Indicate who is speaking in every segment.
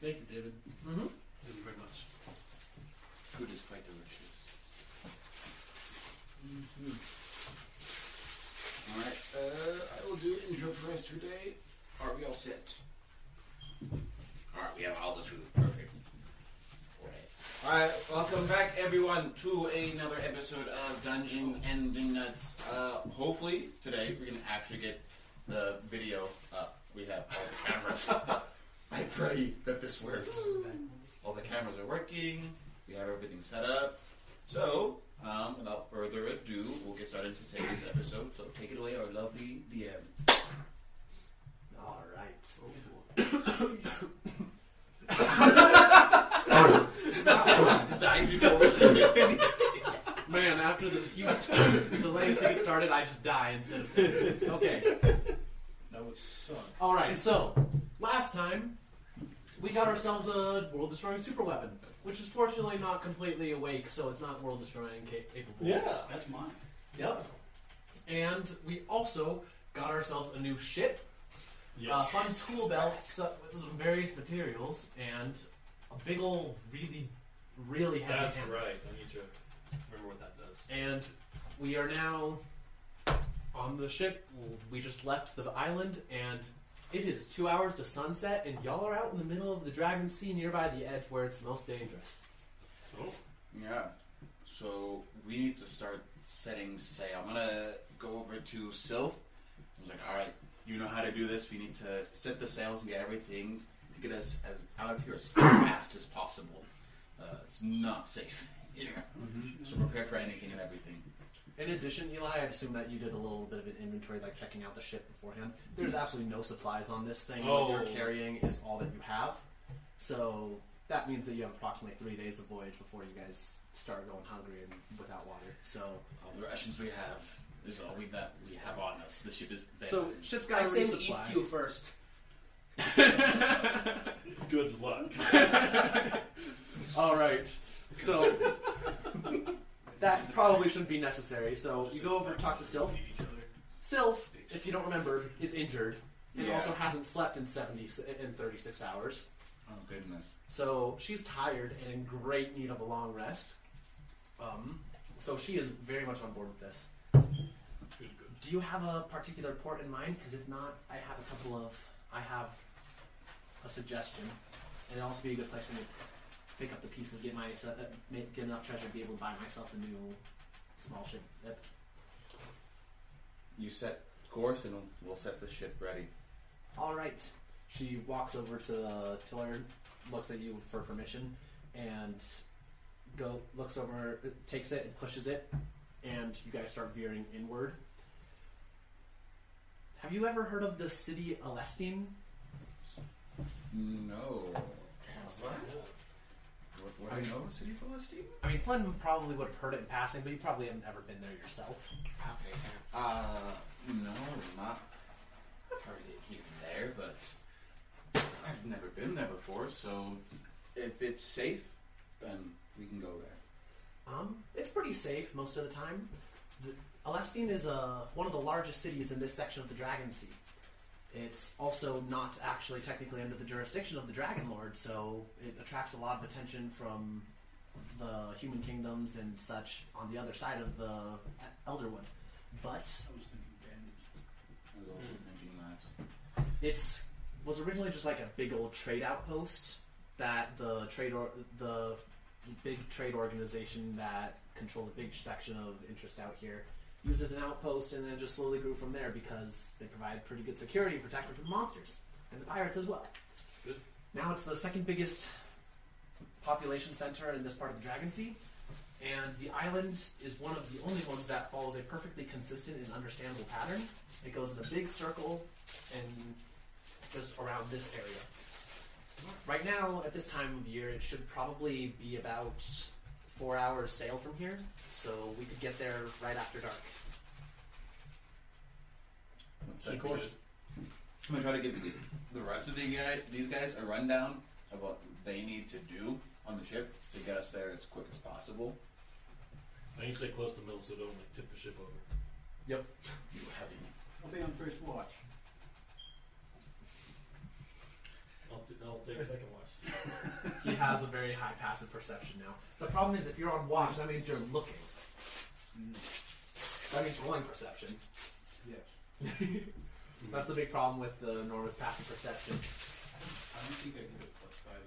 Speaker 1: Thank you, David.
Speaker 2: Mm-hmm.
Speaker 1: Thank you very much.
Speaker 3: Food is quite delicious. Mm-hmm. All right. Uh, I will do intro for us today. Are we all set? All right. We have all the food. Perfect. All right. Welcome back, everyone, to another episode of Dungeon and Nuts. Uh, hopefully today we can actually get the video up. We have all the cameras. I pray that this works. All the cameras are working. We have everything set up. So, um, without further ado, we'll get started to today's episode. So, take it away, our lovely DM.
Speaker 2: All right. Oh,
Speaker 3: Dive before we can do anything.
Speaker 2: Man, after this huge delay to get started, I just die instead of sentence. Okay.
Speaker 1: That would suck.
Speaker 2: All right. So last time we got ourselves a world-destroying superweapon, which is fortunately not completely awake, so it's not world-destroying ca- capable.
Speaker 1: That's mine.
Speaker 2: Yep. And we also got ourselves a new ship,
Speaker 1: Yes.
Speaker 2: uh, fun tool belt so- with some various materials, and a big ol' really, really heavy
Speaker 1: That's
Speaker 2: hammer.
Speaker 1: right. I need to remember what that does.
Speaker 2: And we are now on the ship. We just left the island, and it is two hours to sunset, and y'all are out in the middle of the Dragon Sea nearby the edge where it's most dangerous.
Speaker 1: Oh.
Speaker 3: Yeah. So, we need to start setting sail. I'm going to go over to Sylph. I was like, alright, you know how to do this. We need to set the sails and get everything to get us as out of here as fast as possible. Uh, it's not safe here. So, prepare for anything and everything.
Speaker 2: In addition, Eli, I assume that you did a little bit of an inventory, like checking out the ship beforehand. There's absolutely no supplies on this thing. What
Speaker 1: Oh.
Speaker 2: you're carrying is all that you have. So that means that you have approximately three days of voyage before you guys start going hungry and without water. So,
Speaker 3: All the rations we have is all we that we have on us. The ship is dead.
Speaker 2: so ship's got
Speaker 4: I
Speaker 2: a
Speaker 4: say we eat
Speaker 2: resupply.
Speaker 4: you first.
Speaker 1: Good luck.
Speaker 2: All right. So that probably shouldn't be necessary. So you go over and talk to Sylph. Sylph, if you don't remember, is injured and
Speaker 3: Yeah.
Speaker 2: also hasn't slept in seventy s- in thirty six hours.
Speaker 3: oh goodness.
Speaker 2: So she's tired and in great need of a long rest. Um, so she is very much on board with this.
Speaker 1: Good, good.
Speaker 2: Do you have a particular port in mind? Because if not, I have a couple of. I have a suggestion, and it'd also be a good place for me to pick up the pieces, get my uh, make, get enough treasure to be able to buy myself a new small ship. Yep.
Speaker 3: You set course, and we'll set the ship ready.
Speaker 2: All right. She walks over to the tiller, looks at you for permission, and go looks over, takes it and pushes it, and you guys start veering inward. Have you ever heard of the city Alestine?
Speaker 3: No. What? What do I know? City Philistine?
Speaker 2: I mean, Flynn probably would have heard it in passing, but you probably have never been there yourself.
Speaker 3: Okay. Uh, no, not. I've heard it here and there, but I've never been there before. So, if it's safe, then we can go there.
Speaker 2: Um, it's pretty safe most of the time. The, Alestine is uh, one of the largest cities in this section of the Dragon Sea. It's also not actually technically under the jurisdiction of the Dragon Lord, so it attracts a lot of attention from the human kingdoms and such on the other side of the Elderwood. But
Speaker 1: I was thinking damage.
Speaker 3: I was also thinking that.
Speaker 2: it's was originally just like a big old trade outpost that the trade or the big trade organization that controls a big section of interest out here used as an outpost and then just slowly grew from there because they provide pretty good security and protection from monsters and the pirates as well.
Speaker 1: Good.
Speaker 2: Now it's the second biggest population center in this part of the Dragon Sea, and the island is one of the only ones that follows a perfectly consistent and understandable pattern. It goes in a big circle and just around this area. Right now, at this time of year, it should probably be about four hours sail from here, so we could get there right after dark.
Speaker 3: Let's
Speaker 1: Should
Speaker 3: set
Speaker 1: be
Speaker 3: course. I'm gonna try to give the- the rest of the guy, these guys a rundown of what they need to do on the ship to get us there as quick as possible.
Speaker 1: I need to stay close to the middle so don't like tip the ship over.
Speaker 2: Yep.
Speaker 3: You heavy.
Speaker 5: I'll be on first watch.
Speaker 1: I'll, t- I'll take second watch.
Speaker 2: he has a very high passive perception now. The problem is if you're on watch, that means you're looking. That means rolling perception.
Speaker 3: Yes.
Speaker 2: That's the big problem with the Norma's passive perception.
Speaker 3: I don't think I can get plus five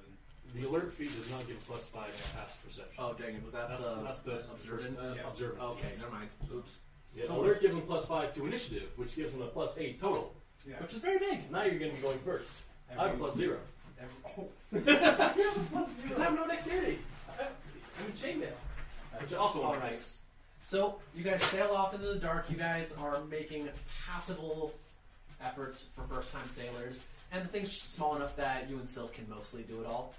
Speaker 3: in.
Speaker 1: The alert feat does not give plus five to past perception.
Speaker 2: Oh dang it! Was that
Speaker 1: that's
Speaker 2: the
Speaker 1: that's the
Speaker 2: observant?
Speaker 1: Uh,
Speaker 3: Yeah.
Speaker 1: observant.
Speaker 2: Okay,
Speaker 1: yes.
Speaker 2: never mind. Oops.
Speaker 1: Yeah, alert gives him plus five to initiative, which gives him a plus eight total.
Speaker 3: Yeah.
Speaker 2: Which is very big
Speaker 1: Now you're going to be going first. I have a plus zero.
Speaker 3: Every, oh,
Speaker 2: because I have no dexterity.
Speaker 1: I'm in chainmail. Which also
Speaker 2: All
Speaker 1: one
Speaker 2: right. So you guys sail off into the dark. You guys are making passable efforts for first-time sailors, and the thing's small enough that you and Sylph can mostly do it all.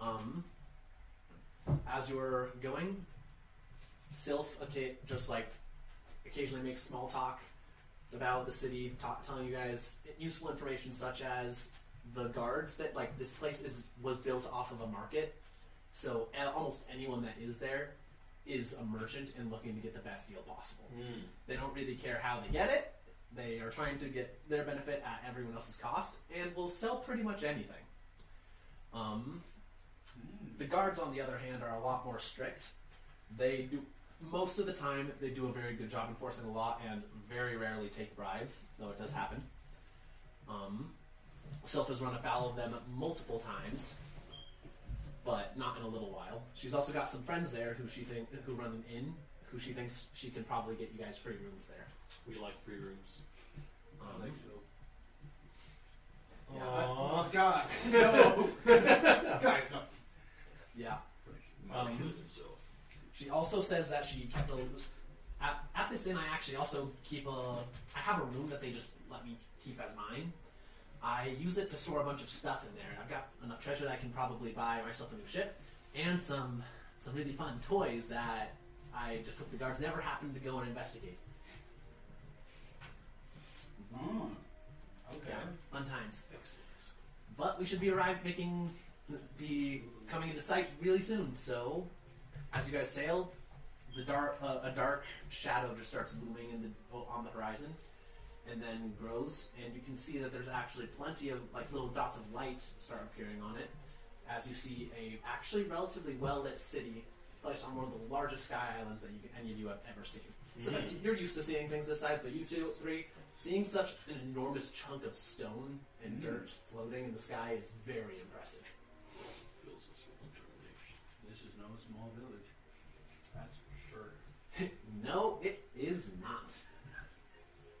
Speaker 2: Um, as you're going, Sylph okay, just like occasionally makes small talk about the city, ta telling you guys useful information such as the guards that like this place is was built off of a market, so a- almost anyone that is there is a merchant and looking to get the best deal possible.
Speaker 1: Mm.
Speaker 2: They don't really care how they get it. They are trying to get their benefit at everyone else's cost and will sell pretty much anything. Um, the guards, on the other hand, are a lot more strict. They do most of the time they do a very good job enforcing the law and very rarely take bribes, though it does happen. Um, Sylph has run afoul of them multiple times, but not in a little while. She's also got some friends there who she think who run an inn, who she thinks she can probably get you guys free rooms there.
Speaker 1: We like free rooms.
Speaker 2: Um,
Speaker 3: I think so.
Speaker 2: Yeah.
Speaker 1: Aww.
Speaker 3: Oh, God, no! Guys, no.
Speaker 2: yeah.
Speaker 1: Um,
Speaker 2: She also says that she kept a. At, at this inn, I actually also keep a. I have a room that they just let me keep as mine. I use it to store a bunch of stuff in there. I've got enough treasure that I can probably buy myself a new ship and some some really fun toys that I just hope the guards never happen to go and investigate.
Speaker 3: Oh. Okay.
Speaker 2: Yeah, fun times.
Speaker 1: Excellent.
Speaker 2: But we should be arriving, making, be coming into sight really soon. So, as you guys sail, the dark, uh, a dark shadow just starts looming in the, on the horizon, and then grows, and you can see that there's actually plenty of like little dots of light start appearing on it, as you see a actually relatively well lit city placed on one of the largest sky islands that you, any of you have ever seen. So
Speaker 1: Mm.
Speaker 2: you're used to seeing things this size, but you two, three, seeing such an enormous chunk of stone and dirt floating in the sky is very impressive.
Speaker 1: Fills us with determination.
Speaker 3: This is no small village. That's for sure.
Speaker 2: No, it is not.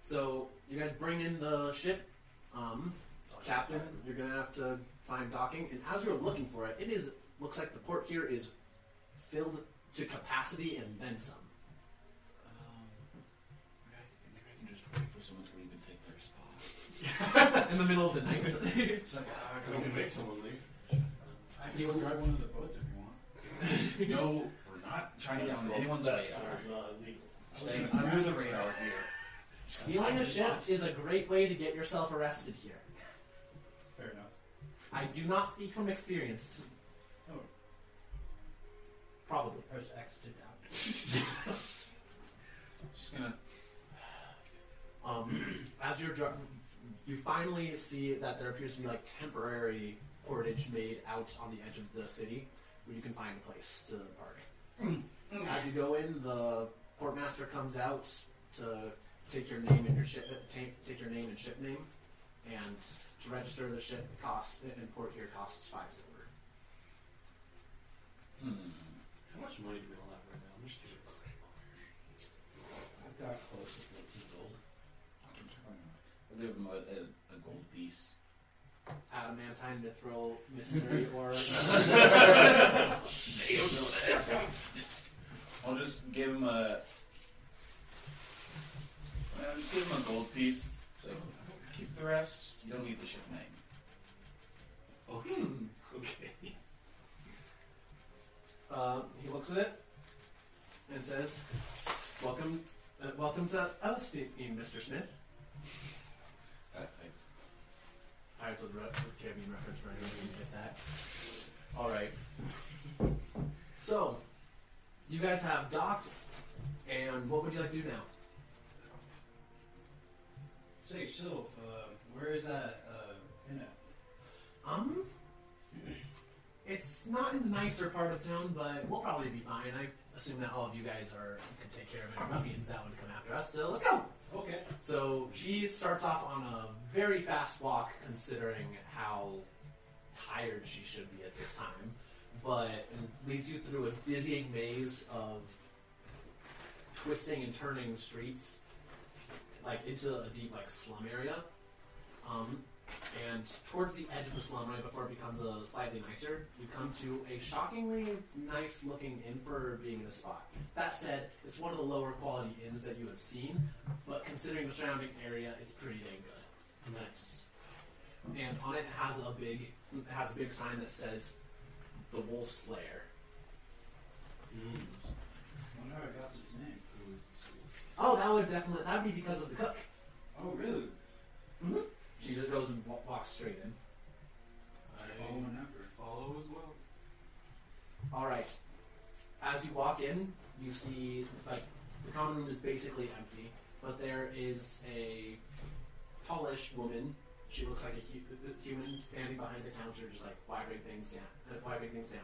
Speaker 2: So you guys bring in the ship, um, captain. You're gonna have to find docking, and as you're looking for it, it is looks like the port here is filled to capacity and then some.
Speaker 3: Um, maybe I- maybe I can just wait for someone to leave and take their spot.
Speaker 2: in the middle of the night.
Speaker 3: It's like, ah,
Speaker 1: I
Speaker 3: I
Speaker 1: can
Speaker 3: gotta
Speaker 1: make
Speaker 3: wait.
Speaker 1: someone leave.
Speaker 3: I can go drive one of the boats if you want. no, we're not trying down anyone's radar.
Speaker 1: It's not illegal.
Speaker 3: Staying under the radar here.
Speaker 2: Stealing a ship is a great way to get yourself arrested here.
Speaker 3: Fair enough.
Speaker 2: I do not speak from experience.
Speaker 3: Oh.
Speaker 2: Probably.
Speaker 3: I was exited out. Just gonna.
Speaker 2: Um, as you're dr- you finally see that there appears to be like temporary portage made out on the edge of the city where you can find a place to park. as you go in, the portmaster comes out to take your name and your ship, take, take your name and ship name, and to register the ship cost and port here costs five silver.
Speaker 3: Hmm.
Speaker 1: How much money do we all have right now? I'm just curious.
Speaker 5: I've got close to 14 gold.
Speaker 3: I'll give him a, a, a gold piece.
Speaker 2: Adamantine mithril mystery or
Speaker 3: I'll just give him a. I'll just give him a gold piece. So keep the rest. You don't need the ship name.
Speaker 1: Okay. Okay.
Speaker 2: Uh, he looks at it and says, "Welcome, uh, welcome to Elstein, Mr. Smith."
Speaker 3: Perfect.
Speaker 2: All right, so the re- Caribbean reference for anyone who didn't get that. All right. So, you guys have docked, and what would you like to do now?
Speaker 5: Say, Sylph, uh, where is that uh, in it?
Speaker 2: Um, It's not in the nicer part of town, but we'll probably be fine. I assume that all of you guys are could take care of any ruffians that would come after us. So let's go.
Speaker 5: Okay.
Speaker 2: So she starts off on a very fast walk, considering how tired she should be at this time, but and leads you through a dizzying maze of twisting and turning streets, like into a deep like slum area. Um, and towards the edge of the slum, right before it becomes a slightly nicer, you come to a shockingly nice looking inn for being in the spot. That said, it's one of the lower quality inns that you have seen, but considering the surrounding area, it's pretty dang good
Speaker 1: Nice.
Speaker 2: and on it has a big it has a big sign that says the wolf slayer
Speaker 1: Mm.
Speaker 3: wonder how I got his name.
Speaker 2: oh that would definitely that would be because of the cook
Speaker 3: Oh, really?
Speaker 2: she just goes and wa- walks straight in
Speaker 1: I
Speaker 3: Following after.
Speaker 1: follow as well.
Speaker 2: all right as you walk in you see like the common room is basically empty but there is a tallish woman she looks like a, hu- a human standing behind the counter just like wiping things down uh, wiping things down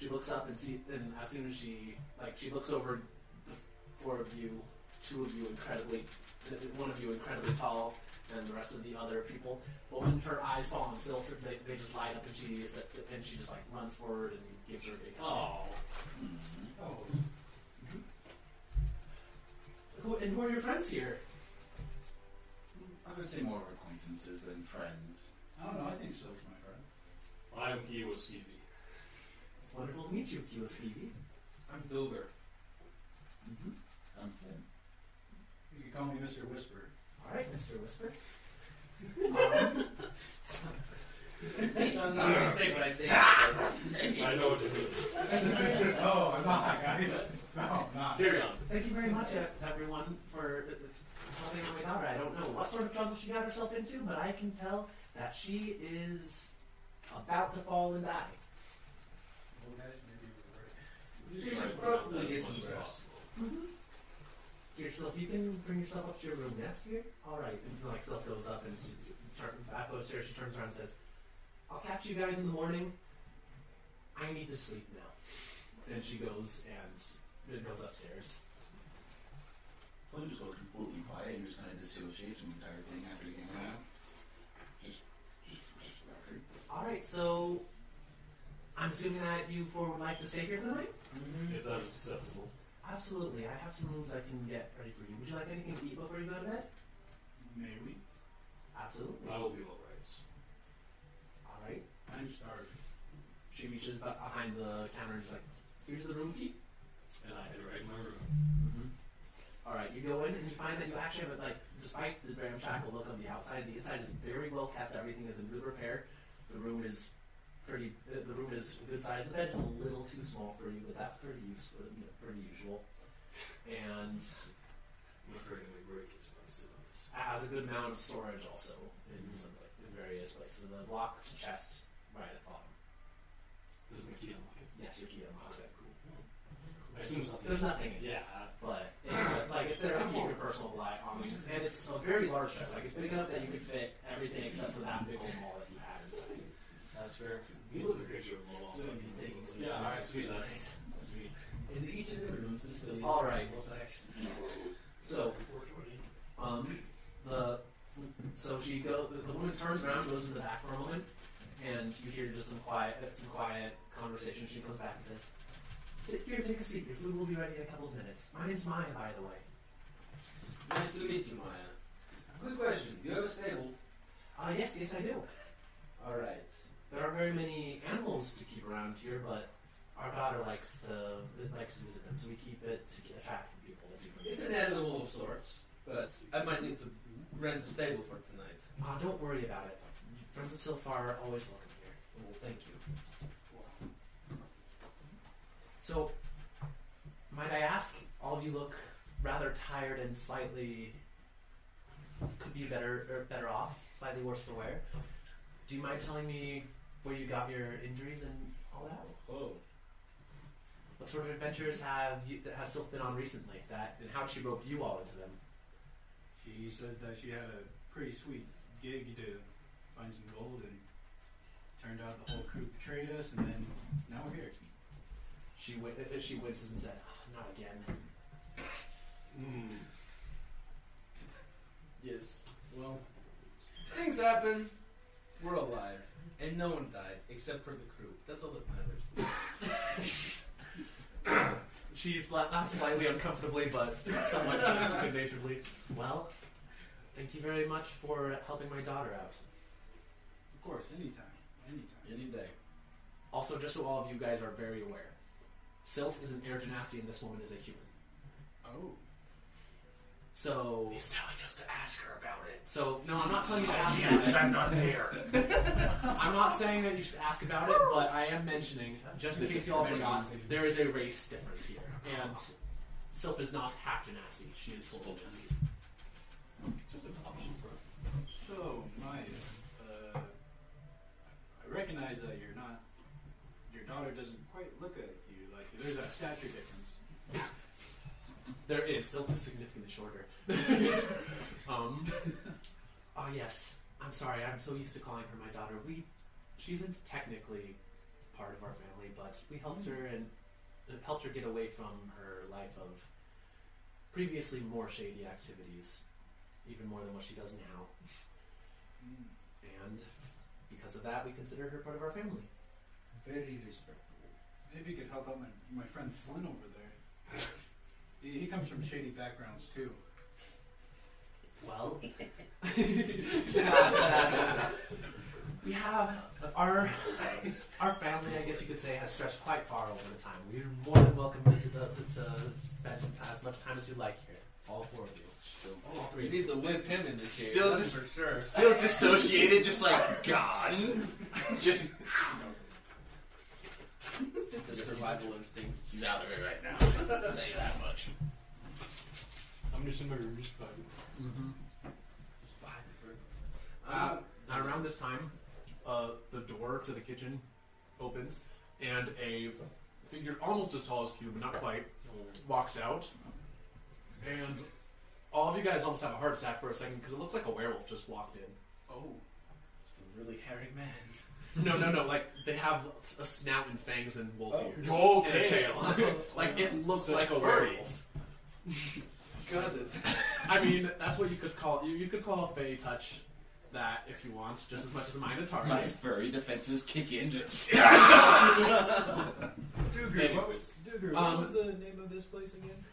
Speaker 2: she looks up and see and as soon as she like she looks over the four of you two of you incredibly uh, one of you incredibly tall and the rest of the other people but when her eyes fall on Sylph they, they just light up and she is- and she just like runs forward and gives her a big hug.
Speaker 1: Oh,
Speaker 3: Hmm.
Speaker 5: Oh,
Speaker 2: Who, and who are your friends here?
Speaker 3: I would say more acquaintances than friends. I don't know. I think so, my friend.
Speaker 1: I'm here with Stevie.
Speaker 2: It's wonderful to meet you, Kiwaskivi.
Speaker 5: I'm Bilber.
Speaker 2: Mm-hmm.
Speaker 3: I'm Flynn.
Speaker 5: You can call me Mr. Whisper.
Speaker 2: All right, Mr. Whisper. Um,
Speaker 5: I'm not gonna say what I think.
Speaker 1: I know what you mean.
Speaker 3: no, Oh, I'm not, guys. No, I'm not.
Speaker 1: Carry on.
Speaker 2: thank you very much, uh, everyone, for uh, uh, helping out my daughter. I don't know what sort of trouble she got herself into, but I can tell that she is about to fall and die.
Speaker 5: Well, guys, maybe we're right.
Speaker 1: You
Speaker 5: should
Speaker 1: probably
Speaker 5: get some rest.
Speaker 2: Here, Sylph, you can bring yourself up to your room, yes, dear? All right. And, like, Sylph goes up and she, she turn, back upstairs, she turns around and says, I'll catch you guys in the morning. I need to sleep now. And she goes and and goes upstairs.
Speaker 3: Flynn just goes completely quiet and just kind of dissociates from the entire thing after getting around. Just, just, just record.
Speaker 2: All right, so I'm assuming that you four would like to stay here for the night?
Speaker 3: Mm-hmm.
Speaker 1: If that is acceptable.
Speaker 2: Absolutely. I have some rooms I can get ready for you. Would you like anything to eat before you go to bed?
Speaker 3: Maybe.
Speaker 2: Absolutely.
Speaker 1: I will be alright.
Speaker 2: All right.
Speaker 3: I'm starving.
Speaker 2: She reaches be- behind the counter and is like, here's the room key.
Speaker 1: And I head right in my room.
Speaker 2: Mm-hmm. All right, you go in and you find that you actually have, like, despite the ramshackle look on the outside, the inside is very well kept. Everything is in good repair. The room is pretty. uh, The room is a good size. The bed is a little too small for you, but that's pretty useful, you know, pretty usual. And
Speaker 1: I'm afraid I may break it if I sit on this.
Speaker 2: it has a good amount of storage also in some like, in various places. And the locked chest right at the bottom.
Speaker 1: Does my key unlock it?
Speaker 2: Yes, your key unlocks it.
Speaker 1: I assume something.
Speaker 2: There's nothing in it.
Speaker 1: Yeah.
Speaker 2: but it's uh, like it's there to keep your personal life on things, and it's a very large chest. Like it's big enough that you could fit everything except for that big old ball that you had inside.
Speaker 1: That's fair. You look at a picture of the wall.
Speaker 5: So you can take it.
Speaker 1: Yeah, alright, sweet. That's, that's me.
Speaker 5: In each of the rooms, this is the
Speaker 2: All right.
Speaker 5: Well, thanks.
Speaker 2: So, um, the so she go the, the woman turns around, goes in the back for a moment, and you hear just some quiet some quiet conversation. She comes back and says, "T- "Here, take a seat. Your food will be ready in a couple of minutes. Mine is Maya, by the way."
Speaker 5: Nice to meet you, Maya. Quick question. Do you have a stable?
Speaker 2: Uh, yes, yes, I do.
Speaker 5: All right.
Speaker 2: There aren't very many animals to keep around here, but our daughter likes to likes to visit them, so we keep it to ke- attract the people that do
Speaker 5: It's
Speaker 2: come.
Speaker 5: an animal of sorts, but I might need to rent a stable for tonight.
Speaker 2: Ah, don't worry about it. Friends of Silfar are always welcome here.
Speaker 5: Well, thank you.
Speaker 2: So, might I ask, all of you look rather tired and slightly could be better or better off, slightly worse for wear. Do you mind telling me where you got your injuries and all that?
Speaker 5: Oh.
Speaker 2: What sort of adventures have you has Silph been on recently? That and how she rope you all into them?
Speaker 4: She said that she had a pretty sweet gig to find some gold and Turned out the whole crew betrayed us, and then now we're here.
Speaker 2: She win- uh, she winces and said, "Ah, "Not again."
Speaker 5: Yes. Well, things happen. We're alive, and no one died except for the crew. That's all that matters.
Speaker 2: She's la- laughs slightly uncomfortably, but somewhat good naturedly. Well, thank you very much for helping my daughter out.
Speaker 4: Of course, anytime, anytime.
Speaker 5: Any day.
Speaker 2: Also, just so all of you guys are very aware, Sylph is an air genasi and this woman is a human.
Speaker 4: Oh,
Speaker 2: So.
Speaker 1: He's telling us to ask her about it.
Speaker 2: So no, I'm not telling you to ask about
Speaker 1: Because
Speaker 2: it.
Speaker 1: I'm not there.
Speaker 2: I'm not saying that you should ask about it, but I am mentioning, just in case y'all forgot, there is a race difference here, and Sylph is not half genasi; she is full genasi.
Speaker 1: Just an option for us.
Speaker 4: so Maya, uh, I recognize that you're not. Your daughter doesn't quite look at you like there's that stature difference.
Speaker 2: There is Sylph is significantly shorter. um. Oh yes, I'm sorry. I'm so used to calling her my daughter. We, she isn't technically part of our family, but we helped her and uh, helped her get away from her life of previously more shady activities, even more than what she does now.
Speaker 4: Mm.
Speaker 2: and because of that, we consider her part of our family.
Speaker 5: Very respectable.
Speaker 4: Maybe you could help out my, my friend Flynn over there. he, he comes from shady backgrounds too.
Speaker 2: Well, That's- that's- we have our our family. I guess you could say has stretched quite far over the time. We're more than welcome to, the, to spend some time, as much time as you like here, all four of you.
Speaker 3: Still,
Speaker 2: All
Speaker 5: We
Speaker 2: three. of you.
Speaker 5: need to whip him in the cage.
Speaker 3: Still
Speaker 5: that's
Speaker 3: just-
Speaker 5: for sure.
Speaker 3: still dissociated, just like God. Just
Speaker 5: It's a survival instinct.
Speaker 3: he's out of it right now. I'll tell you that much.
Speaker 1: I'm just in my room, just vibing.
Speaker 5: Um,
Speaker 2: And Uh, around this time, uh, the door to the kitchen opens, and a figure almost as tall as Q, but not quite, walks out, and all of you guys almost have a heart attack for a second because it looks like a werewolf just walked in.
Speaker 4: Oh,
Speaker 5: a really hairy man.
Speaker 2: No, no, no! Like they have a snout and fangs and wolf
Speaker 5: Oh,
Speaker 2: ears and a
Speaker 1: okay.
Speaker 2: tail. like it looks
Speaker 1: So
Speaker 2: like
Speaker 1: it's
Speaker 2: a
Speaker 1: furry.
Speaker 2: werewolf.
Speaker 5: Got it.
Speaker 2: I mean, that's what you could call you, you could call a fey touch that if you want, just as much as a minotaur.
Speaker 3: My furry defenses kick in. Just
Speaker 4: Duger, what was Duger? What
Speaker 2: Um,
Speaker 4: was the name of this place again?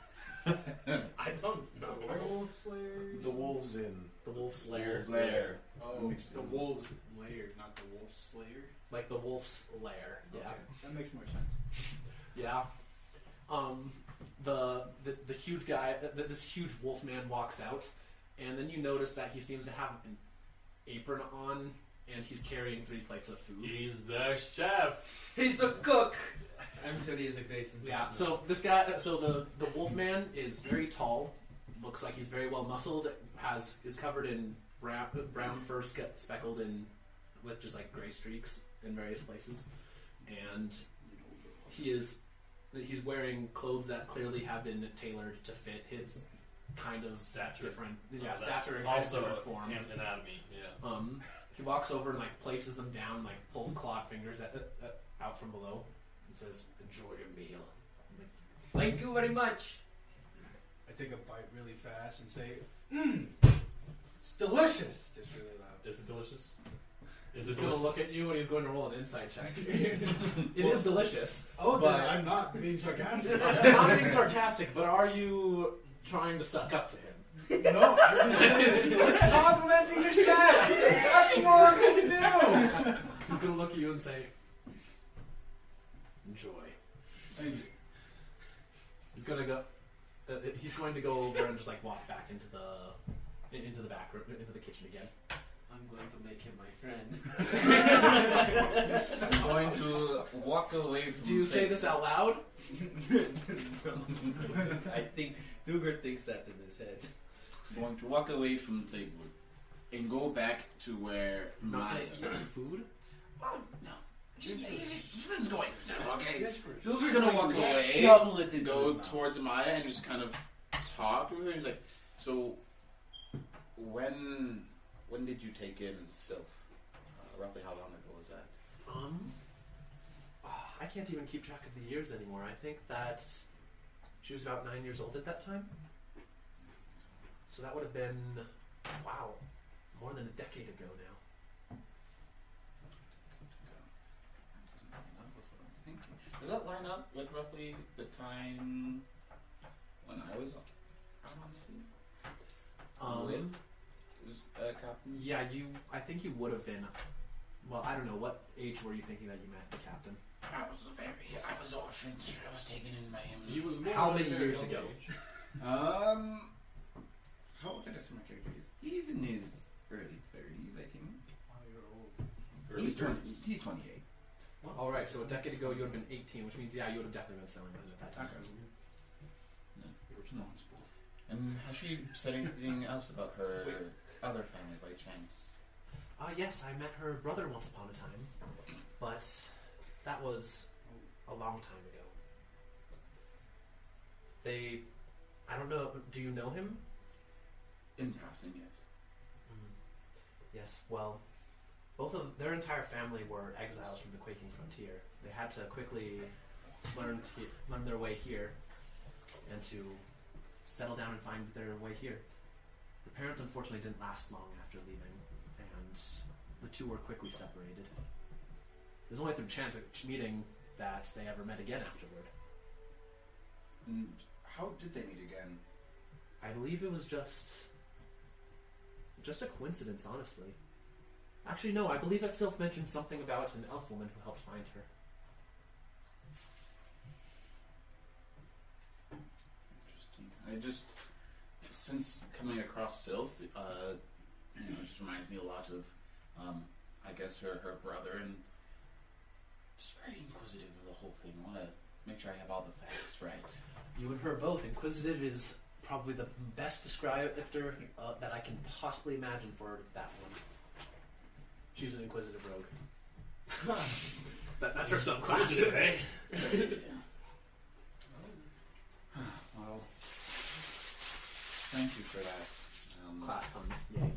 Speaker 2: I don't know.
Speaker 4: The Werewolf Slayer.
Speaker 6: The wolves in
Speaker 2: The wolf slayer,
Speaker 6: Blair.
Speaker 4: Oh,
Speaker 6: Mixed
Speaker 4: the
Speaker 6: up.
Speaker 4: Wolves Lair, not the Wolf Slayer.
Speaker 2: like the wolf's lair. Yeah.
Speaker 4: Okay, that makes more sense.
Speaker 2: Yeah. Um, the, the the huge guy, th- this huge wolf man walks out, and then you notice that he seems to have an apron on, and he's carrying three plates of food.
Speaker 1: He's the chef.
Speaker 5: He's the cook. I'm sure he is a great sensation.
Speaker 2: Yeah. So this guy, so the the wolf man is very tall, looks like he's very well muscled, has is covered in brown, brown fur spe- speckled in with just like gray streaks in various places, and he is he's wearing clothes that clearly have been tailored to fit his kind of
Speaker 1: Stature.
Speaker 2: different yeah
Speaker 1: Uh, that-
Speaker 2: stature and kind of
Speaker 1: also
Speaker 2: different form.
Speaker 1: an- anatomy. Yeah.
Speaker 2: Um, he walks over and like places them down, like pulls clawed fingers at, uh, uh, out from below, and says, "Enjoy your meal."
Speaker 5: Thank you very much.
Speaker 4: I take a bite really fast and say, "Mmm, it's delicious." Just really loud.
Speaker 1: Is it delicious? Is
Speaker 2: He's
Speaker 1: it
Speaker 2: going to
Speaker 1: delicious?
Speaker 2: look at you and he's going to roll an insight check. It is delicious.
Speaker 4: Oh,
Speaker 2: But-
Speaker 4: but I'm not being sarcastic.
Speaker 2: I'm not being sarcastic, but are you trying to suck up to him?
Speaker 4: no, I'm just it's complimenting your chef. That's more I'm gonna do.
Speaker 2: He's going to look at you and say, "Enjoy."
Speaker 4: Thank you.
Speaker 2: He's going to go. Uh, he's going to go over and just like walk back into the in- into the back room, into the kitchen again.
Speaker 5: I'm going to make him my friend.
Speaker 3: I'm going to walk away from.
Speaker 2: Do you say this out loud?
Speaker 5: I think Duger thinks that in his head.
Speaker 3: I'm going to walk away from the table and go back to where
Speaker 2: Not
Speaker 3: Maya.
Speaker 2: gonna eat your food.
Speaker 3: Oh no! Just Flynn's going. Okay.
Speaker 4: Desperate.
Speaker 3: Duger's gonna walk away,
Speaker 5: Shovel it into
Speaker 3: go
Speaker 5: his mouth.
Speaker 3: towards Maya, and just kind of talk with her. He's like, "So, when when did you take in Sylph? Uh, roughly how long ago was that?"
Speaker 2: Um, ah, I can't even keep track of the years anymore. I think that she was about nine years old at that time. So that would have been, wow, more than a decade ago now.
Speaker 3: Thank you. Does that line up with roughly the time when I was out on sea?
Speaker 2: Um,
Speaker 3: Live? Was, uh, captain?
Speaker 2: yeah, you. I think you would have been. Well, I don't know. What age were you thinking that you met the captain?
Speaker 3: I was very. I was orphaned. I was taken in by him.
Speaker 4: He was
Speaker 2: How
Speaker 4: born
Speaker 2: many
Speaker 4: at a very
Speaker 2: years
Speaker 4: young
Speaker 2: ago?
Speaker 4: age.
Speaker 3: Um, how old did I say my character is? He's in his early thirties, I think.
Speaker 1: Early
Speaker 3: he's twenty.
Speaker 1: 30s.
Speaker 3: He's twenty-eight.
Speaker 2: All right, so a decade ago you would have been 18, which means yeah, you would have definitely been selling it at that time.
Speaker 3: No. And has she said anything else about her other family by chance?
Speaker 2: Uh, yes, I met her brother once upon a time, but that was a long time ago. They, I don't know. Do you know him?
Speaker 3: In passing, yes.
Speaker 2: Mm. Yes. Well, both of their entire family were exiles from the Quaking Frontier. They had to quickly learn to learn their way here, and to settle down and find their way here. The parents unfortunately didn't last long after leaving, and the two were quickly separated. It was only through chance at each meeting that they ever met again afterward.
Speaker 3: And how did they meet again?
Speaker 2: I believe it was just just a coincidence, honestly. Actually, no. I believe that Sylph mentioned something about an elf woman who helped find her.
Speaker 3: Interesting. I just, since coming across Sylph, uh, you know, it just reminds me a lot of, um, I guess her her brother and just very inquisitive of the whole thing. Want to make sure I have all the facts right.
Speaker 2: You and her both. Inquisitive is probably the best descriptor uh, that I can possibly imagine for that one. She's an inquisitive rogue. that, that's her subclass.
Speaker 1: eh?
Speaker 3: Well, thank you for that. Um,
Speaker 2: Class puns. Yay.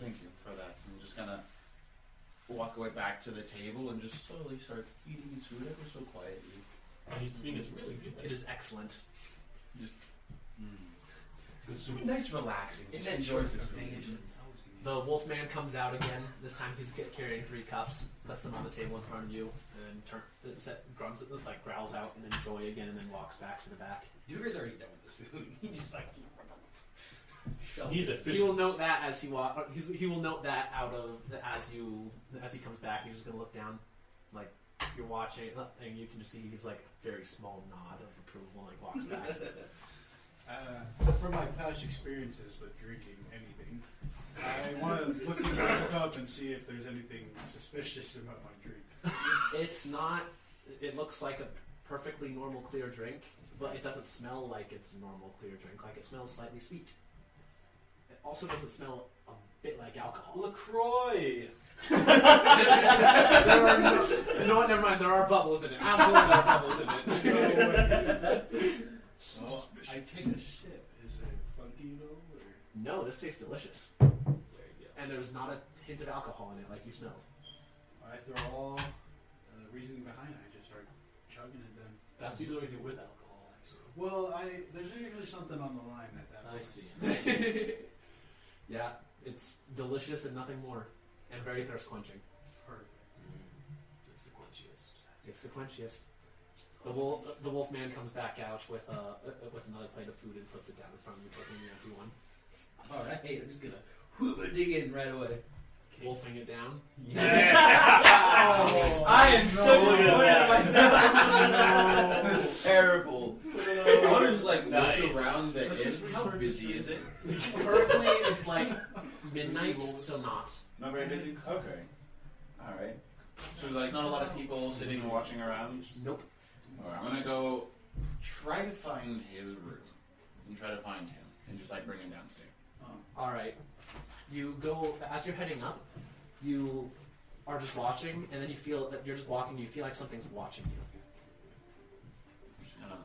Speaker 3: Thank you for that. I'm just gonna walk away back to the table and just slowly start eating its food ever so quietly.
Speaker 1: And he's clean. It's really good.
Speaker 2: It is excellent.
Speaker 3: It's nice, relaxing. Just enjoys this food.
Speaker 2: The wolfman comes out again. This time he's get- carrying three cups, puts them on the table in front of you, and then turn, uh, set, grunts, uh, like growls out and enjoy again, and then walks back to the back.
Speaker 5: Duder's already done with this food. He's just like.
Speaker 1: He's efficient.
Speaker 2: He will note that as he walk. or He's, he will note that out of as you as he comes back. You're just gonna look down, like you're watching, uh, and you can just see he's like very small nod of approval, like walks back.
Speaker 4: Uh, from my past experiences with drinking anything, I want to look into my cup and see if there's anything suspicious about my drink.
Speaker 2: it's not. It looks like a perfectly normal clear drink, but it doesn't smell like it's a normal clear drink. Like it smells slightly sweet. It also doesn't smell a bit like alcohol.
Speaker 5: LaCroix!
Speaker 2: there are no, you know what? Never mind. There are bubbles in it. Absolutely, there are bubbles in it.
Speaker 4: uh, Well, I take a sip. Is it funky though? Or?
Speaker 2: No, this tastes delicious,
Speaker 5: There you
Speaker 2: and there's not a hint of alcohol in it, like you smelled.
Speaker 4: I throw all the reasoning behind it. I just start chugging it then.
Speaker 1: That's usually what we do with alcohol, actually.
Speaker 4: Well, I there's usually something on the line at that
Speaker 1: I
Speaker 4: point.
Speaker 1: see.
Speaker 2: yeah, it's delicious and nothing more, and very thirst quenching.
Speaker 4: Perfect.
Speaker 1: It's the quenchiest.
Speaker 2: It's the quenchiest. The wolf, the wolf man comes back out with uh, uh, with another plate of food and puts it down in front of you, taking the empty one,
Speaker 5: go. Alright, I'm just gonna whoop, dig in right away.
Speaker 2: wolfing it down.
Speaker 5: I am so
Speaker 1: Look
Speaker 5: disappointed
Speaker 1: at
Speaker 5: in
Speaker 1: that.
Speaker 5: myself.
Speaker 3: That's terrible. I want to just like
Speaker 1: Nice.
Speaker 3: look around the
Speaker 4: Oh, Let's just
Speaker 3: inn. How
Speaker 4: research
Speaker 3: busy
Speaker 4: this
Speaker 3: is it?
Speaker 2: Currently, it's like midnight, so not.
Speaker 3: Not very busy. Okay. All right. So like not a lot of people sitting and watching around.
Speaker 2: Nope.
Speaker 3: All right, I'm gonna go try to find his room and try to find him and just like bring him downstairs.
Speaker 2: All right. You go as you're heading up. You are just watching, and then you feel that you're just walking. You feel like something's watching you.
Speaker 3: Just kind of,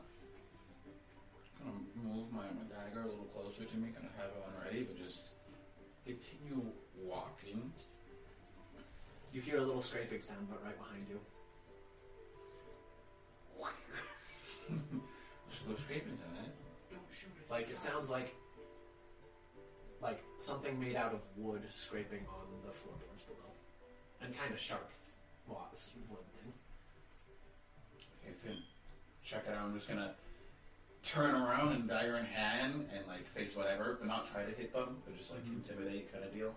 Speaker 3: kind of move my, my dagger a little closer to me. Kind of have it on ready, but just continue
Speaker 7: walking.
Speaker 2: You hear a little scraping sound, but right behind you.
Speaker 3: She looks great in it.
Speaker 2: Like it sounds like like something made out of wood scraping on the floorboards below, and kind of sharp. Well, this wood thing.
Speaker 3: Okay, Finn, check it out. I'm just gonna turn around and dagger in hand and like face whatever, but not try to hit them, but just like intimidate kind of deal.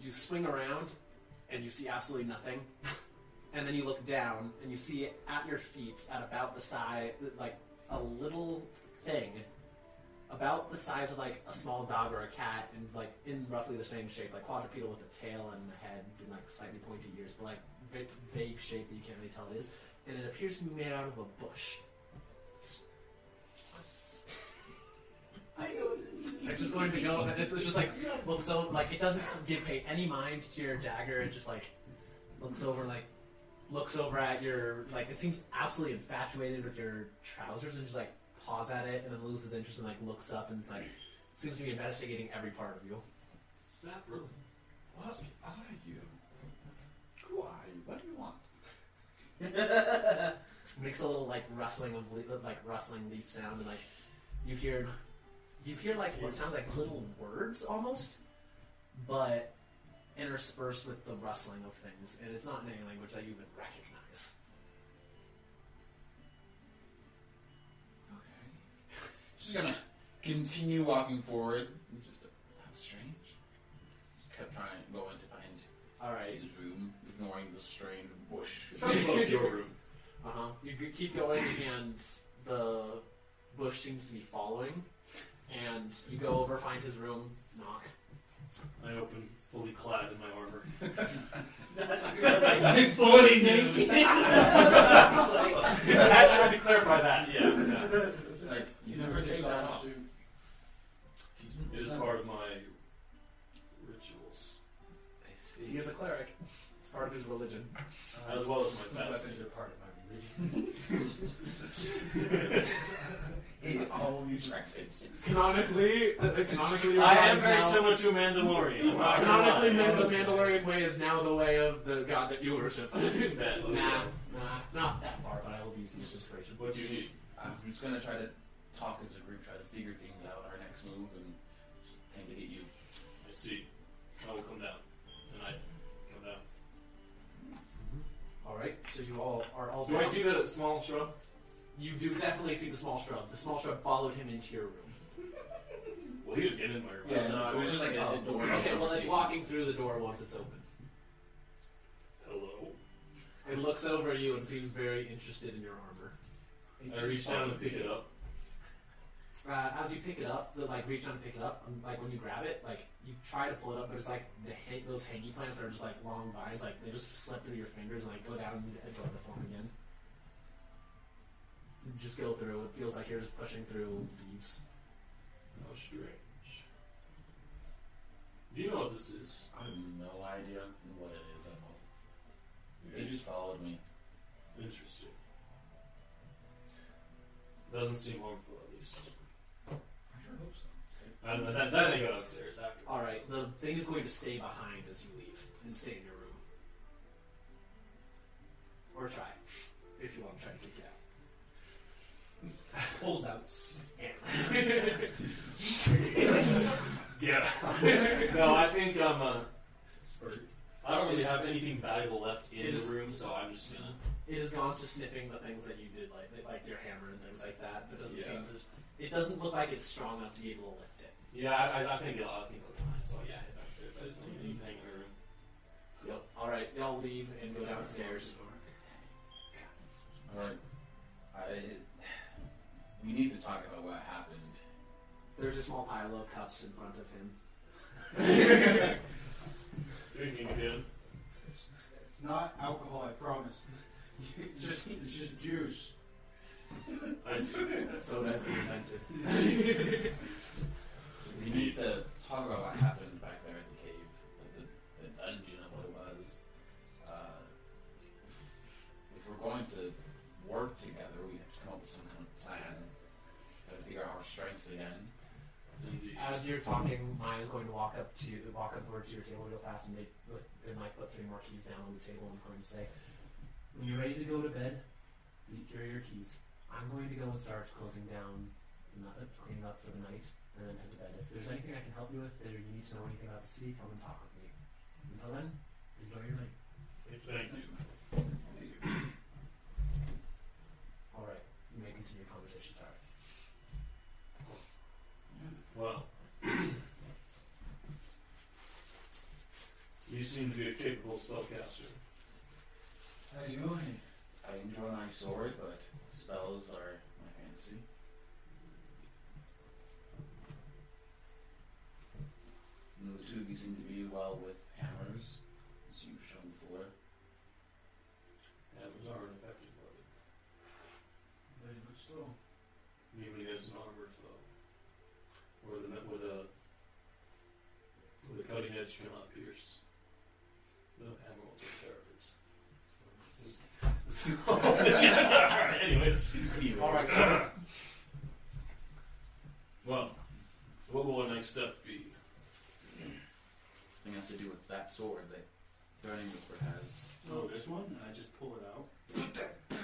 Speaker 2: You swing around, and you see absolutely nothing. and then you look down, and you see at your feet, at about the size, like a little thing, about the size of like a small dog or a cat, and like in roughly the same shape, like quadrupedal with a tail and a head and like slightly pointy ears, but like va- vague shape that you can't really tell it is. And it appears to be made out of a bush. I just wanted to go, but it's it's just like looks over, like it doesn't give pay any mind to your dagger. It just like looks over, like looks over at your like. It seems absolutely infatuated with your trousers, and just like paws at it, and then loses interest and like looks up and it's like seems to be investigating every part of you.
Speaker 1: Sap, really?
Speaker 3: What are you? Who are you? What do you want?
Speaker 2: makes a little like rustling of le- like rustling leaf sound, and like you hear you hear like what sounds like little words almost, but interspersed with the rustling of things, and it's not in any language that you even recognize.
Speaker 3: Okay. She's gonna continue walking forward. Just that was strange. Just kept trying going to find
Speaker 2: All right.
Speaker 3: his room, ignoring the strange bush.
Speaker 1: Sounds close to your room.
Speaker 2: Uh huh. You g- keep going, and the bush seems to be following. And you go over, find his room, knock.
Speaker 1: I open, fully clad in my armor.
Speaker 2: fully naked.
Speaker 1: I had I had to clarify that. Yeah, yeah.
Speaker 3: like you never take that off.
Speaker 1: It is part of my rituals,
Speaker 3: I
Speaker 2: He
Speaker 3: see.
Speaker 2: is a cleric. It's part of his religion.
Speaker 1: as well as my fasting.
Speaker 5: Weapons are part of my religion.
Speaker 3: Hate all these references.
Speaker 2: Canonically, uh, uh, canonically,
Speaker 1: I
Speaker 2: Ron
Speaker 1: am
Speaker 2: is
Speaker 1: very
Speaker 2: now-
Speaker 1: similar to a Mandalorian. I'm not gonna
Speaker 2: Canonically,
Speaker 1: lie.
Speaker 2: man, the Mandalorian way is now the way of the god that you worship. nah,
Speaker 1: Bet, let's
Speaker 2: nah,
Speaker 1: go.
Speaker 2: not that far, but I will be using this inspiration.
Speaker 1: What do you need?
Speaker 3: I'm just gonna try to talk as a group, try to figure things out, our next move, and just aim to hit you.
Speaker 1: I see. I will come down. And I come down.
Speaker 2: All right, so you all are all.
Speaker 1: Do I
Speaker 2: down.
Speaker 1: see that small shrub?
Speaker 2: You do definitely see the small shrub. The small shrub followed him into your room.
Speaker 1: Well, he was getting in my room.
Speaker 3: Yeah, no, it was just like a
Speaker 2: Oh,
Speaker 3: door.
Speaker 2: Okay, well, it's walking through the door once it's open.
Speaker 1: Hello?
Speaker 2: It looks over at you and seems very interested in your armor.
Speaker 1: I reach down and pick it up.
Speaker 2: Uh, as you pick it up, the, like reach down and pick it up, and, like when you grab it, like you try to pull it up, but it's like the ha- those hangy plants are just like long vines, like they just slip through your fingers and like go down and go into form again. You just go through. It feels like you're just pushing through leaves.
Speaker 1: How strange. Do you know what this is?
Speaker 3: I have no idea what it is at all. They just followed me.
Speaker 1: Interesting. Doesn't seem harmful, at least.
Speaker 3: I sure hope so.
Speaker 1: I don't know, that, that ain't got upstairs after.
Speaker 2: All right, the thing is going to stay behind as you leave and stay in your room, or try if you want to try to get out.
Speaker 5: Pulls out.
Speaker 1: Yeah. no, I think um, uh,
Speaker 5: Spurt.
Speaker 1: I don't really
Speaker 2: It's-
Speaker 1: have anything valuable left
Speaker 2: It
Speaker 1: in the
Speaker 2: is-
Speaker 1: room, so I'm just gonna.
Speaker 2: It has gone to sniffing the things that you did, like like your hammer and things like that. But doesn't
Speaker 1: Yeah.
Speaker 2: seem to. It doesn't look like it's strong enough to be able to lift it.
Speaker 1: Yeah, I, I, I think I'll, I think I'll be fine. So yeah, head downstairs. I didn't leave anything in the room.
Speaker 2: Yep. All right, y'all leave and go downstairs.
Speaker 3: Alright. I. We need to talk about what happened.
Speaker 2: There's a small pile of cups in front of him.
Speaker 1: Drinking again.
Speaker 4: It's not alcohol, I promise. it's just it's just juice.
Speaker 1: I see.
Speaker 2: So that's been invented.
Speaker 3: We need to talk about what happened back there in the cave, like the, the dungeon of what it was. Uh, if we're going to work together, we have to come up with some kind of plan. Gotta figure out our strengths again.
Speaker 1: Indeed.
Speaker 2: As you're you're talking, Maya's going to walk up to you, walk up over to your table real fast, and they, they might put three more keys down on the table and is going to say, "When you're ready to go to bed, you- here are your keys. I'm going to go and start closing down, the ni- uh, cleaning up for the night, and then head to bed. If there's anything I can help you with, or you need to know anything about the city, come and talk with me. Until then, enjoy your night.
Speaker 1: Thank you.
Speaker 2: All right, you may continue your conversation. Sorry.
Speaker 1: Well, you seem to be a capable spellcaster.
Speaker 3: I do. I, I enjoy my sword, but spells are my fantasy. And the two of you seem to be well with hammers, as you've shown before.
Speaker 1: Hammers are an effective weapon,
Speaker 3: Very much so.
Speaker 1: even against an armored foe, where the with a with a cutting edge cannot pierce. The hammer will take care of its. This- this- Anyways.
Speaker 2: All right.
Speaker 1: Well, what will our next step be?
Speaker 3: Thing has to do with that sword that Burning Whisper has.
Speaker 4: Oh, this one? And I just pull it out.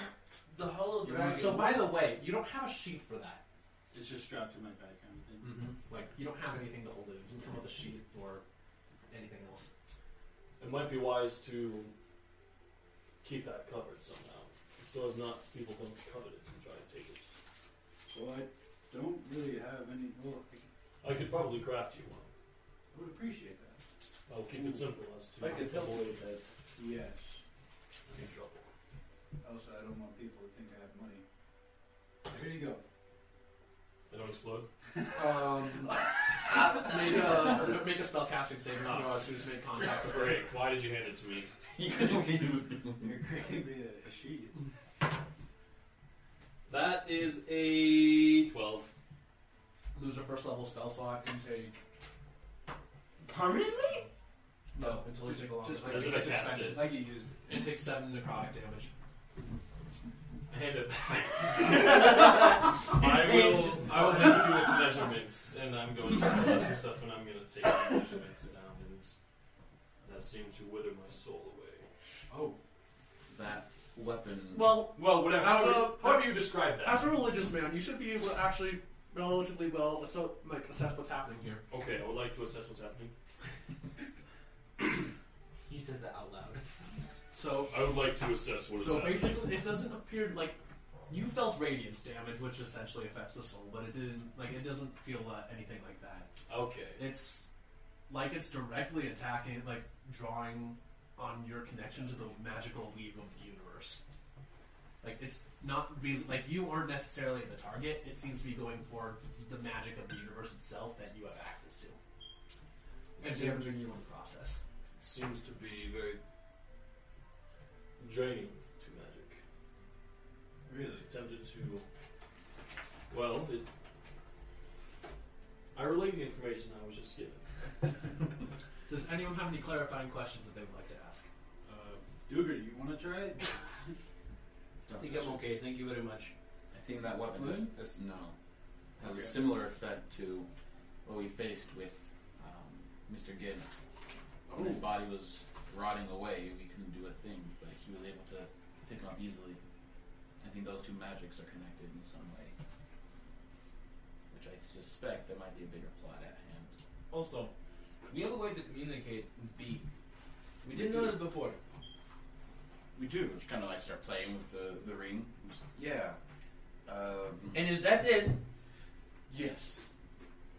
Speaker 5: The hollow
Speaker 4: You're
Speaker 5: dragon.
Speaker 2: So by the way, you don't have a sheet for that.
Speaker 4: It's just strapped to my back kind of thing.
Speaker 2: Like you don't have anything to hold it. It doesn't come with a sheet or anything else.
Speaker 1: It might be wise to keep that covered somehow, so as not people don't covet it and try to take it.
Speaker 4: Well, I don't really have any. Well, I c-
Speaker 1: I could probably craft you one.
Speaker 4: I would appreciate that.
Speaker 1: I'll keep it simple as to
Speaker 4: I could help
Speaker 1: avoid that
Speaker 4: Yes.
Speaker 1: any trouble.
Speaker 4: Also, I don't want people to think I have money. Here you go.
Speaker 1: I don't explode.
Speaker 2: Um, make a make a spell casting saving throw as soon as you make contact with her.
Speaker 1: Great. Why did you hand it to me?
Speaker 3: You guys don't need to
Speaker 4: You're creating me a, a sheet.
Speaker 1: That is a twelve.
Speaker 2: Lose her first level spell slot and take
Speaker 5: Permanently?
Speaker 2: no until you
Speaker 4: Just-
Speaker 2: take a long
Speaker 4: just
Speaker 2: like,
Speaker 1: as if I
Speaker 2: it's
Speaker 1: cast
Speaker 2: expended.
Speaker 1: it.
Speaker 4: Like you use.
Speaker 2: and take seven necrotic damage.
Speaker 1: I hand it. I will. I will help you with measurements, and I'm going to collect some stuff, and I'm going to take my measurements down, and that seemed to wither my soul away.
Speaker 4: Oh,
Speaker 3: That weapon.
Speaker 2: Well,
Speaker 1: Well, whatever.
Speaker 2: As
Speaker 1: However,
Speaker 2: a-
Speaker 1: uh, however you describe that.
Speaker 2: as a religious man, you should be able to actually relatively well so like assess what's happening here.
Speaker 1: Okay, I would like to assess what's happening.
Speaker 5: He says that out loud.
Speaker 2: So
Speaker 1: I would like to assess what is
Speaker 2: So
Speaker 1: happening.
Speaker 2: basically, it doesn't appear like you felt radiant damage, which essentially affects the soul, but it didn't. Like it doesn't feel uh, anything like that.
Speaker 1: Okay.
Speaker 2: It's like it's directly attacking, like drawing on your connection to the magical weave of the universe. Like it's not really like you aren't necessarily the target. It seems to be going for the magic of the universe itself that you have access to, and
Speaker 1: Yeah.
Speaker 2: damaging you in the process.
Speaker 1: seems to be very draining to magic.
Speaker 4: really?
Speaker 1: Tempted to. Well, it, I relay the information I was just given.
Speaker 2: Does anyone have any clarifying questions that they would like to ask?
Speaker 4: Uh, Duger, you want to try it?
Speaker 3: Don't
Speaker 5: I think
Speaker 3: touch
Speaker 5: I'm
Speaker 3: it.
Speaker 5: okay. Thank you very much.
Speaker 3: I think that weapon is, is no has
Speaker 4: Okay.
Speaker 3: a similar effect to what we faced with um, Mr. Gibb. When
Speaker 4: Oh.
Speaker 3: his body was rotting away, we couldn't do a thing, but he was able to pick him up easily. I think those two magics are connected in some way, which I suspect there might be a bigger plot at hand.
Speaker 5: Also, we have a way to communicate with B. We didn't know this before.
Speaker 3: We do. Just kind of like start playing with the the ring. Just, yeah. Um,
Speaker 5: And is that it?
Speaker 3: Yes.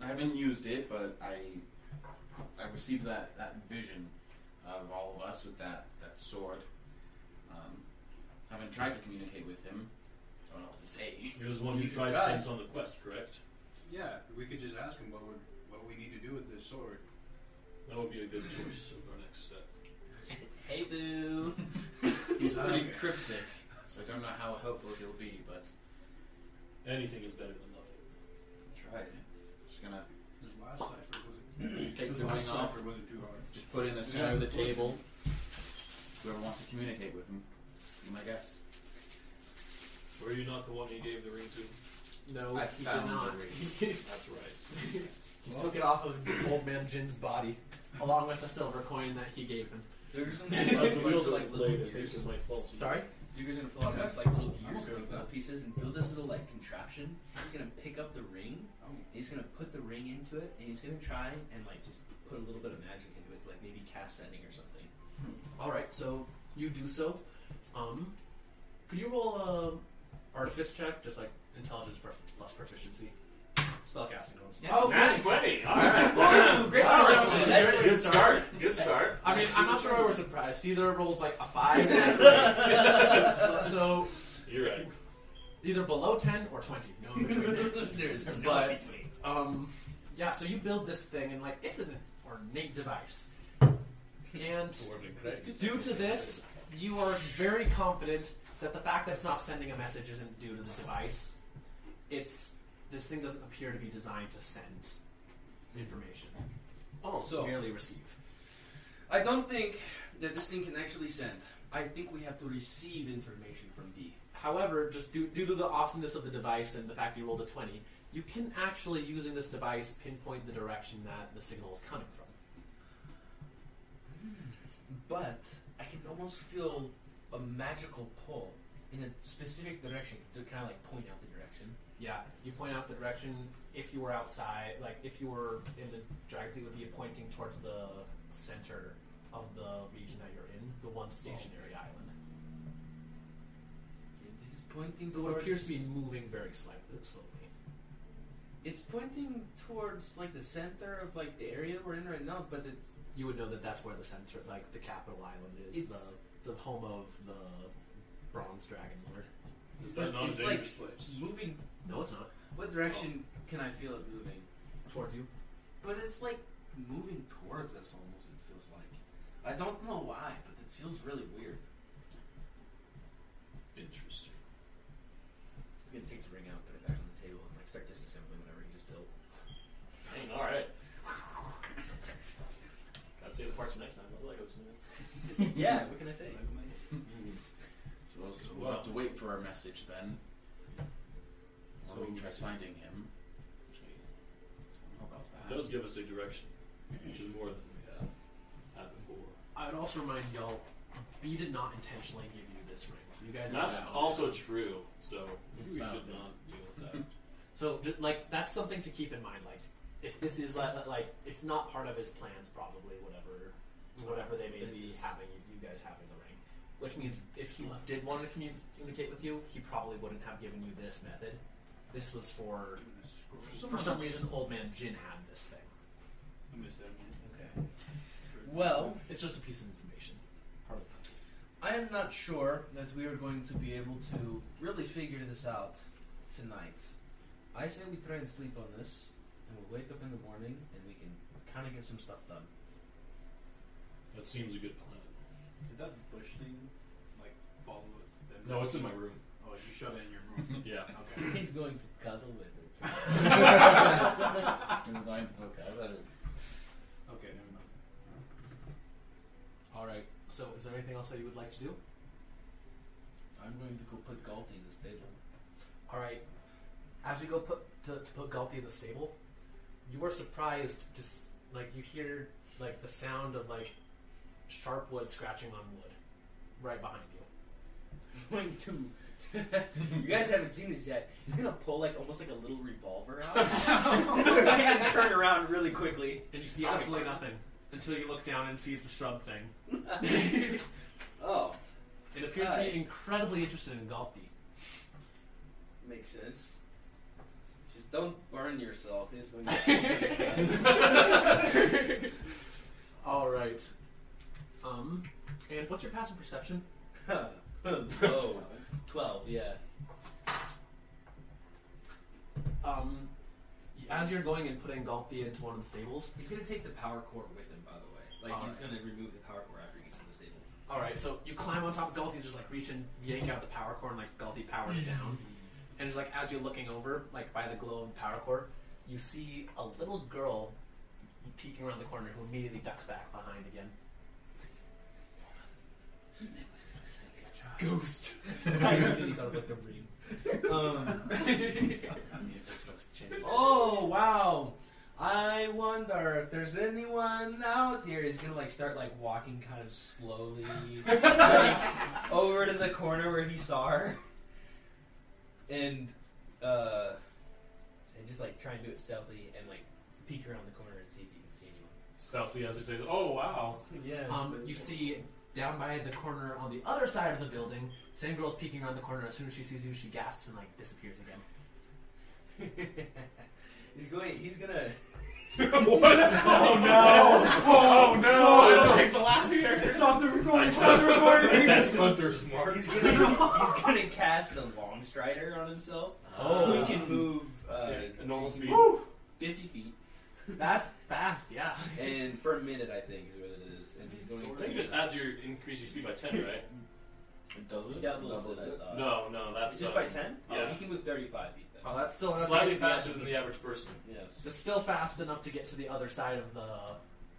Speaker 3: I haven't used it, but I I received that, that vision of all of us with that, that sword. Um, haven't tried to communicate with him. Don't know what to say.
Speaker 1: You're the one who
Speaker 3: You should
Speaker 1: tried
Speaker 3: try.
Speaker 1: things on the quest, correct?
Speaker 4: Yeah, we could just ask him what we what we need to do with this sword.
Speaker 1: That would be a good choice of our next step.
Speaker 5: Hey, boo.
Speaker 3: He's pretty
Speaker 4: Okay.
Speaker 3: cryptic, so I don't know how helpful he'll be, but
Speaker 1: Anything is better than nothing.
Speaker 3: try it. Just gonna
Speaker 4: His last cipher wasn't.
Speaker 3: take
Speaker 4: his
Speaker 3: the
Speaker 4: last
Speaker 3: ring off,
Speaker 4: cipher wasn't too hard.
Speaker 3: just put it in the
Speaker 4: Yeah,
Speaker 3: center of the
Speaker 4: before-
Speaker 3: table. Whoever wants to communicate with him, be my guest.
Speaker 1: Were you not the one he gave the ring to?
Speaker 2: No,
Speaker 3: I
Speaker 2: he did
Speaker 3: found the
Speaker 2: not.
Speaker 3: ring.
Speaker 1: That's right.
Speaker 2: He took it off of old man Jin's body, along with the silver coin that he gave him.
Speaker 5: There's some
Speaker 1: I was
Speaker 5: like
Speaker 1: going to
Speaker 5: like little
Speaker 1: blade, I think
Speaker 5: gears.
Speaker 1: it might fall. to you.
Speaker 2: Sorry?
Speaker 5: Duke is gonna pull out like little
Speaker 4: I'm
Speaker 5: gears,
Speaker 4: okay
Speaker 5: like
Speaker 4: with
Speaker 5: little
Speaker 4: that.
Speaker 5: pieces, and build this little like contraption. He's gonna pick up the ring,
Speaker 4: Oh.
Speaker 5: and he's gonna put the ring into it, and he's gonna try and like just put a little bit of magic into it, like maybe cast ending or something.
Speaker 2: Alright, so you do so. Um, could you roll um artifice check? Just like intelligence prof- plus proficiency. Spellcasting bonus.
Speaker 5: Oh,
Speaker 1: Nat 20. All right.
Speaker 5: great!
Speaker 1: Good good start. Good start.
Speaker 2: I mean, I'm not sure why we're surprised. He either rolls like a 5 or So
Speaker 1: You're right.
Speaker 2: either below 10 or 20. No in between.
Speaker 5: There's no
Speaker 2: But-
Speaker 5: in between.
Speaker 2: Um, yeah, so you build this thing, and like it's an ornate device. And due to this, you are very confident that the fact that it's not sending a message isn't due to the device. It's this thing doesn't appear to be designed to send information. Oh,
Speaker 5: So-
Speaker 2: merely receive.
Speaker 5: I don't think that this thing can actually send. I think we have to receive information from B.
Speaker 2: However, just due, due to the awesomeness of the device and the fact that you rolled a twenty, you can actually, using this device, pinpoint the direction that the signal is coming from.
Speaker 5: But I can almost feel a magical pull in a specific direction to kind of like point out the direction.
Speaker 2: Yeah, you point out the direction. If you were outside, like if you were in the dragon fleet, would be pointing towards the center of the region that you're in, the one stationary island.
Speaker 5: It is pointing
Speaker 2: Though it
Speaker 5: towards.
Speaker 2: appears to be moving very slightly. slowly.
Speaker 5: It's pointing towards like the center of like the area we're in right now, but it's
Speaker 2: You would know that that's where the center, like the capital island, is
Speaker 5: It's-
Speaker 2: the the home of the bronze dragon lord.
Speaker 1: Is that not
Speaker 5: It's
Speaker 1: a dangerous place?
Speaker 5: moving.
Speaker 2: No, it's not
Speaker 5: What direction can I feel it moving?
Speaker 2: towards you.
Speaker 5: But it's like moving towards us almost. It feels like. I don't know why, but it feels really weird.
Speaker 1: Oh, Interesting.
Speaker 5: He's gonna take the ring out, put it back on the table, and like start disassembling whatever he just built.
Speaker 1: Dang, all right. Gotta save the parts for next time. I like it was something.
Speaker 5: yeah, what can I say?
Speaker 3: So we'll, so we'll have to wait for our message then. Or we can try finding him. Which we don't know about
Speaker 1: It
Speaker 3: that.
Speaker 1: does give us a direction, which is more than we have had before.
Speaker 2: I would also remind y'all, B did not intentionally give you this ring. You guys
Speaker 1: And that's
Speaker 2: know that.
Speaker 1: also true, so we
Speaker 3: Wow.
Speaker 1: should not deal with that.
Speaker 2: So, ju- like, that's something to keep in mind. Like, if this is uh, like, it's not part of his plans, probably whatever, whatever they may be having you guys having the ring. Which means if he did want to commu- communicate with you, he probably wouldn't have given you this method. This was for for some reason, old man Jin had this thing.
Speaker 4: I missed that one.
Speaker 5: Okay. Well,
Speaker 2: It's just a piece of information, part of the puzzle.
Speaker 5: I am not sure that we are going to be able to really figure this out tonight. I say we try and sleep on this, and we'll wake up in the morning, and we can kind of get some stuff done.
Speaker 1: That seems a good plan.
Speaker 4: Did that bush thing like follow them?
Speaker 1: No, it's in my room.
Speaker 4: Oh, you shove it in your room.
Speaker 1: Yeah.
Speaker 4: okay.
Speaker 5: He's going to cuddle with it.
Speaker 3: Is it mine? Ah! Okay, I thought it-
Speaker 4: Okay, never mind.
Speaker 2: All right. So, is there anything else that you would like to do?
Speaker 5: I'm going to go put Galti in this table.
Speaker 2: All right. As you go put to, to put Galti in the stable, you are surprised to s- like you hear like the sound of like sharp wood scratching on wood right behind you.
Speaker 5: going to. you guys haven't seen this yet. He's gonna pull like almost like a little revolver out. and then turn around really quickly.
Speaker 2: And you see
Speaker 5: Okay.
Speaker 2: absolutely nothing until you look down and see the shrub thing.
Speaker 5: Oh,
Speaker 2: It appears to
Speaker 5: Alright.
Speaker 2: be incredibly interested in Galti.
Speaker 5: makes sense. Just don't burn yourself. He's going
Speaker 2: All right. Um, and what's your passive perception?
Speaker 5: to. oh, 12, yeah.
Speaker 2: Um, as you're going and putting Galti into one of the stables,
Speaker 5: He's gonna take the power core with him, by the way. Like, he's gonna remove the power core after he gets on the table.
Speaker 2: All right, so you climb on top of Galti, just like reach and yank out the power core, and like Galti powers down. and it's like as you're looking over, like by the glow of the power core, you see a little girl peeking around the corner, who immediately ducks back behind again.
Speaker 5: Ghost! I really thought about the ring. Um,
Speaker 3: I mean, if it's supposed to change.
Speaker 5: oh, wow!
Speaker 8: I wonder if there's anyone out here. He's gonna like start like walking kind of slowly like, over to the corner where he saw her, and uh, and just like try and do it stealthy and like peek around the corner and see if you can see anyone.
Speaker 1: Stealthy as he says, "Oh wow!"
Speaker 8: Yeah.
Speaker 2: Um, you see down by the corner on the other side of the building, same girl's peeking around the corner. As soon as she sees you, she gasps and like disappears again.
Speaker 8: he's going. He's gonna.
Speaker 1: what? Oh no! Oh no!
Speaker 9: Take the laugh here.
Speaker 8: Stop the recording.
Speaker 1: That's uh, Hunter Smart.
Speaker 8: He's gonna he's gonna cast a long strider on himself,
Speaker 2: Oh.
Speaker 8: so he can move uh,
Speaker 1: Um, Yeah, normal speed.
Speaker 8: fifty feet,
Speaker 2: That's fast, yeah.
Speaker 8: and for a minute I think is what it is, and he's going
Speaker 1: I think
Speaker 8: to
Speaker 1: you just add your increase your speed by ten, right? Uh,
Speaker 9: Does
Speaker 8: he
Speaker 9: it?
Speaker 8: doubles it. I thought.
Speaker 1: no, no, that's
Speaker 8: It's just
Speaker 1: uh,
Speaker 8: by ten.
Speaker 1: yeah. Uh-huh.
Speaker 8: Oh, he can move thirty-five feet. Then.
Speaker 2: Oh, that's still enough to
Speaker 1: slightly
Speaker 2: get to the-
Speaker 1: faster than the average person.
Speaker 8: Yes.
Speaker 2: It's still fast enough to get to the other side of the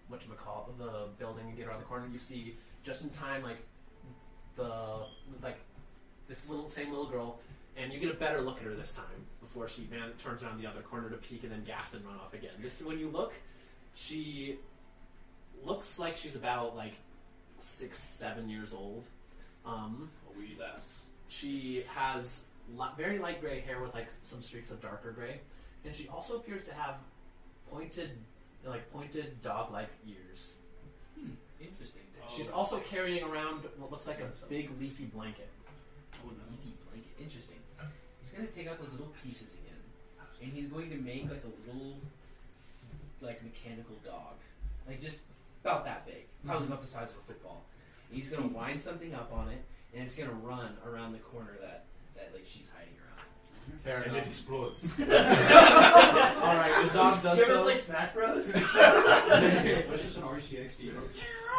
Speaker 2: what you call the building and get around the corner. You see just in time, like the like this little same little girl, and you get a better look at her this time before she van- turns around the other corner to peek and then gasp and run off again. This when you look, she looks like she's about like six seven years old. Um,
Speaker 1: A wee lass.
Speaker 2: she has li- very light gray hair with like some streaks of darker gray, and she also appears to have pointed, like pointed dog-like ears.
Speaker 8: Interesting.
Speaker 1: Oh.
Speaker 2: She's also carrying around what looks like a big leafy blanket.
Speaker 8: Oh, no. Leafy blanket. Interesting. He's gonna take out those little pieces again, and he's going to make like a little, like mechanical dog, like just about that big, probably about the size of a football. And he's gonna wind something up on it, and it's gonna run around the corner that that like she's hiding around.
Speaker 2: Fair
Speaker 1: And it explodes.
Speaker 2: All right, the dog does
Speaker 8: you ever
Speaker 2: so.
Speaker 8: played Smash Bros?
Speaker 3: That's just an RCX deal.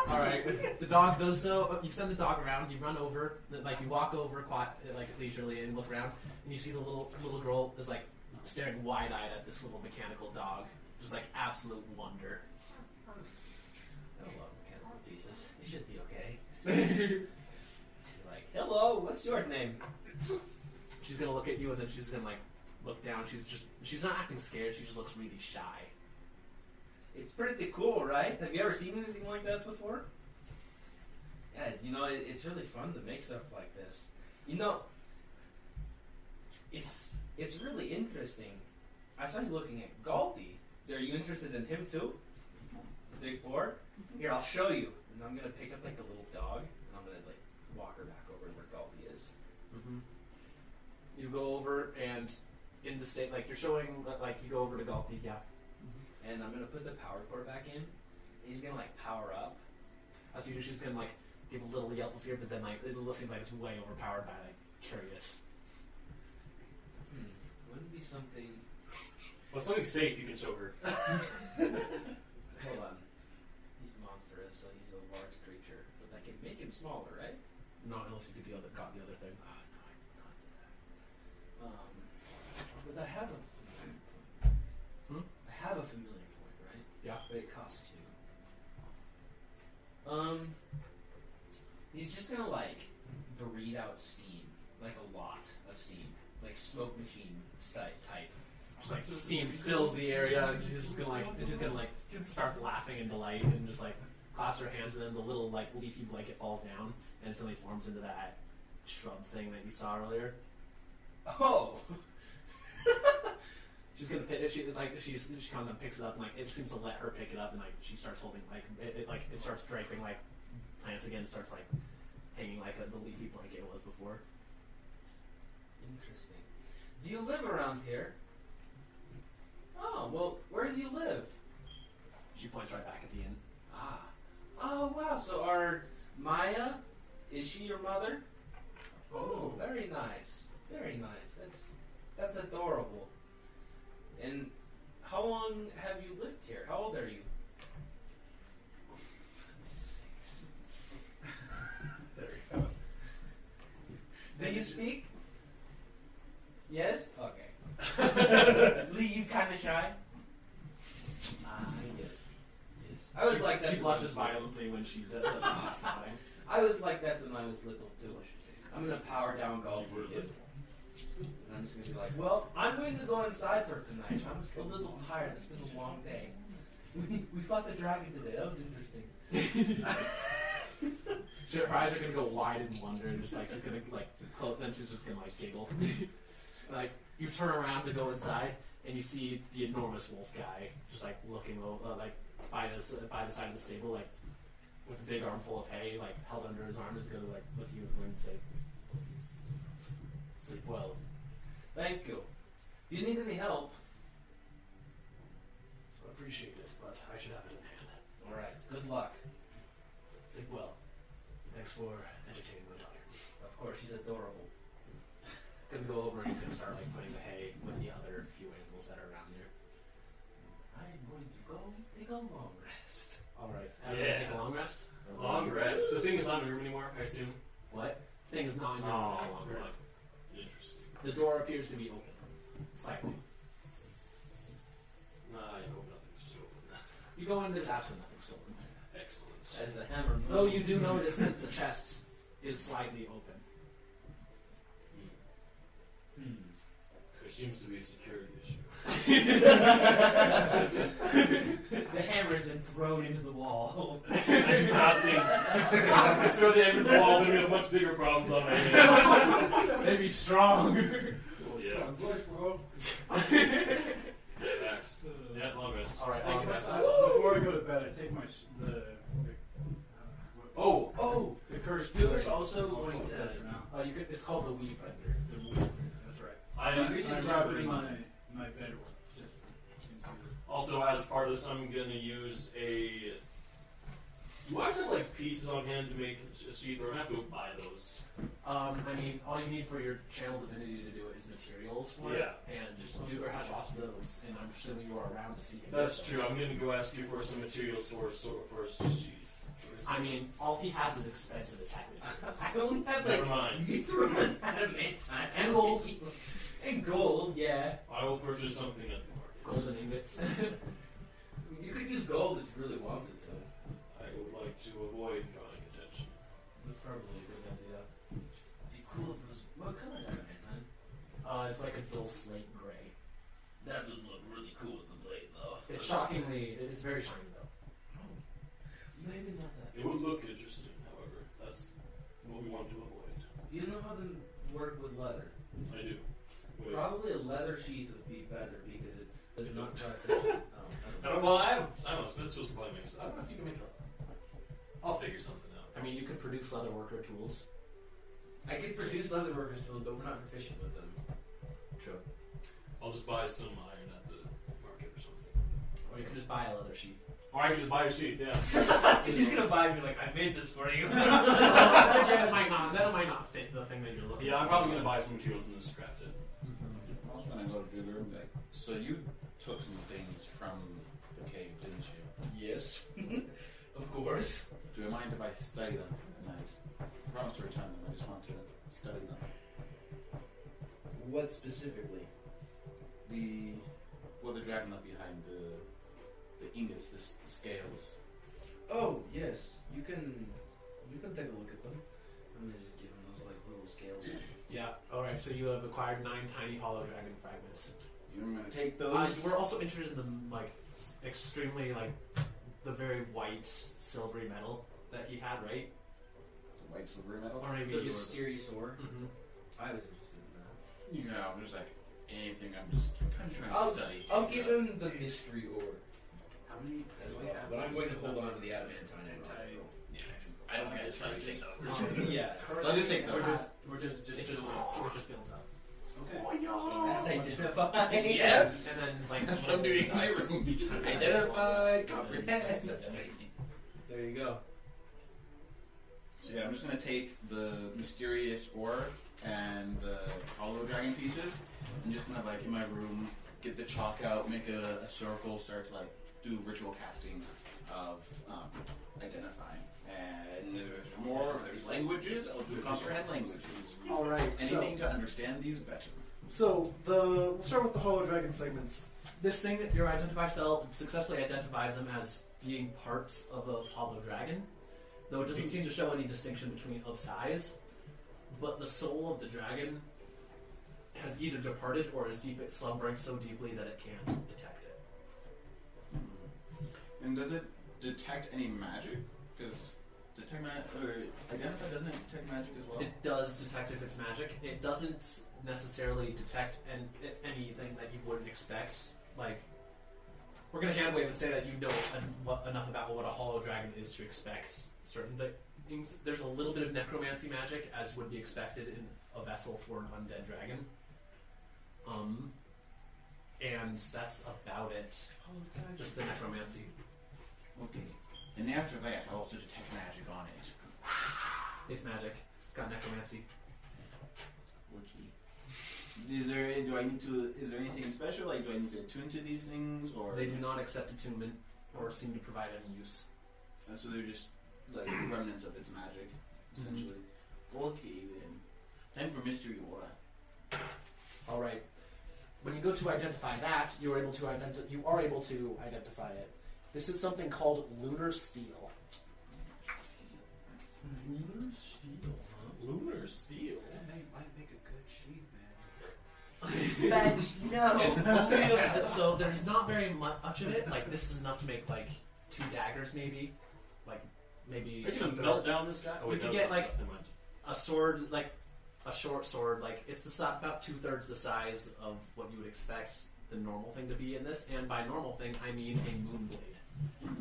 Speaker 2: All right, the dog does so. uh, You send the dog around. You run over, like you walk over, quiet, like leisurely, and look around, and you see the little little girl is like staring wide-eyed at this little mechanical dog, just like absolute wonder.
Speaker 8: I don't love mechanical pieces. It should be okay. You're like, hello, what's your name?
Speaker 2: She's gonna look at you and then she's gonna like look down. She's just she's not acting scared. She just looks really shy.
Speaker 8: It's pretty cool, right? Have you ever seen anything like that before? Yeah, you know, it, it's really fun to make stuff like this. You know, it's it's really interesting. I saw you looking at Galdi. Are you interested in him too? Big board? Here, I'll show you. And I'm gonna pick up like the little dog, and I'm gonna like walk her back over to where Galdi is.
Speaker 2: Mm-hmm. You go over and in the state like you're showing like you go over to Galti. Yeah,
Speaker 8: And I'm gonna put the power cord back in. He's gonna like power up.
Speaker 2: as you do, she's gonna like give a little yelp of fear, but then like it seems like it's way overpowered by like curious.
Speaker 8: Hmm. Wouldn't be something.
Speaker 1: Well, something safe you can show her.
Speaker 8: Hold on. He's monstrous, so he's a large creature. But I can make him smaller, right?
Speaker 2: Not unless you get the other got the other thing.
Speaker 8: Oh, no, I did not do that. Um, but I have a familiar
Speaker 2: Hmm?
Speaker 8: point. I have a familiar point, right?
Speaker 2: Yeah.
Speaker 8: But it costs two. Um, he's just gonna, like, breathe out steam. Like a lot of steam. Like smoke machine sty- type.
Speaker 2: Just like steam fills the area, and she's just gonna like it's just gonna like start laughing in delight and just like claps her hands, and then the little like leafy blanket falls down and suddenly forms into that shrub thing that you saw earlier.
Speaker 8: Oh!
Speaker 2: She's gonna pick it. She like she's, she comes and picks it up, and like it seems to let her pick it up, and like she starts holding like it, it like it starts draping like plants again. It starts like hanging like a, the leafy blanket it was before.
Speaker 8: Interesting. Do you live around here? Oh, well, where do you live?
Speaker 2: She points right back at the inn.
Speaker 8: Ah. Oh, wow. So, are Maya, is she your mother? Oh, very nice. Very nice. That's that's adorable. And how long have you lived here? How old are you? Six.
Speaker 2: There you go.
Speaker 8: Do you speak? Yes? Okay. Lee, you kind of shy? Ah, yes. Yes. I was
Speaker 2: She-
Speaker 8: like that.
Speaker 2: She
Speaker 8: when-
Speaker 2: blushes violently when she does, does not stop nodding.
Speaker 8: I was like that when I was little, too. I'm going to power down golf
Speaker 1: You were
Speaker 8: with you. And I'm just gonna be like, well, I'm going to go inside for tonight. I'm a little tired. It's been a long day. We, we fought the dragon today. That was interesting.
Speaker 2: Her eyes are gonna go wide in wonder and just like she's gonna like close then she's just gonna like giggle. like you turn around to go inside and you see the enormous wolf guy just like looking o- uh, like by the s- by the side of the stable like with a big armful of hay like held under his arm is gonna like look at you and say sleep well.
Speaker 8: Thank you. Do you need any help?
Speaker 1: I appreciate it, but I should have it in hand.
Speaker 8: All right. Good luck.
Speaker 1: Sleep well. Thanks for entertaining my daughter.
Speaker 8: Of course, she's adorable.
Speaker 2: Gonna go over and he's gonna start like putting the hay with the other few animals that are around there.
Speaker 8: I'm going to go take a long rest.
Speaker 2: Alright. I'm
Speaker 1: Yeah.
Speaker 2: gonna take a long rest.
Speaker 1: Long rest. The thing is not in the room anymore, I assume.
Speaker 2: What? Thing is not in your
Speaker 1: Oh,
Speaker 2: long
Speaker 1: right.
Speaker 2: rest.
Speaker 1: Interesting.
Speaker 2: The door appears to be open. Slightly.
Speaker 1: Nah, I hope nothing's stolen.
Speaker 2: You go into this absent nothing stolen.
Speaker 1: Excellent.
Speaker 8: As the hammer.
Speaker 2: Though you do notice that the chest is slightly open.
Speaker 1: There seems to be a security issue.
Speaker 8: The hammer's been thrown into the wall.
Speaker 1: I do not think. I throw the end of the wall, then we have much bigger problems on our hands.
Speaker 8: Maybe strong.
Speaker 1: Yeah. Facts. Yeah, long rest.
Speaker 2: Alright,
Speaker 1: Long
Speaker 2: long
Speaker 1: rest.
Speaker 2: rest.
Speaker 4: Uh, Before I go to bed, I take my s- the, the uh,
Speaker 2: Oh, oh!
Speaker 4: what- the curse.
Speaker 2: There's
Speaker 4: blade.
Speaker 2: also
Speaker 4: I'll call
Speaker 2: going
Speaker 4: it
Speaker 2: to.
Speaker 4: that for now.
Speaker 2: Uh, you could, it's called the Weave Render.
Speaker 4: The wood. That's right.
Speaker 1: I,
Speaker 2: You
Speaker 1: uh,
Speaker 2: can see
Speaker 4: I'm
Speaker 2: it's
Speaker 4: robbing
Speaker 2: pretty
Speaker 4: my
Speaker 2: much-
Speaker 4: my bedroom. Just in-
Speaker 1: also, as part of this, I'm going to use a. Do I have some, like, pieces on hand to make a sheath, or am I going to go buy those?
Speaker 2: Um, I mean, all you need for your channel divinity to do it is materials for it, and just do or have lots of those. And I'm assuming you are around to see. if
Speaker 1: That's
Speaker 2: there's
Speaker 1: true.
Speaker 2: those.
Speaker 1: I'm going to go ask you for some materials for a, so- for a sheath.
Speaker 2: I mean, all he has is expensive as heck materials.
Speaker 8: I only have
Speaker 1: Never
Speaker 8: like
Speaker 1: mind.
Speaker 8: you threw an adamant and gold and gold. Yeah,
Speaker 1: I will purchase something at the market.
Speaker 2: Golden ingots.
Speaker 8: you could use gold if you really wanted to.
Speaker 1: I would like to avoid drawing attention.
Speaker 8: That's probably a good idea. Be cool if it was what color adamant? Huh?
Speaker 2: Uh, it's like a dull slate gray.
Speaker 8: That doesn't look really cool with the blade though.
Speaker 2: It's shockingly, it's very shiny though.
Speaker 8: Maybe not that.
Speaker 1: It would look interesting, however. That's what we want to avoid.
Speaker 8: Do you know how to work with leather?
Speaker 1: I do. Wait.
Speaker 8: Probably a leather sheath would be better because it does not try to. oh, I
Speaker 1: I
Speaker 8: don't
Speaker 1: don't,
Speaker 8: know.
Speaker 1: well, I have. I don't know. Smith's supposed to probably make. I don't know if you can make. I'll figure something out.
Speaker 2: I mean, you could produce leather worker tools.
Speaker 8: I could produce leather workers tools, but we're not proficient with them.
Speaker 2: True.
Speaker 1: I'll just buy some iron at the market or something.
Speaker 2: Or you could just buy a leather sheath.
Speaker 1: Or I can just buy a sheath. Yeah.
Speaker 8: He's gonna buy me like I made this for you.
Speaker 2: that might not. That might not fit the thing that you're looking.
Speaker 1: yeah, I'm
Speaker 2: for. Mm-hmm.
Speaker 1: probably gonna buy some materials and just craft it.
Speaker 3: I was gonna go to Booger and be like, so you took some things from the cave, didn't you?
Speaker 8: yes, of course.
Speaker 3: Do you mind if I study them for the night? I promise to return them, I just want to study them.
Speaker 10: What specifically?
Speaker 3: The, well, the dragon left behind the, the ingots, the s- scales.
Speaker 10: Oh yes, you can. You can take a look at them.
Speaker 8: I'm gonna just give him those like little scales.
Speaker 2: Yeah. All right. So you have acquired nine tiny hollow dragon fragments.
Speaker 3: You're gonna take those?
Speaker 2: Uh, you were also interested in the like s- extremely like the very white silvery metal that he had, right?
Speaker 3: The white silvery metal?
Speaker 2: Or maybe
Speaker 8: The
Speaker 2: you were-
Speaker 8: mysterious sword.
Speaker 2: Mhm.
Speaker 8: I was interested in that.
Speaker 3: Yeah, I'm just like, anything, I'm just kind of trying
Speaker 10: I'll-
Speaker 3: to study.
Speaker 10: I'll give him the mystery orb.
Speaker 3: How many?
Speaker 10: as
Speaker 3: how
Speaker 10: well,
Speaker 3: many
Speaker 10: but I'm
Speaker 3: apples?
Speaker 10: going to hold on to the adamantine end.
Speaker 3: Yeah, I don't think I just try to take those.
Speaker 8: yeah.
Speaker 3: So I'll just take those.
Speaker 4: Or does or does it
Speaker 2: It
Speaker 4: just
Speaker 2: just it just builds up.
Speaker 3: Okay.
Speaker 8: Identify.
Speaker 3: Yeah.
Speaker 2: And then like
Speaker 3: That's what I'm doing. I room. Identify, comprehend.
Speaker 8: There you go.
Speaker 3: So yeah, I'm just gonna take the mysterious ore and the hollow dragon pieces, and just kind of like in my room, get the chalk out, make a, a circle, start to like do ritual casting of um, identifying. And if there's more, if there's languages, I'll do comprehend languages.
Speaker 11: All right. So,
Speaker 3: Anything to understand these better.
Speaker 11: so the we'll start with the Hollow Dragon segments.
Speaker 2: This thing that your identify spell successfully identifies them as being parts of a hollow dragon, though it doesn't seem to show any distinction between of size. But the soul of the dragon has either departed or is deep slumbering so deeply that it can't detect it.
Speaker 3: And does it detect any magic? Because detect magic or identify doesn't it detect magic as well?
Speaker 2: It does detect if it's magic. It doesn't necessarily detect an, anything that you wouldn't expect. Like, we're going to hand wave and say that you know en- what, enough about what a hollow dragon is to expect certain thi- things. There's a little bit of necromancy magic, as would be expected in a vessel for an undead dragon. Um, and that's about it. Just the necromancy.
Speaker 3: okay. And after that, I also detect magic on it.
Speaker 2: It's magic. It's got necromancy.
Speaker 3: Okay. Is there? Do I need to? Is there anything special? Like, do I need to attune to these things, or
Speaker 2: They do not accept attunement or seem to provide any use.
Speaker 3: Uh, so they're just like remnants of its magic, essentially. Okay, then. Time for mystery aura.
Speaker 12: All right. When you go to identify that, you are able to identi- You are able to identify it. This is something called lunar steel.
Speaker 2: Lunar steel, huh? Lunar steel.
Speaker 8: That may, might make a good sheath, man.
Speaker 12: no.
Speaker 2: It's only a, so there's not very mu- much of it. Like this is enough to make like two daggers, maybe, like maybe
Speaker 1: Are you
Speaker 2: two
Speaker 1: gonna melt down this guy? Oh,
Speaker 2: We
Speaker 1: wait,
Speaker 2: could
Speaker 1: no,
Speaker 2: get,
Speaker 1: that's
Speaker 2: like-
Speaker 1: not- never mind.
Speaker 2: a sword, like a short sword. Like it's the si- about two thirds the size of what you would expect the normal thing to be in this. And by normal thing, I mean a moon blade.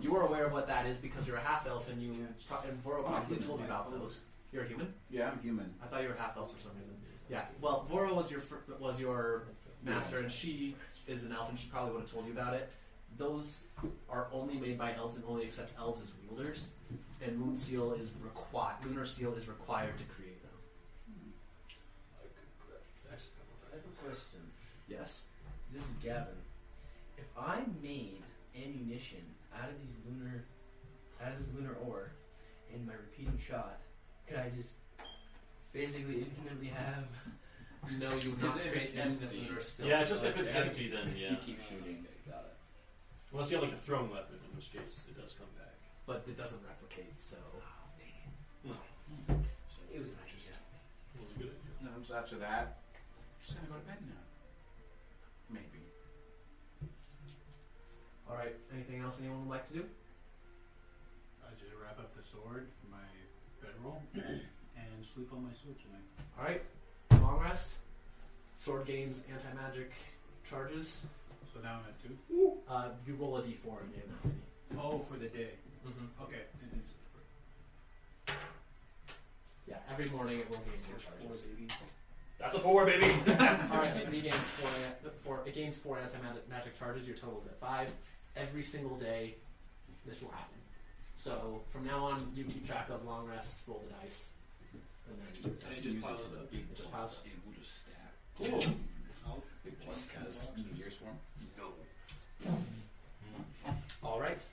Speaker 2: You are aware of what that is because you're a half elf, and you pro- and Voro probably told you about those. You're a human.
Speaker 3: Yeah, I'm human.
Speaker 2: I thought you were half elf for some reason. Yeah. Well, Vora was your fir- was your master, and she is an elf, and she probably would have told you about it. Those are only made by elves and only accept elves as wielders. And moon steel is required. Lunar steel is required to create them.
Speaker 8: I have a question.
Speaker 2: Yes.
Speaker 8: This is Gavin. If I made ammunition out of these lunar, out of this lunar ore, in my repeating shot, could I just basically infinitely have?
Speaker 2: No, you would
Speaker 3: Is
Speaker 2: not
Speaker 3: it if
Speaker 2: create
Speaker 3: it's
Speaker 2: them
Speaker 3: empty?
Speaker 2: lunar steel.
Speaker 1: Yeah, just
Speaker 3: like
Speaker 1: if it's
Speaker 3: that.
Speaker 1: empty, then yeah.
Speaker 3: You keep shooting.
Speaker 1: Unless you have like a thrown weapon, in which case it does come back.
Speaker 2: but it doesn't replicate. So
Speaker 3: Oh,
Speaker 8: It was an idea.
Speaker 1: That was a good idea.
Speaker 3: No, so after that, just gonna go to bed now. Maybe.
Speaker 2: all right. Anything else anyone would like to do?
Speaker 4: I just wrap up the sword for my bedroll and sleep on my sword tonight.
Speaker 2: All right. Long rest. Sword gains anti magic charges.
Speaker 4: So now I'm at two.
Speaker 2: Uh, you roll a d4 and you have that many.
Speaker 4: Oh, for the day.
Speaker 2: Mm-hmm.
Speaker 4: Okay. it is.
Speaker 2: Yeah, every morning it will gain more charges.
Speaker 1: That's a four, baby.
Speaker 2: All right, it regains four, four. It gains four anti-magic charges. Your total is at five. Every single day, this will happen. So from now on, you keep track of long rest, roll the dice, and then
Speaker 1: And it just piles up.
Speaker 3: Big
Speaker 2: It just
Speaker 3: plus.
Speaker 2: piles up.
Speaker 3: It will just stack.
Speaker 1: Cool.
Speaker 4: I'll-
Speaker 3: Big plus because New Year's form. No.
Speaker 2: all right.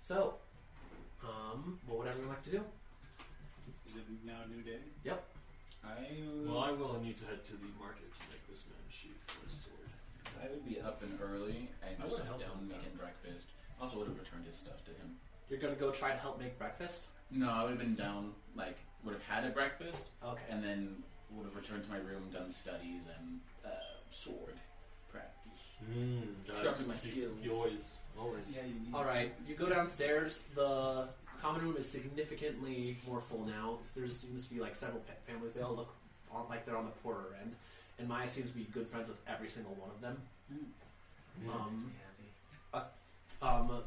Speaker 2: So, um, what would everyone like to do?
Speaker 4: Is it now a new day?
Speaker 3: I
Speaker 1: Well, I will need to head to the market to make this man a sheath for his sword.
Speaker 3: I would be up and early and
Speaker 1: I
Speaker 3: just
Speaker 1: would've helped
Speaker 3: down
Speaker 1: him.
Speaker 3: making breakfast. Also, would have returned his stuff to him.
Speaker 2: You're gonna go try to help make breakfast.
Speaker 3: No, I would have been down. Like, would have had a breakfast
Speaker 2: Okay.
Speaker 3: and then would have returned to my room, done studies and uh, sword practice.
Speaker 1: Mm,
Speaker 3: Sharpen my skills.
Speaker 1: Always, always.
Speaker 3: you need
Speaker 2: All right, you go downstairs. The common room is significantly more full now. It's- There seems to be like several pet families. They all look on, like they're on the poorer end, and Maya seems to be good friends with every single one of them.
Speaker 1: Hmm. Uh,
Speaker 8: Makes
Speaker 2: Um,
Speaker 8: me happy.
Speaker 2: um,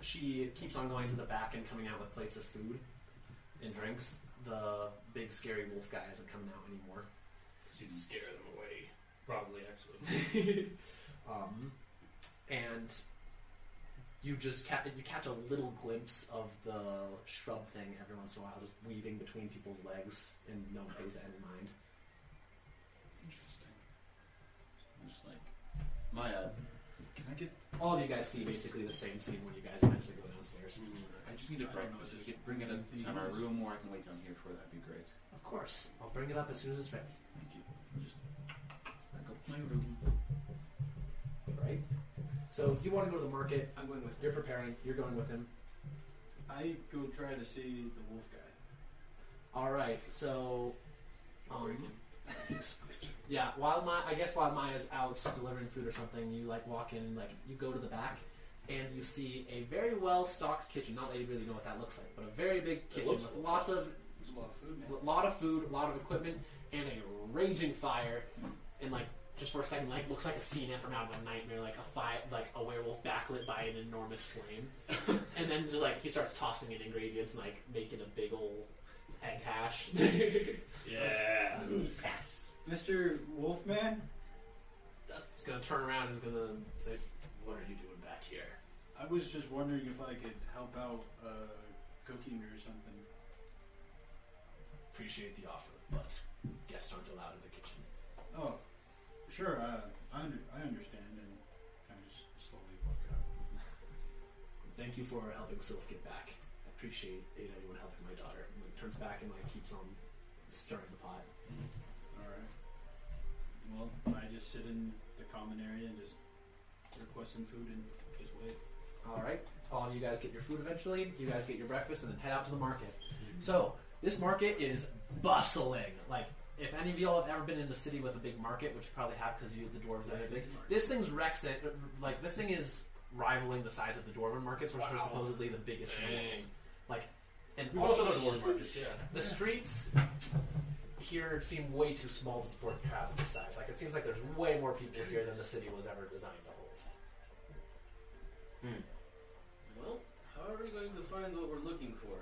Speaker 2: she keeps on going to the back and coming out with plates of food and drinks. The big scary wolf guy isn't coming out anymore.
Speaker 1: Because he'd scare them away. Probably, actually.
Speaker 2: um, and you just ca- you catch a little glimpse of the shrub thing every once in a while, just weaving between people's legs, and no one pays any mind.
Speaker 3: Interesting. I'm just like, Maya, can I get?
Speaker 2: All of you guys see basically the same scene when you guys eventually go downstairs.
Speaker 1: Hmm.
Speaker 3: I just need a
Speaker 4: I don't know
Speaker 3: breakfast.
Speaker 4: if
Speaker 3: If you could bring it up
Speaker 4: there's
Speaker 3: to my
Speaker 4: anything
Speaker 3: room, or I can wait down here for it. That'd be great.
Speaker 2: Of course, I'll bring it up as soon as it's ready.
Speaker 3: Thank you. Just back up to my room.
Speaker 2: Right. So you want to go to the market?
Speaker 4: I'm going with.
Speaker 2: You're preparing. You're going with him.
Speaker 4: I go try to see the wolf guy.
Speaker 2: All right. So, um, Yeah, while my I guess while Maya's out delivering food or something, you like walk in, like you go to the back, and you see a very well stocked kitchen. Not that you really know what that looks like, but a very big kitchen
Speaker 1: looks
Speaker 2: with
Speaker 1: well
Speaker 2: lots of
Speaker 4: There's a lot of food, man.
Speaker 2: a lot of food, a lot of equipment, and a raging fire, and like just for a second, like looks like a scene from out of a nightmare, like a fire, like a werewolf backlit by an enormous flame, and then just like he starts tossing in ingredients, and, like making a big old egg hash.
Speaker 1: Yeah.
Speaker 2: yes,
Speaker 4: Mr. Wolfman,
Speaker 2: that's it's gonna turn around. and Is gonna say, "What are you doing back here?"
Speaker 4: I was just wondering if I could help out uh, cooking or something.
Speaker 2: Appreciate the offer, but guests aren't allowed in the kitchen.
Speaker 4: Oh, sure. Uh, I under- I understand, and kind of just slowly walk out.
Speaker 2: Thank you for helping Sylph get back. I appreciate anyone helping my daughter. And like, turns back and like keeps on stirring the pot.
Speaker 4: All right. Well, I just sit in the common area and just request some food and just wait.
Speaker 2: All right, all of you guys get your food eventually. You guys get your breakfast and then head out to the market.
Speaker 1: Mm-hmm.
Speaker 2: So this market is bustling. Like if any of y'all have ever been in the city with a big market, which you probably have because you the dwarves have a big. This thing's Rexit. Like this thing is rivaling the size of the dwarven markets, which are
Speaker 1: Wow.
Speaker 2: supposedly the biggest in the world.
Speaker 1: Dang.
Speaker 2: Like and
Speaker 1: We've also done ward markets, yeah.
Speaker 2: The streets here seem way too small to support crowds of this size. Like it seems like there's way more people here than the city was ever designed to hold.
Speaker 8: Hmm. Well, how are we going to find what we're looking for?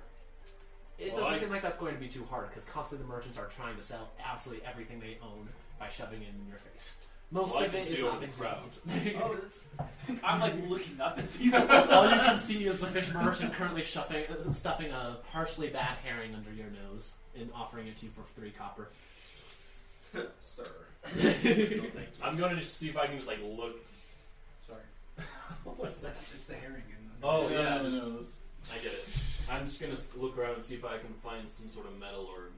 Speaker 2: It
Speaker 1: Well,
Speaker 2: doesn't
Speaker 1: I-
Speaker 2: seem like that's going to be too hard because constantly the merchants are trying to sell absolutely everything they own by shoving it in your face. Most
Speaker 1: Well, I
Speaker 2: of
Speaker 1: can
Speaker 2: it
Speaker 1: see
Speaker 2: is
Speaker 1: all
Speaker 2: not
Speaker 1: the
Speaker 2: things
Speaker 1: crowds.
Speaker 2: oh,
Speaker 13: I'm like looking up at people.
Speaker 2: All you can see is the fish merchant currently shuffing, stuffing a partially bad herring under your nose and offering it to you for three copper.
Speaker 3: Sir.
Speaker 1: I'm gonna just see if I can just like look.
Speaker 3: Sorry.
Speaker 2: What was that?
Speaker 4: It's the herring. And
Speaker 1: Oh yeah,
Speaker 3: no, no, this-
Speaker 1: I get it. I'm just gonna s- look around and see if I can find some sort of metal or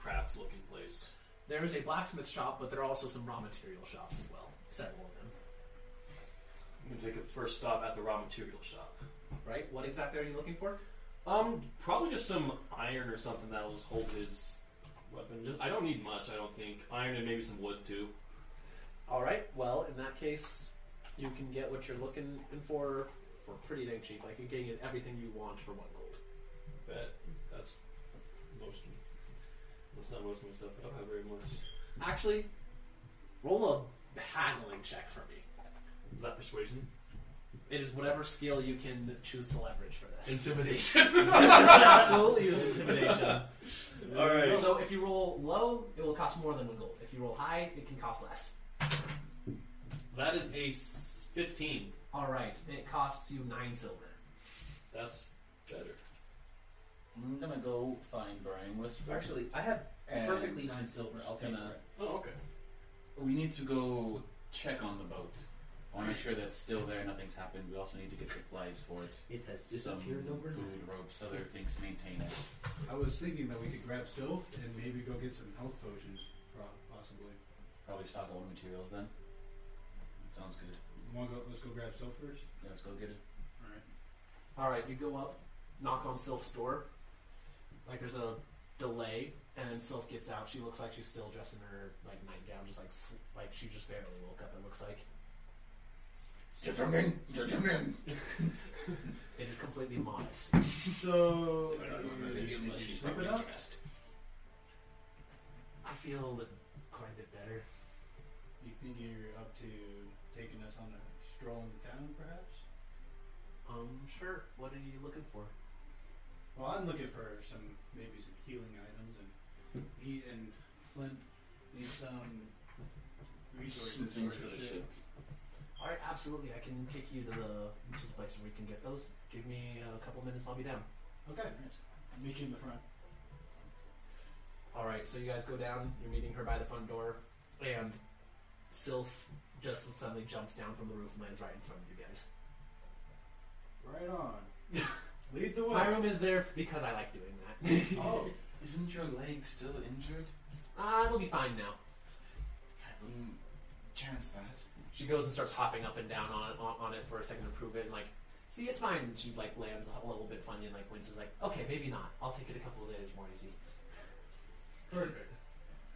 Speaker 1: crafts looking place.
Speaker 2: There is a blacksmith shop, but there are also some raw material shops as well. Several of them.
Speaker 1: I'm gonna take a first stop at the raw material shop.
Speaker 2: Right? What exactly are you looking for?
Speaker 1: Um, probably just some iron or something that'll just hold his weapon. Just- I don't need much, I don't think. Iron and maybe some wood too.
Speaker 2: All right. Well, in that case, you can get what you're looking in for for pretty dang cheap. Like you're getting everything you want for one gold.
Speaker 1: Bet that's most. That's not most of my stuff. I don't have very much.
Speaker 2: Actually, roll a haggling check for me.
Speaker 1: Is that persuasion?
Speaker 2: It is whatever skill you can choose to leverage for this.
Speaker 1: Intimidation.
Speaker 2: Absolutely, use intimidation.
Speaker 1: All right.
Speaker 2: So if you roll low, it will cost more than one gold. If you roll high, it can cost less.
Speaker 1: That is a s- fifteen.
Speaker 2: All right, and it costs you nine silver.
Speaker 1: That's better.
Speaker 3: I'm gonna go find Brian Whisper.
Speaker 8: Actually, I have
Speaker 3: and
Speaker 8: perfectly nine silver. I'll take
Speaker 3: gonna-
Speaker 8: it.
Speaker 1: Oh, okay.
Speaker 3: we need to go check on the boat. I want to make sure that's still there. Nothing's happened. We also need to get supplies for it.
Speaker 8: It has
Speaker 3: Some
Speaker 8: disappeared overnight.
Speaker 3: food, ropes, other things. to Maintain it.
Speaker 4: I was thinking that we could grab Sylph and maybe go get some health potions, pro- possibly.
Speaker 3: Probably stock all the materials then. Sounds good.
Speaker 4: Want to go? Let's go grab Sylph first.
Speaker 3: Yeah, let's go get it.
Speaker 4: All right.
Speaker 2: All right, you go up, knock on Sylph's door. Like there's a delay, and then Sylph gets out. She looks like she's still dressed in her like nightgown, just like sl- like she just barely woke up. It looks like
Speaker 3: Get him in. Get him in.
Speaker 2: it is completely modest.
Speaker 4: So,
Speaker 3: Maybe unless she's
Speaker 4: slip it
Speaker 3: probably
Speaker 4: up?
Speaker 3: dressed.
Speaker 2: I feel quite a bit better.
Speaker 4: You think you're up to taking us on a stroll into town, perhaps?
Speaker 2: Um, sure. What are you looking for?
Speaker 4: Well, I'm looking for some maybe some healing items, and he and Flint need some resources
Speaker 3: Some things
Speaker 4: for the ship.
Speaker 2: All right, absolutely. I can take you to the to the place where we can get those. Give me a couple minutes. I'll be down.
Speaker 4: Okay, meet you in the front.
Speaker 2: All right, so you guys go down. You're meeting her by the front door, and Sylph just suddenly jumps down from the roof and lands right in front of you guys.
Speaker 4: Right on. Lead the way.
Speaker 2: My room is there because I like doing that.
Speaker 3: Oh, isn't your leg still injured?
Speaker 2: Ah, it'll be fine now.
Speaker 3: Mm, chance that.
Speaker 2: She goes and starts hopping up and down on it, on, on it for a second to prove it, and like, see, it's fine. And she like lands a little bit funny and like winces, like, okay, maybe not. I'll take it a couple of days more easy.
Speaker 4: Perfect.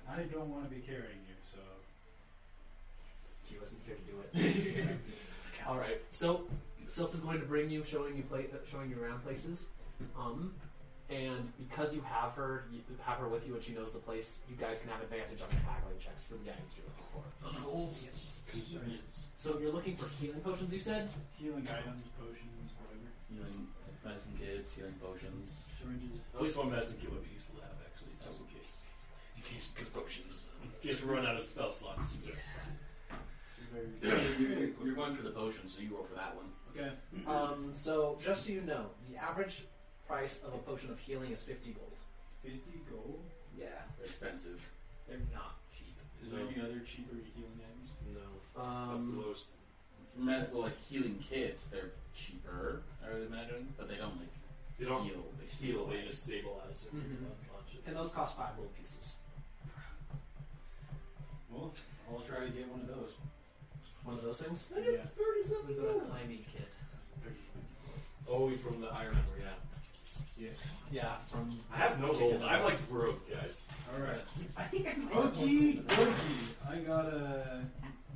Speaker 4: I don't want to be carrying you, so
Speaker 6: wasn't here to do it. All right. So, Sylph is going to bring you, showing you play, uh, showing you around places. Um, and because you have her, you have her with you, and she knows the place, you guys can have advantage on the haggling checks for the items you're looking for.
Speaker 1: Convenience.
Speaker 6: So you're looking for healing potions, you said.
Speaker 4: Healing items, potions, whatever.
Speaker 3: Healing medicine kits, healing potions.
Speaker 14: Syringes.
Speaker 1: At least one medicine kit would be useful to have, actually, just in case.
Speaker 3: In case potions.
Speaker 1: In case we run out of spell slots.
Speaker 3: you're, you're- you're going for the potions, so you roll for that one.
Speaker 4: Okay.
Speaker 2: Um, so just so you know, the average price of a potion of healing is fifty gold.
Speaker 4: 50 gold?
Speaker 2: Yeah,
Speaker 3: They're expensive.
Speaker 6: They're not cheap.
Speaker 4: Is there any other cheaper healing items?
Speaker 1: No. That's the
Speaker 2: um,
Speaker 1: lowest.
Speaker 3: For med- well, like healing kits, they're cheaper, I would imagine, but they don't like
Speaker 1: They don't
Speaker 3: heal. They
Speaker 1: heal,
Speaker 3: steal.
Speaker 1: they just stabilize if
Speaker 2: Mhm.
Speaker 1: you're unconscious.
Speaker 2: and those cost five gold pieces.
Speaker 4: Well, I'll try to get one of those.
Speaker 2: One of those things.
Speaker 4: Yeah.
Speaker 6: We got a climbing kit.
Speaker 1: Oh, you're from the I remember, yeah.
Speaker 4: Yeah.
Speaker 2: Yeah, from
Speaker 1: I have no gold. I'm like broke, guys.
Speaker 4: Alright.
Speaker 2: I think I might have one.
Speaker 4: Okie dokie. I got a.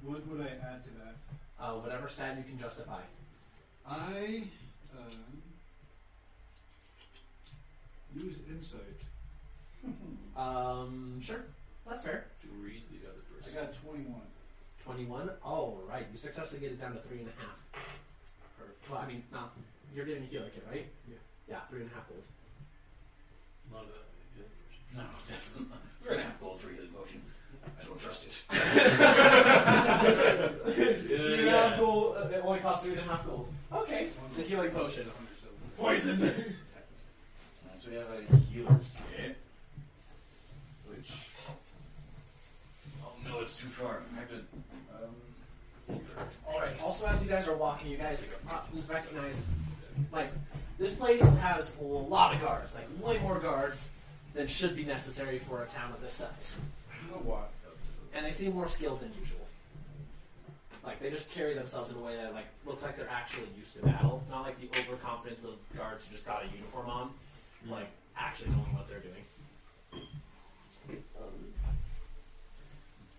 Speaker 4: What would I add to that?
Speaker 2: Uh, whatever stat you can justify.
Speaker 4: I. Um, use insight.
Speaker 2: Um, sure, that's fair.
Speaker 1: To read the other
Speaker 4: I
Speaker 1: person.
Speaker 4: got 21.
Speaker 2: Twenty-one. All right, you successfully get it down to three and a half.
Speaker 4: Perfect.
Speaker 2: Well, I mean, not. You're getting a healer kit, right?
Speaker 4: Yeah.
Speaker 2: Yeah, three and a half gold.
Speaker 1: Not a, the other person.
Speaker 3: No, definitely. not. We're gonna have gold for healing potion. I don't trust it.
Speaker 1: Yeah,
Speaker 2: Three and a half gold. Uh, it only costs three and a half gold. Okay, it's a healing potion.
Speaker 1: Poison!
Speaker 3: Uh, so we have a healer's kit, which oh no, it's too far. I have to. Um,
Speaker 2: All right. Also, as you guys are walking, you guys uh, recognize, like, this place has a lot of guards. Like, way more guards than should be necessary for a town of this size.
Speaker 4: You know what?
Speaker 2: And they seem more skilled than usual. Like, they just carry themselves in a way that like looks like they're actually used to battle, not like the overconfidence of guards who just got a uniform on, like actually knowing what they're doing.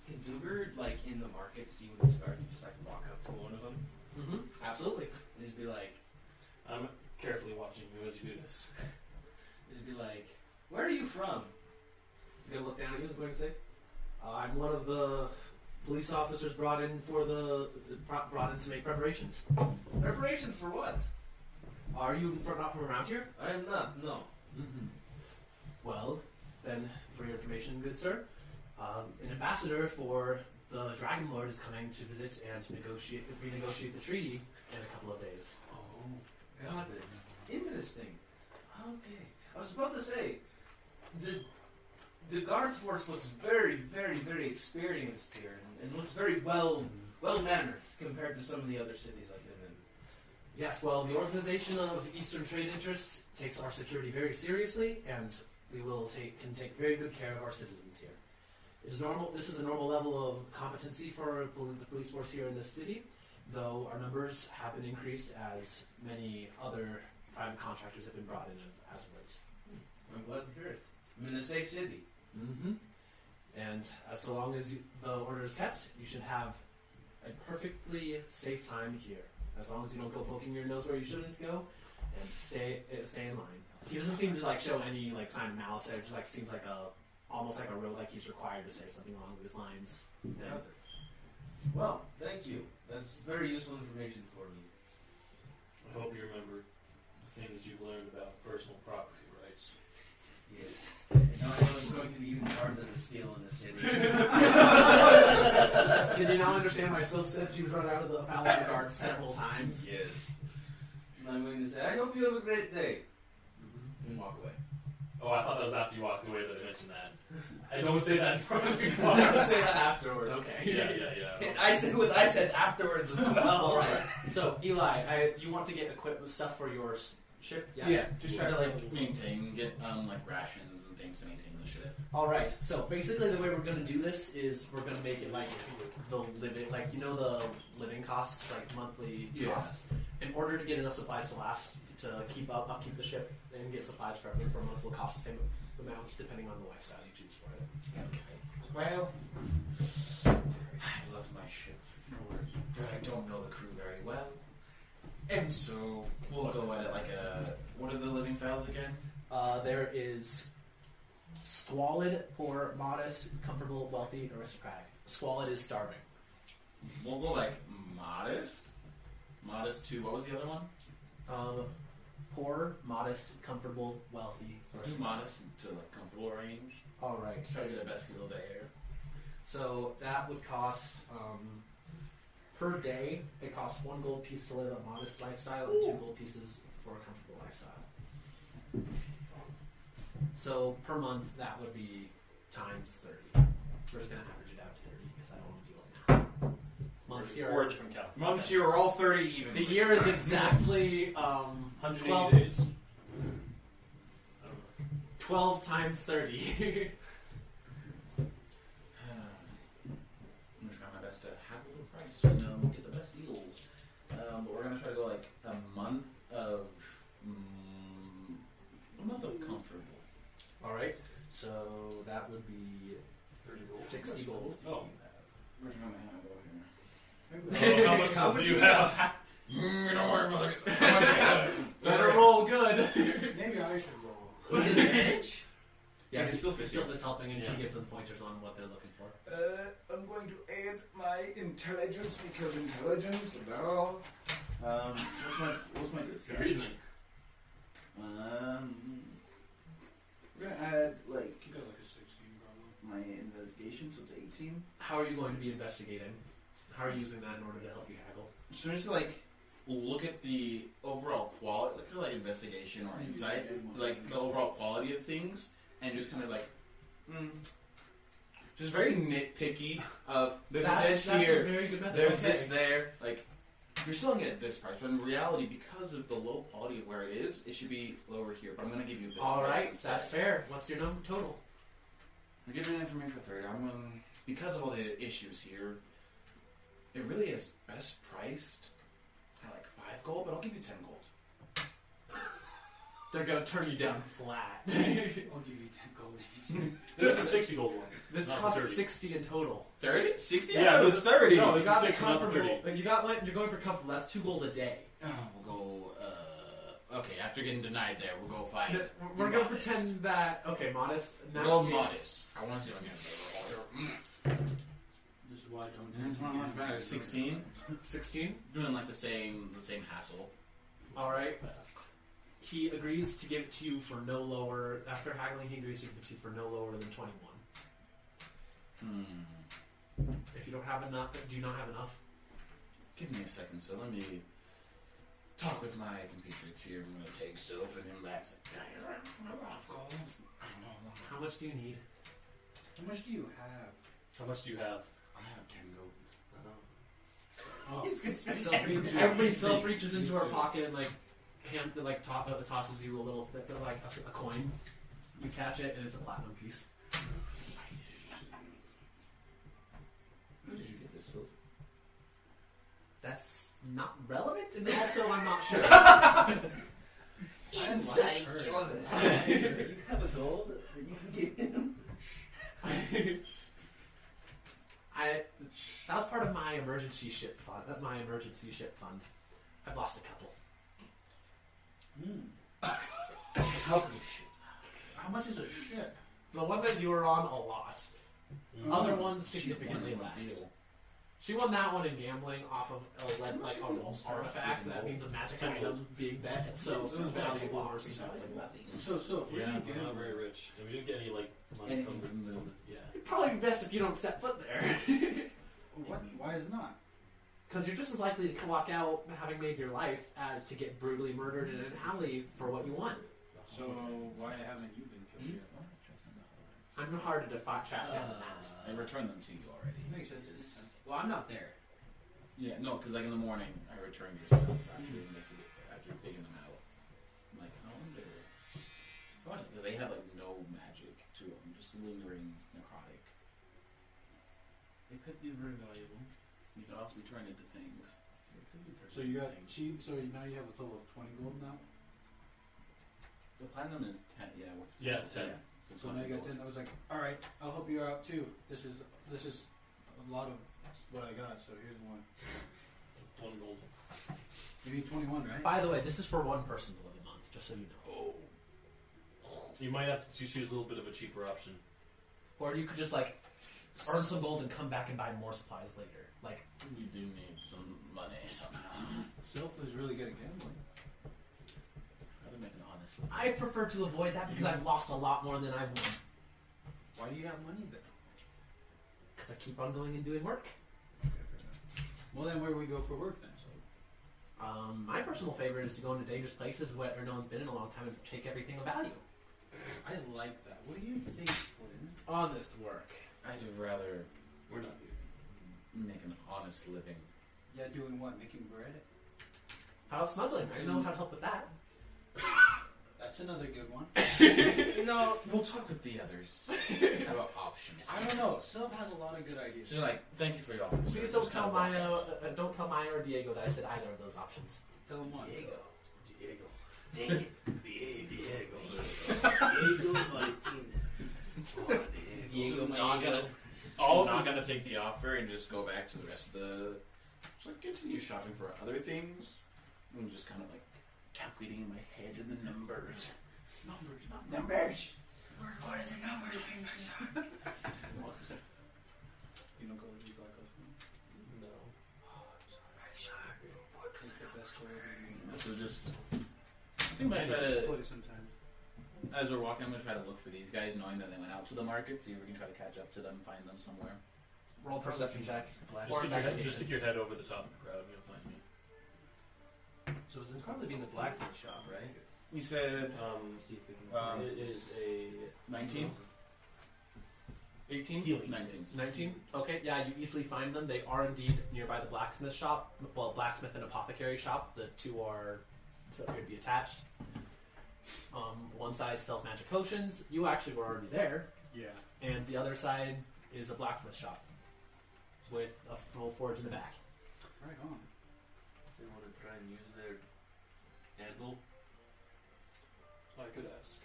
Speaker 6: Can Goober, like, in the market, see one of these guards and just, like, walk up to one of them
Speaker 2: Mm-hmm. Absolutely.
Speaker 6: and just be like,
Speaker 1: I'm carefully watching you as you do this.
Speaker 6: just be like, where are you from?
Speaker 2: He's gonna look down at you. He's going to say, uh, "I'm one of the police officers brought in for the brought brought in to make preparations.
Speaker 6: Preparations for what?
Speaker 2: Are you from, not from around here?"
Speaker 6: I am not, no.
Speaker 2: Mm-hmm. Well, then, for your information, good sir, um, an ambassador for the Dragon Lord is coming to visit and negotiate renegotiate the treaty in a couple of days.
Speaker 6: Oh, God, interesting. Okay. I was about to say, the the guard force looks very, very, very experienced here and, and looks very well well mannered compared to some of the other cities I've been in.
Speaker 2: Yes, well, the Organization of Eastern Trade Interests takes our security very seriously, and we will take can take very good care of our citizens here. It is normal. This is a normal level of competency for pol- the police force here in this city, though our numbers have been increased as many other private contractors have been brought in as of late.
Speaker 6: I'm glad to hear it. I'm in a safe city.
Speaker 2: Mm-hmm. And as so long as you, the order is kept, you should have a perfectly safe time here. As long as you don't go poking your nose where you shouldn't go, and stay uh, stay in line. He doesn't seem to like show any like sign of malice there. It just like seems like a almost like a real like he's required to say something along these lines. Yeah.
Speaker 6: Well, thank you. That's very useful information for me.
Speaker 1: I hope you remember the things you've learned about personal property rights.
Speaker 6: Yes. Now I know it's going to be even harder to steal in the city.
Speaker 2: Did you not understand why Sylph said she was run out of the palace of guard several times?
Speaker 6: yes. And I'm going to say, I hope you have a great day. And walk away.
Speaker 1: Oh, I thought that was after you walked away that I mentioned that. I don't say that in front of people.
Speaker 2: I'll say that afterward. Okay.
Speaker 1: yeah, yeah, yeah.
Speaker 6: I said what I said afterwards as well.
Speaker 2: All right. So Eli, I, you want to get equipment stuff for your s- ship? Yes.
Speaker 3: Yeah, just try to like maintain, get um like rations and things to maintain the ship.
Speaker 2: All right. So basically, the way we're gonna do this is we're gonna make it like the living, like you know the living costs, like monthly
Speaker 3: Yeah.
Speaker 2: costs. In order to get enough supplies to last, to keep up, upkeep the ship, and get supplies for every for a month will cost the same amount depending on the lifestyle you choose for it.
Speaker 3: Well, I love my ship. but I don't know the crew very well. And so we'll go at it like a. What are the living styles again?
Speaker 2: Uh, there is squalid, poor, modest, comfortable, wealthy, aristocratic. Squalid is starving.
Speaker 3: We'll go like modest. Modest to what was the other one?
Speaker 2: Um, poor, modest, comfortable, wealthy,
Speaker 3: Too
Speaker 2: aristocratic.
Speaker 3: modest to like comfortable range.
Speaker 2: All right.
Speaker 3: Try to get the best deal there.
Speaker 2: So that would cost um, per day. It costs one gold piece to live a modest lifestyle and two gold pieces for a comfortable lifestyle. So per month, that would be times thirty. We're just gonna average it out to thirty because I don't want to do it now. Months here.
Speaker 1: Or a different calendar.
Speaker 3: Months here are all thirty even.
Speaker 2: the year is exactly um,
Speaker 1: 180
Speaker 2: Well-
Speaker 1: days. I don't know.
Speaker 2: twelve times thirty.
Speaker 3: I'm gonna try my best to have a good price and um, get the best deals. Um, but we're gonna try to go like a month of mm, a month of comfortable.
Speaker 2: All right. So that would be
Speaker 1: 30 gold.
Speaker 2: 60 gold.
Speaker 1: Oh.
Speaker 3: Where's my hand over
Speaker 1: How much gold do you have?
Speaker 3: here? Mm, don't worry about it. How much I have.
Speaker 2: Better roll good.
Speaker 14: Maybe I should roll.
Speaker 2: advantage?
Speaker 3: Yeah, it's still
Speaker 2: It's
Speaker 3: fifty.
Speaker 2: still just helping, and she
Speaker 1: Yeah.
Speaker 2: gives them pointers on what they're looking for.
Speaker 7: Uh, I'm going to add my intelligence because intelligence, uh, no.
Speaker 3: Um, what's my what's my good
Speaker 1: Good reasoning.
Speaker 3: Um,
Speaker 7: We're gonna add like
Speaker 14: You got like a 16 probably.
Speaker 3: my investigation, so it's eighteen.
Speaker 2: How are you going to be investigating? How are you using that in order to help you haggle?
Speaker 3: So just like look at the overall quality, like, kind of like investigation or insight, like the overall quality of things, and just kind of like, mm, just very nitpicky. Of there's a
Speaker 2: that's,
Speaker 3: dish
Speaker 2: that's a
Speaker 3: here,
Speaker 2: very good method.
Speaker 3: there's
Speaker 2: Okay.
Speaker 3: this there. Like you're selling it at this price, but in reality, because of the low quality of where it is, it should be lower here. But I'm gonna give you this.
Speaker 2: All
Speaker 3: price
Speaker 2: right,
Speaker 3: instead.
Speaker 2: that's fair. What's your number total?
Speaker 3: I'm giving that information for third. I'm um, because of all the issues here. It really is best priced at like five gold, but I'll give you ten gold.
Speaker 2: They're gonna turn you down flat.
Speaker 14: I'll give you 10 gold.
Speaker 1: This is the 60 gold one.
Speaker 2: this
Speaker 1: Not
Speaker 2: costs
Speaker 1: 30.
Speaker 2: sixty in total.
Speaker 3: Thirty? Sixty?
Speaker 1: Yeah,
Speaker 3: Yeah, it was
Speaker 1: this-
Speaker 3: thirty.
Speaker 1: no,
Speaker 3: Oh,
Speaker 1: this- is
Speaker 2: got the
Speaker 1: 60, not
Speaker 2: comfortable.
Speaker 1: 30.
Speaker 2: but you got what? You're going for comfortable. That's two gold a day.
Speaker 3: Oh, we'll go. Uh, okay, after getting denied there, we'll go find.
Speaker 2: Th- We're gonna
Speaker 3: modest.
Speaker 2: pretend that okay, modest. In that
Speaker 3: Real
Speaker 2: case-
Speaker 3: modest. I want to see what I'm gonna
Speaker 14: This is why I don't.
Speaker 3: It's not much better. 16?
Speaker 2: Sixteen.
Speaker 3: do. Doing like the same, the same hassle.
Speaker 2: All right. He agrees to give it to you for no lower. After haggling, he agrees to give it to you for no lower than twenty-one.
Speaker 3: Hmm.
Speaker 2: If you don't have enough, do you not have enough?
Speaker 3: Give me a second, so let me talk with my compatriots here. I'm gonna take Sylph and him back. It's like, Guys, I'm gonna off gold. I don't know.
Speaker 2: How much do you need?
Speaker 14: How much do you have?
Speaker 1: How much do you have?
Speaker 3: I have ten gold.
Speaker 2: Self- every self reaches into her pocket and like, hand, like top, uh, tosses you a little, bit of, like a, a coin. You catch it and it's a platinum piece.
Speaker 3: Where did you get this Sylph?
Speaker 2: That's not relevant, and also I'm not sure.
Speaker 3: Inside.
Speaker 8: you have a gold that you can give him?
Speaker 2: I that was part of my emergency ship fund. uh, My emergency ship fund. I've lost a couple.
Speaker 4: Hmm. How much is a ship?
Speaker 2: The one that you were on a lot. Other
Speaker 8: Hmm.
Speaker 2: ones significantly
Speaker 3: Cheap one,
Speaker 2: less.
Speaker 3: deal.
Speaker 2: She won that one in gambling off of a lead, like a roll
Speaker 3: start
Speaker 2: artifact.
Speaker 3: with
Speaker 2: oh, That
Speaker 3: gold.
Speaker 2: means a magic
Speaker 1: Ten
Speaker 2: item being bet, so
Speaker 3: This is
Speaker 2: it's valuable
Speaker 3: valuable.
Speaker 2: or something.
Speaker 4: So, so if we
Speaker 1: Yeah,
Speaker 4: didn't
Speaker 1: we're
Speaker 4: get
Speaker 1: not very rich. And we didn't get any, like, money from
Speaker 3: Anything
Speaker 1: the.
Speaker 3: from the-
Speaker 1: From the yeah.
Speaker 2: It'd probably be best if you don't step foot there,
Speaker 4: what? Why is it not?
Speaker 2: because you're just as likely to walk out having made your life as to get brutally murdered in an alley for what you want.
Speaker 4: So why haven't you been killed yet? Hmm?
Speaker 2: I'm hard to defi- track down. than that.
Speaker 3: I returned them to you already.
Speaker 5: Makes sense. Well, I'm not there.
Speaker 3: Yeah, no, because like in the morning, I returned your stuff after investigate, after digging them out. I'm like, I wonder. Because they have like no magic to them, just lingering necrotic.
Speaker 5: It could be very valuable.
Speaker 3: You could also be turned into things.
Speaker 5: It could be
Speaker 4: So you got
Speaker 5: things.
Speaker 4: cheap. So now you have a total of twenty gold now.
Speaker 3: The platinum is ten. Yeah, worth
Speaker 1: Yeah, it's 10.
Speaker 4: So now you got ten. I was like, all right, I'll help you out too. This is this is a lot of what I got, so here's one.
Speaker 1: One gold.
Speaker 4: You need 21, right?
Speaker 2: By the way, this is for one person to live a month, just so you know.
Speaker 1: Oh. You might have to choose a little bit of a cheaper option.
Speaker 2: Or you could just like earn some gold and come back and buy more supplies later. Like
Speaker 3: We do need some money somehow.
Speaker 4: Self is really good at gambling.
Speaker 3: I'd rather make an honest
Speaker 2: I prefer to avoid that because I've lost a lot more than I've won.
Speaker 4: Why do you have money then?
Speaker 2: Because I keep on going and doing work.
Speaker 4: Well, then where do we go for work then? So
Speaker 2: Um, my personal favorite is to go into dangerous places where no one's been in a long time and take everything of value.
Speaker 4: I like that. What do you think, Flynn?
Speaker 8: Honest work.
Speaker 3: I'd rather
Speaker 1: We're not here.
Speaker 3: make an honest living.
Speaker 4: Yeah, doing what? Making bread?
Speaker 2: How about smuggling? I know how to help with that.
Speaker 4: That's another good one.
Speaker 3: you know, we'll talk with the others about options.
Speaker 4: I don't know. Self has a lot of good ideas.
Speaker 3: They're like, thank you for your offer. sir.
Speaker 2: Please don't
Speaker 3: Just
Speaker 2: tell
Speaker 3: kinda walk
Speaker 2: Maya,
Speaker 3: out.
Speaker 2: uh, uh, don't tell Maya or Diego that I said either of those options.
Speaker 4: Tell him what.
Speaker 15: Diego. Diego. Dang it. Diego. Diego Martinez. Oh,
Speaker 2: Diego,
Speaker 3: She's not
Speaker 2: Diego.
Speaker 3: gonna- All not gonna take the offer and just go back to the rest of the. Just like continue shopping for other things. I'm just kind of like calculating in my head the numbers. Numbers, not numbers. What are the numbers?
Speaker 4: You don't go to the Black Ops.
Speaker 1: No.
Speaker 4: It's the best way of
Speaker 3: So just. I think I'm
Speaker 4: doing
Speaker 3: gonna
Speaker 4: it.
Speaker 1: Uh,
Speaker 3: try
Speaker 4: Slowly sometimes.
Speaker 3: to, as we're walking, I'm gonna try to look for these guys, knowing that they went out to the market. See if we can try to catch up to them, find them somewhere.
Speaker 2: Roll perception check.
Speaker 1: Just
Speaker 2: Or
Speaker 1: stick, your head, just
Speaker 2: investigation.
Speaker 1: stick your head over the top of the crowd and you'll find me.
Speaker 15: So it's probably being the blacksmith shop, right?
Speaker 3: You said
Speaker 15: Let's see if we can.
Speaker 3: Um,
Speaker 15: it is a
Speaker 3: 19? 18?
Speaker 2: Healing.
Speaker 3: 19.
Speaker 2: 19? Okay, yeah, you easily find them. They are indeed nearby the blacksmith shop. Well, blacksmith and apothecary shop. The two are so appear to be attached. Um, one side sells magic potions. You actually were already there.
Speaker 16: Yeah.
Speaker 2: And the other side is a blacksmith shop with a full forge in the back.
Speaker 4: Right on.
Speaker 15: They want to try and use their handle.
Speaker 1: I could ask.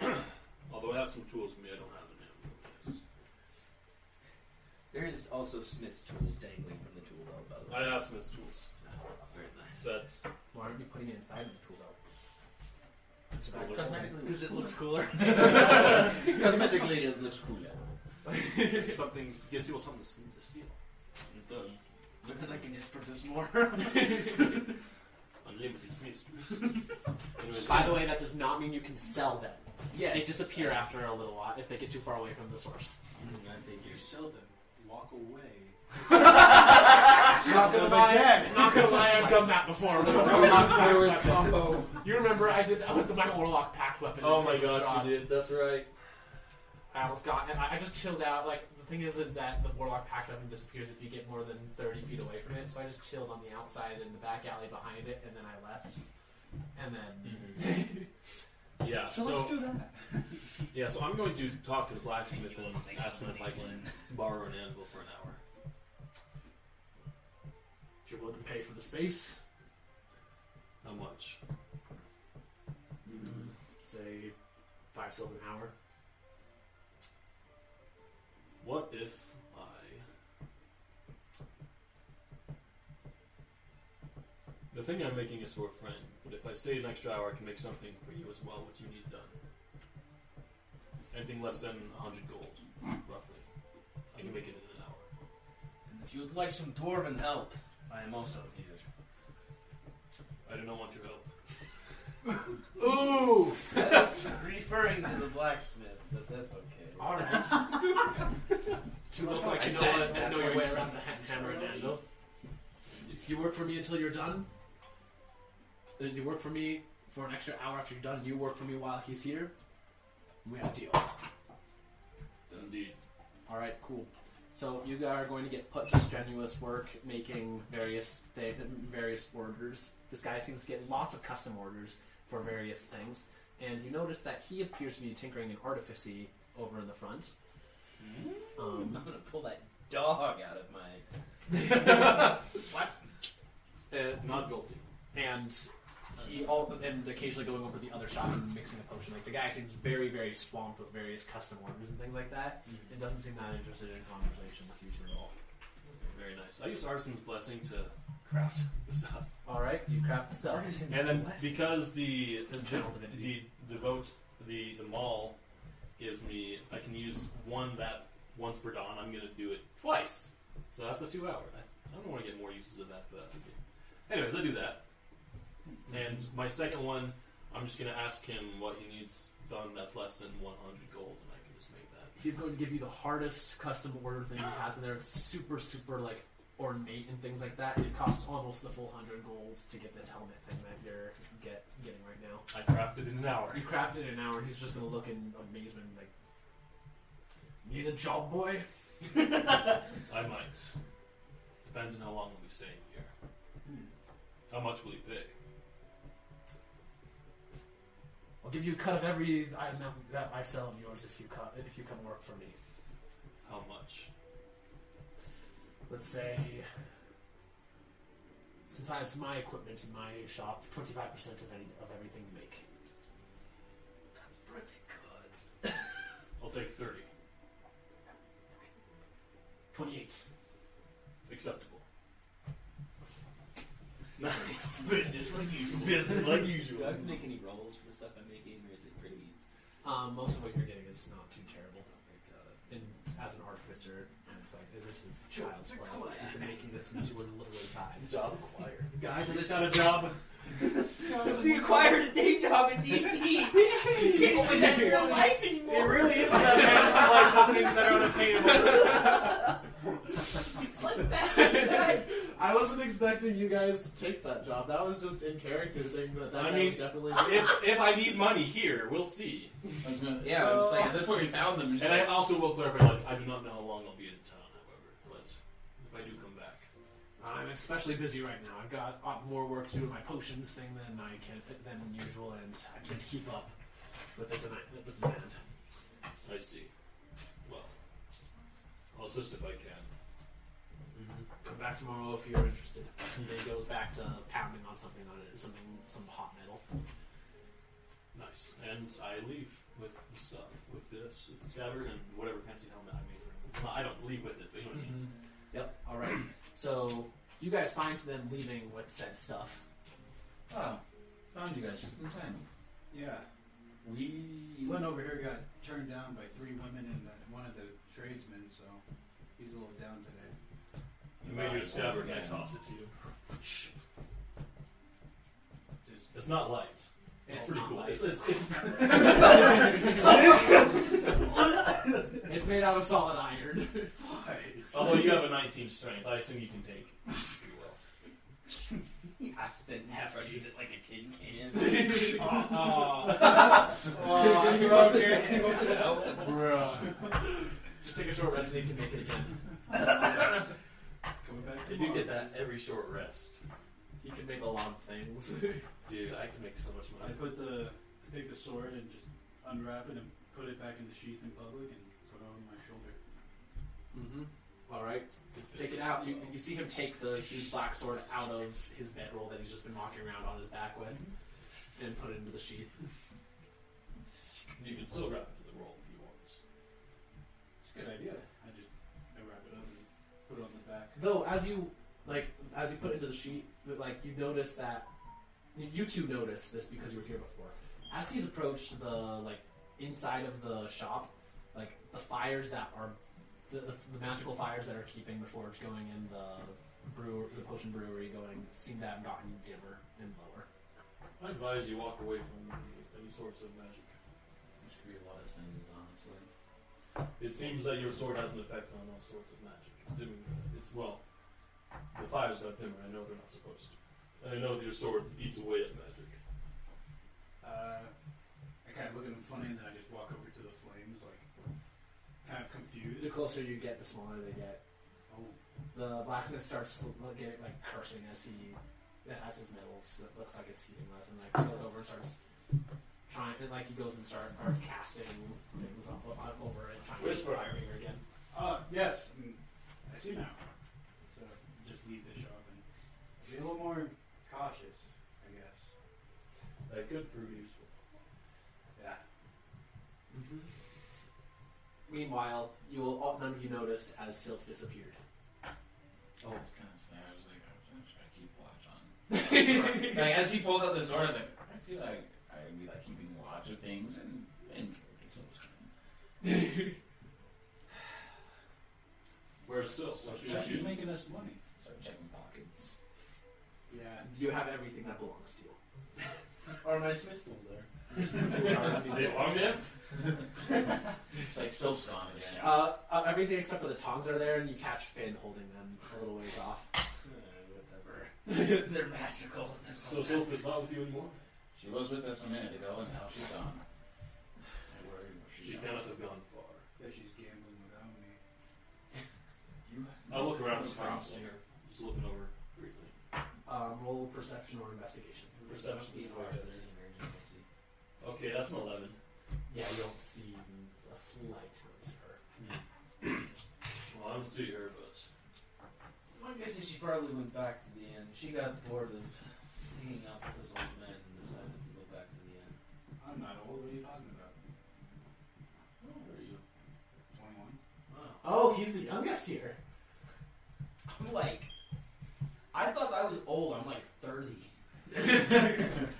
Speaker 1: Although I have some tools with me, I don't have an animal. Yes.
Speaker 17: There is also Smith's tools dangling from the tool belt, by the way. Ah,
Speaker 1: I have Smith's tools.
Speaker 17: Very nice.
Speaker 1: That
Speaker 2: Why aren't you putting it inside of the tool belt?
Speaker 1: it's a little-
Speaker 2: Because it looks cooler.
Speaker 3: Cosmetically, it looks cooler.
Speaker 1: it's something gives people something to s- to steal.
Speaker 17: It
Speaker 1: does.
Speaker 17: But then I can just produce more.
Speaker 1: Unlimited Smith's tools. Anyways,
Speaker 2: By the way, that does not mean you can sell them.
Speaker 17: yeah,
Speaker 2: They disappear after a little while if they get too far away from the source.
Speaker 17: I think
Speaker 4: You sell them. Walk away.
Speaker 2: Not gonna lie, I'm not gonna lie, I've done that before. with my warlock pact weapon.
Speaker 4: combo.
Speaker 2: You remember I did that with the, my warlock pact weapon.
Speaker 1: Oh
Speaker 2: in
Speaker 1: my
Speaker 2: Curse of
Speaker 1: gosh,
Speaker 2: Strahd.
Speaker 1: you did. That's right.
Speaker 2: I almost got, and I, I just chilled out. Like the thing is that the warlock pact weapon disappears if you get more than thirty feet away from it. So I just chilled on the outside in the back alley behind it, and then I left. And
Speaker 1: Hmm.
Speaker 2: then
Speaker 1: Mm-hmm. Yeah.
Speaker 4: So,
Speaker 1: So
Speaker 4: let's do that.
Speaker 1: yeah. So I'm going to talk to the blacksmith and ask him if I can borrow an anvil for an hour.
Speaker 2: if you're willing to pay for the space,
Speaker 1: How much?
Speaker 2: say five silver an hour.
Speaker 1: What if I? The thing I'm making is for a friend, but if I stayed an extra hour, I can make something for you as well. What do you need done? Anything less than 100 gold, roughly. I can make it in an hour.
Speaker 4: And if you would like some dwarven help, I am also here.
Speaker 1: I do not want your help.
Speaker 8: Ooh! That's referring to the blacksmith, but that's okay.
Speaker 2: All right. to look like you know, what- know your way around the ha- hammer and anvil. You work for me until you're done. Then you work for me for an extra hour after you're done. You work for me while he's here. We have a deal.
Speaker 1: Indeed.
Speaker 2: All right, cool. So you are going to get put to strenuous work making various th- various orders. This guy seems to get lots of custom orders for various things, and you notice that he appears to be tinkering in artificy over in the front. Um,
Speaker 1: Mm.
Speaker 17: I'm gonna pull that dog out of my.
Speaker 2: Uh,
Speaker 1: Uh, Not guilty.
Speaker 2: and he all and occasionally going over to the other shop and mixing a potion. Like the guy seems very, very swamped with various custom orders and things like that,
Speaker 1: Mm-hmm.
Speaker 2: and doesn't seem that interested in conversation with you two at all.
Speaker 1: Very nice. I use Artisan's Blessing to craft the stuff.
Speaker 18: All right, you craft the stuff.
Speaker 1: And then because the
Speaker 18: It's a channel divinity.
Speaker 1: the devote the the mall gives me I can use one that once per dawn. I'm gonna do it twice, so that's a two hour. I, I don't want to get more uses of that, but anyways, I do that. And my second one, I'm just gonna ask him what he needs done that's less than 100 gold, and I can just make that.
Speaker 2: He's going to give you the hardest custom order thing he has in there. It's super, super like ornate and things like that. It costs almost the full hundred golds to get this helmet thing that you're get getting right now.
Speaker 1: I crafted in an hour.
Speaker 2: You crafted it in an hour. He's just going to look in amazement, like, need a job, boy.
Speaker 1: I might. Depends on how long we'll be staying here. How much will he pay?
Speaker 2: I'll give you a cut of every item that- that I sell of yours if you come if you come work for me.
Speaker 1: How much?
Speaker 2: Let's say, since I have my equipment in my shop, twenty five percent of any of everything you make.
Speaker 1: Pretty good. I'll take 30.
Speaker 2: Twenty eight.
Speaker 1: Acceptable. Nice. Business like usual. Business like usual.
Speaker 8: Do I have to make any rolls for the stuff I'm making, or is it pretty?
Speaker 2: Um, most of what you're getting is not too terrible. And as an artificer, it's like this is child's play. You've been making this since you were literally five.
Speaker 1: Job acquired.
Speaker 2: Guys, I just
Speaker 1: Got a job.
Speaker 8: We acquired a day job in D and D. Can't open that in real life
Speaker 1: It
Speaker 8: anymore.
Speaker 1: really is that fantasy life of things that are unattainable.
Speaker 8: It's like that.
Speaker 2: I wasn't expecting you guys to take that job. That was just in character thing, but that
Speaker 1: I
Speaker 2: I
Speaker 1: mean,
Speaker 2: mean, definitely.
Speaker 1: If, if I need money here, we'll see.
Speaker 3: I was gonna, yeah, I'm just like, that's where we found them. It's
Speaker 1: And I
Speaker 3: Just,
Speaker 1: also will clarify, like, I do not know how long I'll be in town, however. But if I do come back,
Speaker 2: I'm especially busy right now. I've got a lot more work to do with my potions thing than I can than usual, and I can't keep up with the demand. With the demand.
Speaker 1: I see. Well, I'll assist if I can. Mm-hmm.
Speaker 2: Come back tomorrow if you're interested. And then he goes back to pounding on something on it, something, some hot metal.
Speaker 1: Nice. And I leave with the stuff, with this, with the scabbard, and whatever fancy helmet I made for him. Well, I don't leave with it, but you know what I mean.
Speaker 2: Yep. All right. So you guys find them leaving with said stuff.
Speaker 3: oh, found you guys just in time.
Speaker 4: Yeah.
Speaker 3: We.
Speaker 4: Flynn over here got turned down by three women and the, one of the tradesmen, so he's a little down today.
Speaker 1: You made your
Speaker 3: Right,
Speaker 1: scabbard, and I
Speaker 3: once again.
Speaker 1: toss it to you.
Speaker 4: Just
Speaker 1: It's not light.
Speaker 2: It's
Speaker 1: pretty
Speaker 2: not
Speaker 1: cool.
Speaker 2: light.
Speaker 1: It's, it's, it's,
Speaker 2: It's made out of solid iron.
Speaker 1: although you have a 19 strength, I assume you can take. it, if you will.
Speaker 8: I spent half hour use it like a tin can.
Speaker 2: Just take a short rest and you can make it again.
Speaker 4: coming back
Speaker 1: I do
Speaker 4: tomorrow.
Speaker 1: get that every short rest.
Speaker 2: You can make a lot of things.
Speaker 1: Dude, I can make so much
Speaker 4: I
Speaker 1: money.
Speaker 4: put the I take the sword and just unwrap it and put it back in the sheath in public and put it on my shoulder.
Speaker 2: Mm-hmm. All right. Take it out. You, you see him take the huge black sword out of his bedroll that he's just been walking around on his back with, and put it into the sheath.
Speaker 1: You can still wrap it to the roll if you want.
Speaker 4: It's a good idea. I just I wrap it up and put it on the back.
Speaker 2: Though, as you like, as you put it into the sheet, like you notice that you two notice this because you were here before. As he's approached the like inside of the shop, like the fires that are the, the, the magical fires that are keeping the forge going and the brewer, the potion brewery going, seem to have gotten dimmer and lower.
Speaker 1: I advise you walk away from any source of magic.
Speaker 3: Which could be a lot of things, honestly.
Speaker 1: It seems that your sword has an effect on all sorts of magic. It's dimming. It's well, the fire's got dimmer. I know they're not supposed to. And I know that your sword eats away at magic.
Speaker 4: Uh, I kind of look at him funny and then I just walk over to the flames like kind of
Speaker 2: The
Speaker 4: confused.
Speaker 2: closer you get, the smaller they get.
Speaker 4: Oh,
Speaker 2: The blacksmith starts looking at, like cursing as he as his metals. It looks like it's heating less, and like he goes over and starts trying. And like he goes and starts, starts casting things up, up over and trying
Speaker 1: Whisper.
Speaker 2: to fire her again.
Speaker 4: uh, yes, mm, I see now. So just leave the shop and be a little more cautious, I guess.
Speaker 2: Meanwhile, you will all, none of you noticed as Sylph disappeared.
Speaker 3: Oh, I was gonna say, I was like, I was gonna try to keep watch on. like as he pulled out the sword, I was like, I feel like I'd be like keeping watch of things and and character so it's fine.
Speaker 1: Where's Silk? What
Speaker 3: So
Speaker 1: should
Speaker 3: she's
Speaker 1: you?
Speaker 3: making us money. Start checking pockets.
Speaker 2: Yeah. You have everything that belongs to you.
Speaker 19: Are my Smiths still there?
Speaker 1: They long man?
Speaker 3: It's like Sylph's gone again.
Speaker 2: Uh, uh, everything except for the tongs are there, and you catch Finn holding them a little ways off.
Speaker 19: whatever. They're magical.
Speaker 1: So Silk is not with you anymore?
Speaker 3: She was with us a minute ago, and now she's gone. I worry where she's
Speaker 1: She
Speaker 3: gone.
Speaker 1: cannot have gone far.
Speaker 4: That she's gambling without me.
Speaker 3: You-
Speaker 1: I look around
Speaker 3: That's
Speaker 1: for Finn.
Speaker 3: probably her.
Speaker 1: Just looking over briefly.
Speaker 2: Um, roll perception or investigation.
Speaker 1: Perception is
Speaker 2: Either of those.
Speaker 1: Okay, that's an 11.
Speaker 2: Yeah, you don't see a slight glimpse of her.
Speaker 1: Well, I don't see her, but.
Speaker 8: My guess is she probably went back to the inn. She got bored of hanging out with this old man and decided to go back to the inn.
Speaker 4: I'm not old. What are you talking about?
Speaker 3: How old are you?
Speaker 2: Oh,
Speaker 4: 21.
Speaker 8: Wow.
Speaker 2: he's the youngest here.
Speaker 19: I'm like, I thought I was old. I'm like 30.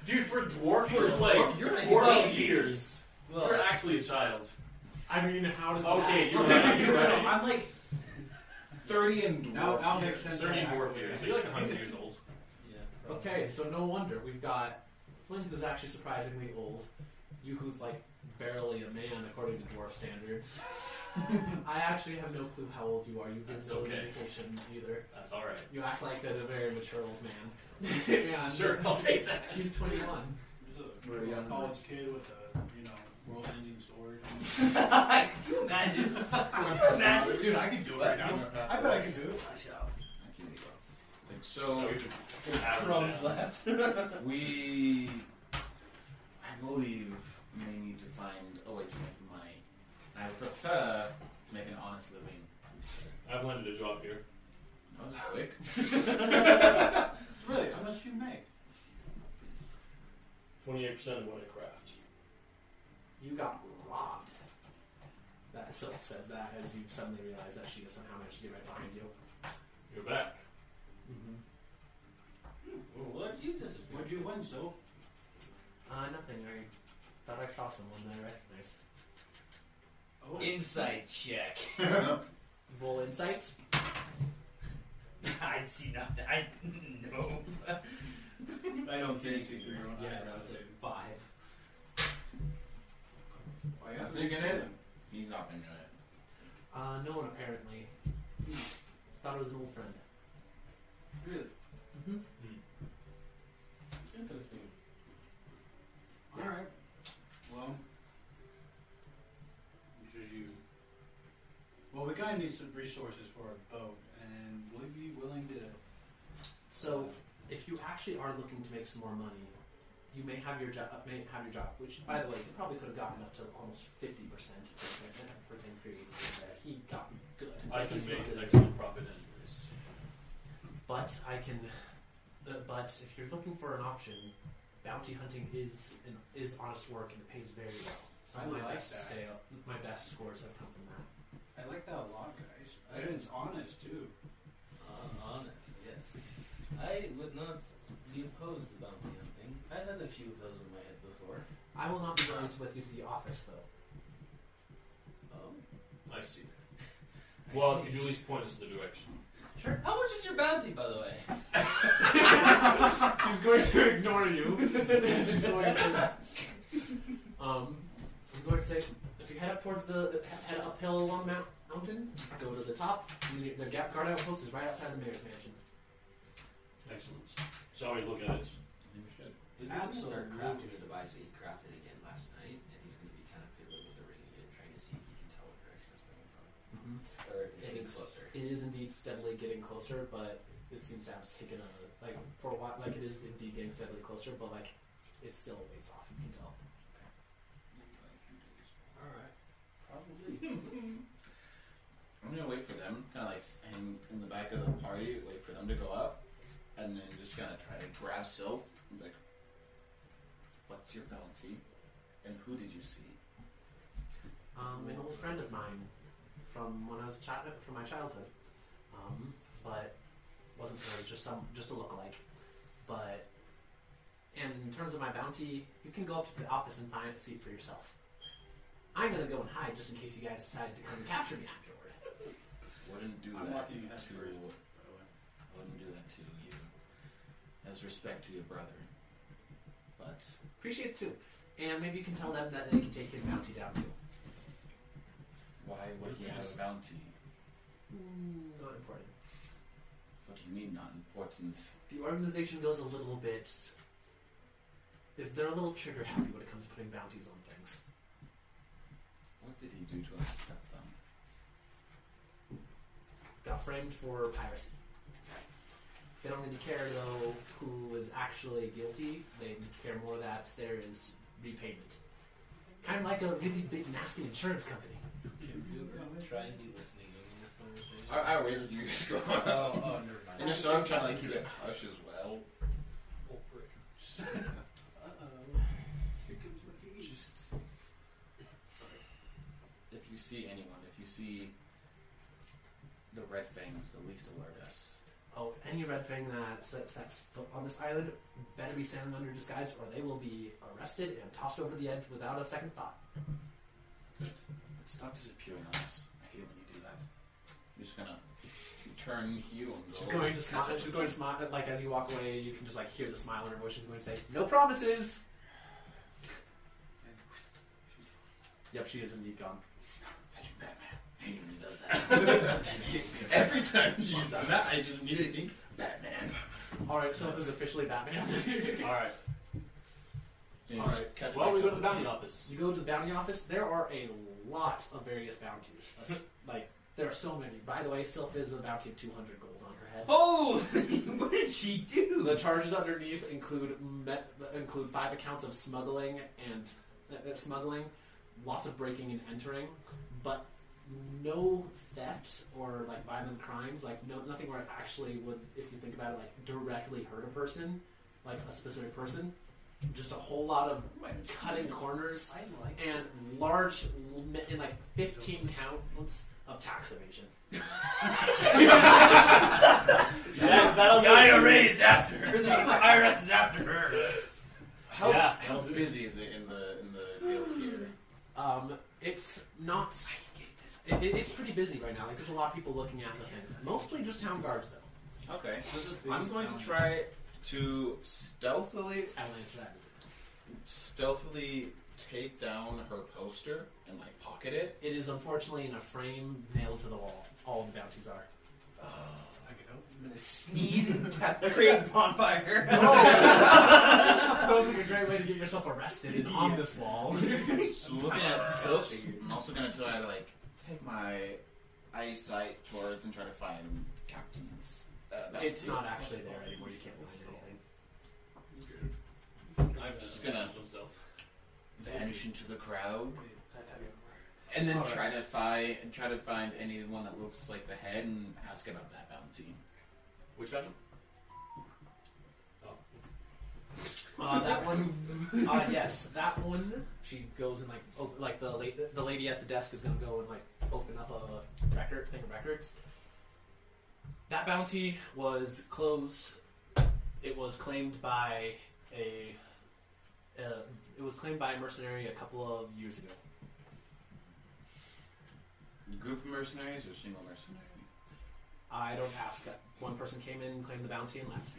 Speaker 1: Dude, for a dwarf, you're
Speaker 3: dwarf,
Speaker 1: like
Speaker 3: you're like
Speaker 1: 40
Speaker 3: eight.
Speaker 1: years.
Speaker 19: Well,
Speaker 1: You're actually a child.
Speaker 2: I mean, how does
Speaker 1: Okay,
Speaker 2: that-
Speaker 1: you're right, you're right.
Speaker 19: I'm like,
Speaker 3: Thirty and
Speaker 4: Now,
Speaker 3: dwarf
Speaker 4: now
Speaker 3: years.
Speaker 4: makes sense.
Speaker 1: 30
Speaker 4: why I-
Speaker 1: dwarf years. So you're like 100 years old.
Speaker 2: Okay, so no wonder we've got Flynn, who's actually surprisingly old. You, who's like barely a man according to dwarf standards. I actually have no clue how old you are. You give
Speaker 1: That's
Speaker 2: no
Speaker 1: okay.
Speaker 2: indication either.
Speaker 1: That's alright.
Speaker 2: You act like there's a very mature old man. and
Speaker 1: Sure, I'll take that.
Speaker 2: He's 21.
Speaker 3: Where
Speaker 4: There's
Speaker 3: are
Speaker 4: a
Speaker 3: you
Speaker 4: little
Speaker 3: on
Speaker 4: college kid with a you know world-ending sword.
Speaker 20: Can you imagine? Can you imagine?
Speaker 3: Dude, I can do it.
Speaker 4: now.
Speaker 3: I'm
Speaker 4: I bet I can do it.
Speaker 3: I can do it. Like,
Speaker 1: So
Speaker 3: so
Speaker 1: we just average
Speaker 19: crumbs
Speaker 1: down.
Speaker 19: left.
Speaker 3: we, I believe, may need to find a way to make money. I would prefer to make an honest living.
Speaker 1: I've landed a job here.
Speaker 3: That was quick.
Speaker 4: Really? How much do you make?
Speaker 1: 28% of what I craft.
Speaker 2: You got robbed. That Sylph says that as you suddenly realize that she is somehow managed to get right behind you.
Speaker 1: You're back.
Speaker 19: why'd you disappear?
Speaker 4: What'd you win, so?
Speaker 2: Uh, nothing. I thought I saw someone that I recognized.
Speaker 4: Oh,
Speaker 20: Insight check.
Speaker 2: Roll insight.
Speaker 20: I'd see nothing. I no.
Speaker 4: I don't
Speaker 3: think
Speaker 4: see
Speaker 3: you
Speaker 4: through your own
Speaker 2: Yeah,
Speaker 4: eyebrows,
Speaker 2: that's a
Speaker 4: dude.
Speaker 2: five.
Speaker 4: Why, yeah,
Speaker 3: Dig in
Speaker 4: there's
Speaker 3: it.
Speaker 4: one.
Speaker 3: He's not gonna do it.
Speaker 2: Uh, no one apparently. Hmm. Thought it was an old friend.
Speaker 4: Really?
Speaker 2: Mm-hmm.
Speaker 19: Interesting.
Speaker 4: All right. Well, should you? Well, we kind of need some resources for our boat, and will you be willing to?
Speaker 2: So, if you actually are looking to make some more money, you may have your job. May have your job, which, by the way, you probably could have gotten up to almost fifty percent for thing created. there. He got good.
Speaker 1: I can
Speaker 2: He's
Speaker 1: make
Speaker 2: good.
Speaker 1: an excellent profit anyways.
Speaker 2: But I can. Uh, but if you're looking for an option, bounty hunting is an, is honest work and it pays very well. So
Speaker 4: I
Speaker 2: my
Speaker 4: like
Speaker 2: best
Speaker 4: that.
Speaker 2: stay up, my best scores have come from that.
Speaker 4: I like that a lot, guys. And it's honest too.
Speaker 8: Uh, honest, yes. I would not be opposed to bounty hunting. I've had a few of those in my head before.
Speaker 2: I will not be going to- with you to the office though.
Speaker 8: Oh.
Speaker 1: I see.
Speaker 8: I
Speaker 1: Well,
Speaker 8: see.
Speaker 1: could you at least point us in the direction?
Speaker 8: Sure. How much is your bounty, by the way?
Speaker 2: She's going to ignore you. She's going to. Um, I'm going to say, if you head up towards the head uphill along Mount Mountain, go to the top. and The, the Gap Guard outpost is right outside the mayor's mansion.
Speaker 1: Excellent. Shall we look at it?
Speaker 3: I think we should.
Speaker 19: The dude's gonna start crafting a device that he crafted again last night, and he's gonna be kind of fiddling with the ring again, trying to see if he can tell what direction it's coming from, or if it's
Speaker 2: It
Speaker 19: getting
Speaker 2: is-
Speaker 19: closer.
Speaker 2: Mm-hmm. It is indeed steadily getting closer, but it seems to have taken a like for a while. Like it is indeed getting steadily closer, but like it's still a ways off. You can tell.
Speaker 3: All right. Probably. I'm gonna wait for them, kind of like hang in the back of the party, wait for them to go up, and then just kind of try to grab Sylph and be like, "What's your bounty? And who did you see?"
Speaker 2: Um, an old friend of mine from when I was a child, from my childhood, um, but wasn't her. It was just some, just a lookalike. But and in terms of my bounty, you can go up to the office and find a seat for yourself. I'm gonna go and hide just in case you guys decided to come and capture me afterward.
Speaker 3: Wouldn't do
Speaker 4: I'm
Speaker 3: that
Speaker 4: walking
Speaker 3: to.
Speaker 4: past first.
Speaker 3: Wouldn't do that to you. As respect to your brother. But
Speaker 2: Appreciate it too. And maybe you can tell them that they can take his bounty down too.
Speaker 3: why would he have a bounty?
Speaker 2: Not important.
Speaker 3: What do you mean not important?
Speaker 2: The organization goes a little bit. Is they're a little trigger happy when it comes to putting bounties on things.
Speaker 3: What did he do to upset them?
Speaker 2: Got framed for piracy. They don't really care though who was actually guilty. They care more that there is repayment. Kind of like a really big nasty insurance company.
Speaker 8: Try and be listening in this conversation.
Speaker 3: I, I waited you guys go.
Speaker 8: Oh, oh, never mind.
Speaker 3: And if so, I'm trying to like, keep it hush as well.
Speaker 8: Oh, frick.
Speaker 1: Here comes my feet.
Speaker 3: Just if you see anyone, if you see the red fangs, at least alert us.
Speaker 2: Oh, any red thing that set- sets foot on this island better be standing under disguise or they will be arrested and tossed over the edge without a second thought.
Speaker 3: Stop disappearing on us. I hate when you do that. I'm just gonna turn heel and go.
Speaker 2: She's going to smile. She's going to smile. Like as you walk away, you can just like hear the smile in her voice. She's going to say, "No promises." Yep, she is indeed gone.
Speaker 3: Imagine Batman. I hate when he does that. Every time she's done that, I just immediately think Batman.
Speaker 2: All right, so this is officially Batman. All right.
Speaker 3: And
Speaker 2: All
Speaker 3: just
Speaker 2: right.
Speaker 3: catch
Speaker 2: Well,
Speaker 3: back
Speaker 2: we go
Speaker 3: up
Speaker 2: to
Speaker 3: with
Speaker 2: the bounty
Speaker 3: me.
Speaker 2: office. You go to the bounty office. There are a lot of various bounties. That's- like there are so many. By the way, Sylph is a bounty of two hundred gold on her head.
Speaker 8: Oh, what did she do?
Speaker 2: The charges underneath include met, include five accounts of smuggling and uh, uh, smuggling, lots of breaking and entering, but no theft or like violent crimes. Like no nothing where it actually would, if you think about it, like directly hurt a person, like a specific person. Just a whole lot of cutting corners
Speaker 21: I like
Speaker 2: and large and like fifteen counts of tax evasion.
Speaker 8: That, that'll the IRA is after her. The IRS is after her.
Speaker 3: How,
Speaker 2: Yeah.
Speaker 3: how busy is it in the in the guild here?
Speaker 2: Um, it's not. It, it, it's pretty busy right now. Like there's a lot of people looking at the things. Mostly just town guards though.
Speaker 22: Okay. I'm going to try to stealthily,
Speaker 2: I will answer that.
Speaker 3: Stealthily take down her poster and like pocket it.
Speaker 2: It is unfortunately in a frame nailed to the wall. All the bounties are.
Speaker 8: I'm gonna sneeze and cast create bonfire.
Speaker 2: Sounds like a great way to get yourself arrested and on this wall.
Speaker 3: Looking at Sylphs, I'm also gonna try to like take my eyesight towards and try to find Captain's. Uh,
Speaker 2: it's
Speaker 3: bounty.
Speaker 2: not actually there anymore. You can't find anything.
Speaker 1: I'm just
Speaker 3: gonna-
Speaker 1: gonna myself.
Speaker 3: vanish into the crowd, and then try to find and try to find anyone that looks like the head and ask about that bounty.
Speaker 1: Which button?
Speaker 2: Uh, that one. Uh, yes, that one. She goes and like, op- like the la- the lady at the desk is gonna go and like open up a record thing of records. That bounty was closed. It was claimed by a. Uh, it was claimed by a mercenary a couple of years ago.
Speaker 3: Group of mercenaries or single mercenary?
Speaker 2: I don't ask that. One person came in, claimed the bounty, and left.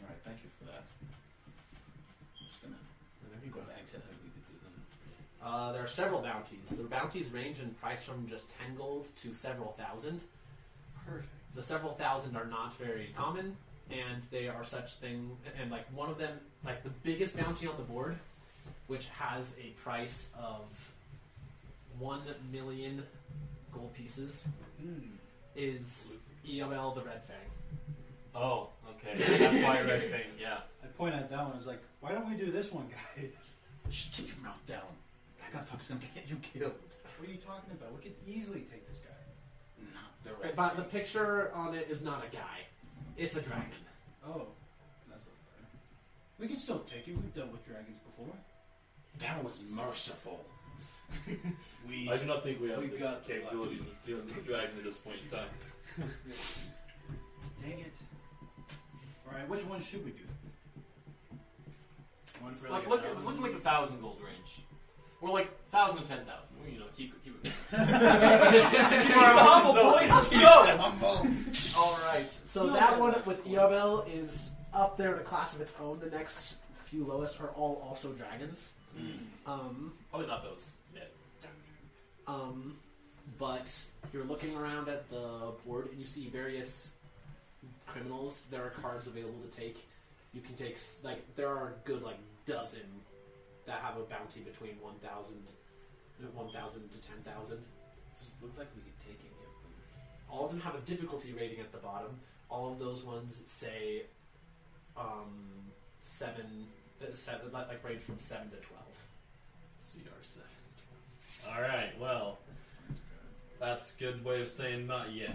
Speaker 3: All right, thank you for that. I'm just gonna go back to that.
Speaker 2: Uh, there are several bounties. The bounties range in price from just 10 gold to several thousand.
Speaker 8: Perfect.
Speaker 2: The several thousand are not very common, and they are such thing. And like one of them, like the biggest bounty on the board, which has a price of one million gold pieces,
Speaker 4: Hmm.
Speaker 2: is EML the Red Fang.
Speaker 8: Oh, okay. That's why red thing. Yeah.
Speaker 4: I point at that one. I was like, why don't we do this one, guys?
Speaker 3: Just keep your mouth down. I gotta talk to something. Get you killed.
Speaker 4: What are you talking about? We could easily take this guy.
Speaker 3: Not the right.
Speaker 2: But the
Speaker 3: thing.
Speaker 2: picture on it is not a guy; it's a dragon.
Speaker 4: Oh, that's not fair. We can still take him. We've dealt with dragons before.
Speaker 3: that was merciful.
Speaker 4: We
Speaker 1: I do not think we have
Speaker 4: We've
Speaker 1: the
Speaker 4: got the
Speaker 1: capabilities of dealing with the dragon at this point in time.
Speaker 4: dang it. All right, which one should we do? One for
Speaker 6: Let's
Speaker 4: like
Speaker 6: look
Speaker 4: a
Speaker 6: at let's look
Speaker 4: thousand?
Speaker 6: like the thousand gold range. We're like thousand and ten thousand. You know, keep it, keep it. keep our humble boys. Let's go.
Speaker 2: All right. So that one with Diabel is up there in a class of its own. The next few lowest are all also dragons.
Speaker 3: Hmm.
Speaker 2: Um,
Speaker 6: Probably not those. Yeah.
Speaker 2: um, but you're looking around at the board and you see various criminals. There are cards available to take. You can take s- like there are a good like dozen that have a bounty between 1,000 uh, 1,000 to ten thousand.
Speaker 5: Just looks like we could take any of them.
Speaker 2: all of them have a difficulty rating at the bottom. All of those ones say um, seven, uh, seven, like like range from seven to twelve. CR seven.
Speaker 1: All right. Well, that's a good way of saying not yet.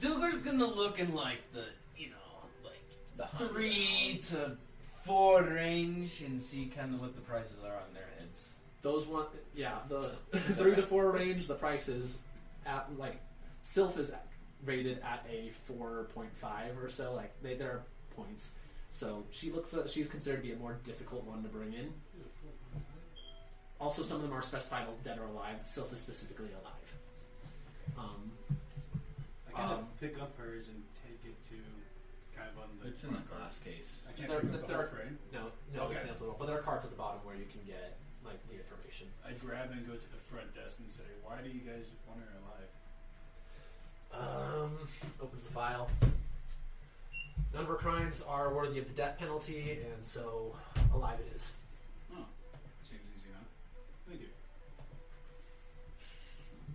Speaker 5: Duger's gonna look in like the you know like three to four range and see kind of what the prices are on their heads.
Speaker 2: Those one, yeah, the three to four range. The price is at like Sylph is rated at a four point five or so. Like they, there are points. So she looks. uh she's considered to be a more difficult one to bring in. Also, some of them are specified dead or alive. Sylph is specifically alive. Um,
Speaker 4: I kind of
Speaker 2: Um,
Speaker 4: pick up hers and take it to kind of on the.
Speaker 3: It's in the glass case.
Speaker 4: I can't
Speaker 2: They're-
Speaker 4: pick up the
Speaker 2: they're-
Speaker 4: whole frame.
Speaker 2: No, no,
Speaker 4: Okay.
Speaker 2: okay. cancel it all. But there are cards at the bottom where you can get like the information.
Speaker 4: I grab and go to the front desk and say, "Why do you guys want her alive?"
Speaker 2: Um, opens the file. Number of crimes are worthy of the death penalty, and so alive it is.
Speaker 4: Seems easy enough. Thank you.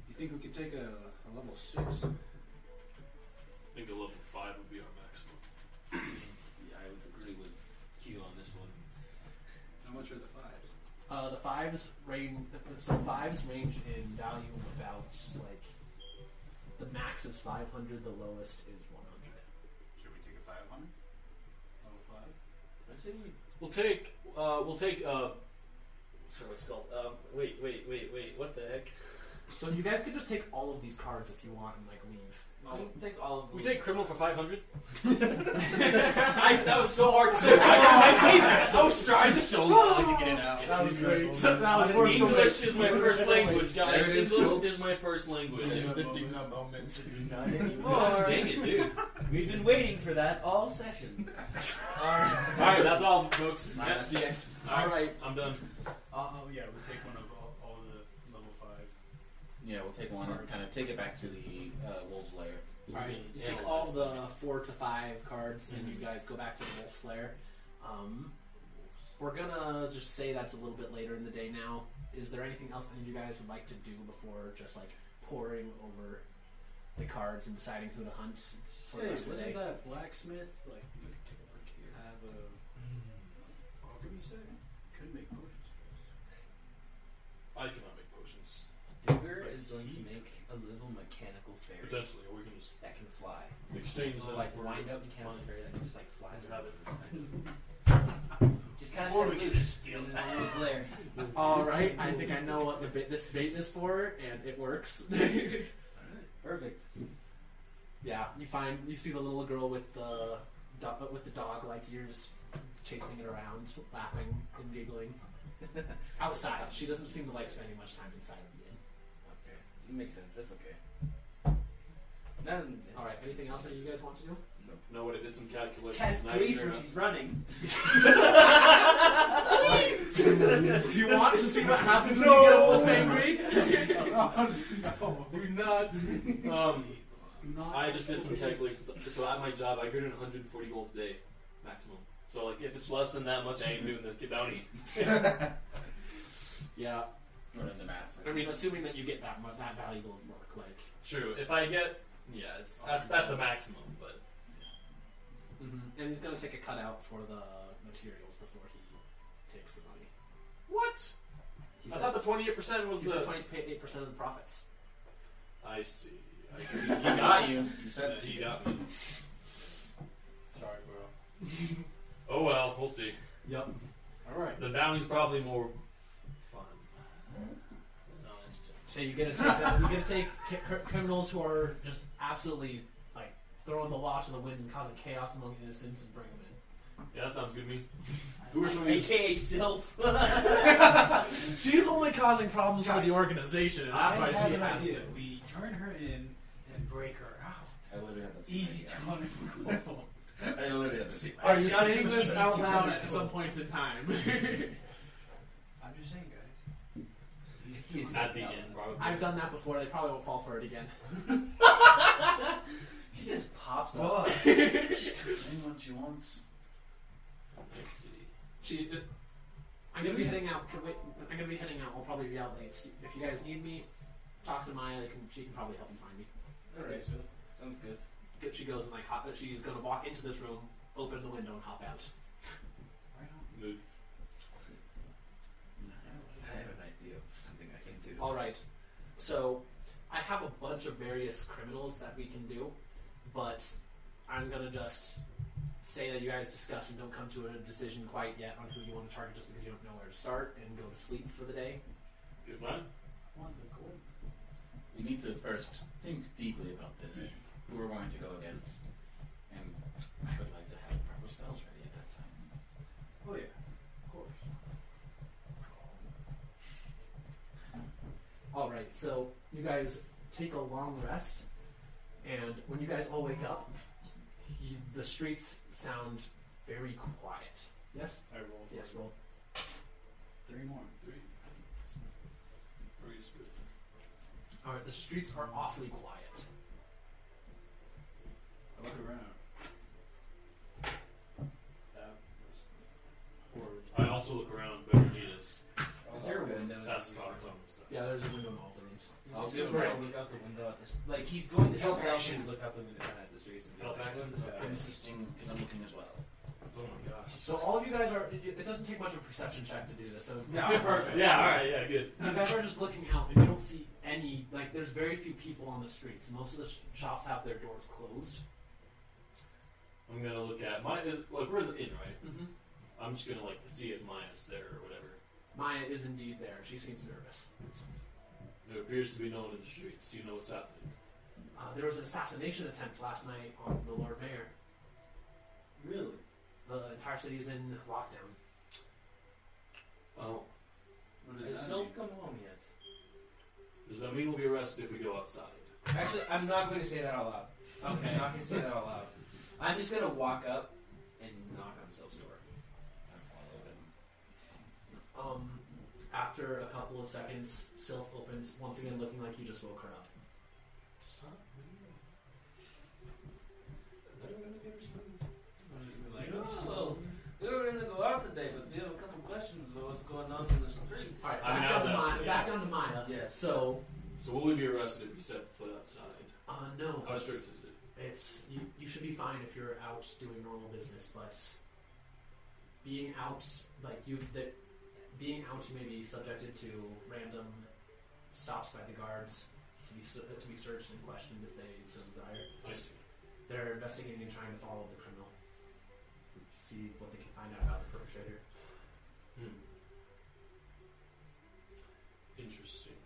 Speaker 4: You think we could take a, a level six?
Speaker 1: I think a level five would be our maximum.
Speaker 14: Yeah, I would agree with Q on this one.
Speaker 4: How much are the fives?
Speaker 2: Uh, the fives range. So fives range in value about like the max is five hundred, the lowest is one hundred.
Speaker 4: Should we take a five hundred? Level five.
Speaker 6: I say we we'll take uh, we'll take uh, sorry, what's it called? Um, wait, wait, wait, wait. What the heck?
Speaker 2: So you guys can just take all of these cards if you want and like leave.
Speaker 5: I don't think all of them.
Speaker 6: We take criminal for five hundred. That was so hard to say. I, I say that.
Speaker 3: Oh,
Speaker 6: I was trying.
Speaker 7: so lucky to get it out.
Speaker 2: That was great.
Speaker 6: Just English is my first language, guys.
Speaker 3: There it is,
Speaker 6: English
Speaker 3: folks.
Speaker 6: is my first language.
Speaker 3: Just the Digna moment.
Speaker 6: Gosh, dang it, dude.
Speaker 5: We've been waiting for that all session.
Speaker 6: All right, that's all, folks.
Speaker 3: Nah, that's the extra.
Speaker 6: All
Speaker 2: All
Speaker 6: right,
Speaker 2: right.
Speaker 6: I'm done.
Speaker 4: Oh yeah, we take one of all, all the level five.
Speaker 3: Yeah, we'll take one and kind of take it back to the uh, wolves lair.
Speaker 2: Alright, you
Speaker 6: Yeah.
Speaker 2: take all the four to five cards and you guys go back to the Wolf Slayer. Um, we're gonna just say that's a little bit later in the day now. Is there anything else any of you guys would like to do before just like pouring over the cards and deciding who to hunt for the
Speaker 4: Hey,
Speaker 2: rest of the
Speaker 4: wasn't
Speaker 2: day?
Speaker 4: that blacksmith like you could take a break here? Have a alchemy set? Could make potions.
Speaker 1: I cannot make potions.
Speaker 5: Duger is going to make a little mechanical fairy
Speaker 1: Potentially, or we can just
Speaker 5: that can fly.
Speaker 1: exchange
Speaker 5: So
Speaker 1: them.
Speaker 5: like wind up mechanical fairy that can just like flies around. Just kind of
Speaker 4: Or
Speaker 5: set
Speaker 4: we could
Speaker 5: loose in the wolves lair.
Speaker 2: All right, I think I know what the bait, this bait is for, and it works.
Speaker 5: Perfect.
Speaker 2: yeah, you find you see the little girl with the do- with the dog like ears chasing it around, laughing and giggling outside. She doesn't seem to like spending much time inside of the inn.
Speaker 5: Okay, it makes sense. That's okay. None.
Speaker 2: All right, anything else that you guys want to do?
Speaker 1: No, what I did some calculations.
Speaker 5: Cast
Speaker 1: and I
Speaker 5: grease
Speaker 1: figured
Speaker 5: when
Speaker 1: out-
Speaker 5: she's running.
Speaker 2: Do you want to see what happens when you get up the family?
Speaker 1: Do not. Um, I just did some calculations. So at my job, I get in 140 gold a day, maximum. So like, if it's less than that much, I ain't doing the bounty.
Speaker 2: yeah,
Speaker 3: Running the math.
Speaker 2: I mean, assuming that you get that mu- that valuable of work, like,
Speaker 1: True. If I get, yeah, it's that's that's the maximum. But
Speaker 2: and he's gonna take a cutout for the materials before he takes the money.
Speaker 1: what?
Speaker 2: He
Speaker 1: I
Speaker 2: said,
Speaker 1: thought the 28 percent was
Speaker 2: he said
Speaker 1: the.
Speaker 2: 28% of the profits.
Speaker 1: I see. I
Speaker 3: He
Speaker 1: see.
Speaker 3: got you. He
Speaker 1: Uh,
Speaker 3: said
Speaker 1: he got me.
Speaker 4: Sorry, bro.
Speaker 1: Oh well, we'll see.
Speaker 2: Yep.
Speaker 4: All right.
Speaker 1: The bounty's probably more
Speaker 2: So you get to take that, you get to take c- cr- criminals who are just absolutely like throwing the law to the wind and causing chaos among innocents and bring them in.
Speaker 1: Yeah, that sounds good to me. Who are some of these?
Speaker 23: AKA self.
Speaker 2: She's only causing problems for the organization. and That's
Speaker 4: I
Speaker 2: why
Speaker 4: have
Speaker 2: she
Speaker 4: an
Speaker 2: has
Speaker 4: idea.
Speaker 2: things.
Speaker 4: We turn her in and break her out.
Speaker 3: I literally had the same
Speaker 4: Easy
Speaker 3: idea.
Speaker 4: target.
Speaker 3: I literally had the same
Speaker 2: Are you
Speaker 3: idea.
Speaker 2: saying this out loud at some point in time?
Speaker 4: I'm just saying, guys.
Speaker 1: It's at the end, probably.
Speaker 2: I've done that before. They probably won't fall for it again.
Speaker 23: She just pops up.
Speaker 24: Well,
Speaker 3: Saying what she wants.
Speaker 1: I see.
Speaker 2: She, uh, I'm gonna be heading out. Can wait, I'm gonna be heading out. I'll probably be out late. If you guys need me, talk to Maya. They can, she can probably help you find me.
Speaker 24: alright, sounds good.
Speaker 2: Good, She goes and like hop, she's gonna walk into this room, open the window, and hop out.
Speaker 1: Mood.
Speaker 3: I have an idea of something I can do.
Speaker 2: All right. So I have a bunch of various criminals that we can do, but I'm gonna just say that you guys discuss and don't come to a decision quite yet on who you want to target, just because you don't know where to start and go to sleep for the day.
Speaker 1: Good plan.
Speaker 3: We need to first think deeply about this. Who we're going to go against. And I would like to have proper spells ready at that time.
Speaker 4: Oh yeah, of course.
Speaker 2: All right. So you guys take a long rest, and when you guys all wake up, you, the streets sound very quiet. Yes.
Speaker 1: I roll.
Speaker 2: Yes. Roll.
Speaker 4: Three more.
Speaker 1: Three. Three is good.
Speaker 2: All right. The streets are awfully quiet.
Speaker 4: I look around.
Speaker 1: That was horrid. I also look around, but Nina's.
Speaker 24: Is there a window?
Speaker 1: That's caught on the stuff.
Speaker 2: Yeah. There's a window in all the rooms.
Speaker 24: I'll
Speaker 1: give
Speaker 24: give
Speaker 1: him
Speaker 24: her
Speaker 1: a
Speaker 24: a
Speaker 1: break.
Speaker 24: look out the window at this. Like he's going to help action. Look out the window and at the streets and be
Speaker 1: Help
Speaker 24: like,
Speaker 1: action.
Speaker 24: "What is that?"
Speaker 3: I'm assisting because I'm looking as well.
Speaker 1: Oh my gosh.
Speaker 2: So all of you guys are. It it doesn't take much of a perception check to do this. So
Speaker 4: Yeah, perfect.
Speaker 1: Yeah, alright, yeah, good.
Speaker 2: you guys are just looking out, and you don't see any. Like there's very few people on the streets. Most of the sh- shops have their doors closed.
Speaker 1: I'm gonna look at my is like we're in the inn, right?
Speaker 2: Mm-hmm.
Speaker 1: I'm just gonna like see if Maya's there or whatever.
Speaker 2: Maya is indeed there. She seems nervous.
Speaker 1: There appears to be no one in the streets. Do you know what's happening?
Speaker 2: Uh, there was an assassination attempt last night on the Lord Mayor.
Speaker 4: Really?
Speaker 2: The entire city is in lockdown.
Speaker 1: Oh,
Speaker 4: What
Speaker 24: Has
Speaker 4: does that mean?
Speaker 24: Sylph come home yet?
Speaker 1: does that mean we'll be arrested if we go outside?
Speaker 24: Actually, I'm not going to say that out loud.
Speaker 2: Okay.
Speaker 24: I'm not going to say that out loud. I'm just going to walk up and knock on Sylph's door.
Speaker 3: I followed him.
Speaker 2: Um, after a couple of seconds, Sylph opens once again, looking like you just woke her up.
Speaker 24: I'm just gonna be like, so we were going to go out today, but we have a couple questions about what's going on in the streets.
Speaker 2: All right,
Speaker 1: I mean,
Speaker 2: back,
Speaker 1: I was
Speaker 2: down to Maya,
Speaker 1: asking,
Speaker 2: back down to Maya.
Speaker 24: Yes.
Speaker 2: So,
Speaker 1: So will we be arrested if we step foot outside?
Speaker 2: uh, no.
Speaker 1: How strict is it?
Speaker 2: It's you, you should be fine if you're out doing normal business, but being out like you that being out may be subjected to random stops by the guards to be s- to be searched and questioned if they so desire.
Speaker 1: I see.
Speaker 2: They're investigating and trying to follow the criminal, see what they can find out about the perpetrator.
Speaker 1: Hmm. Interesting.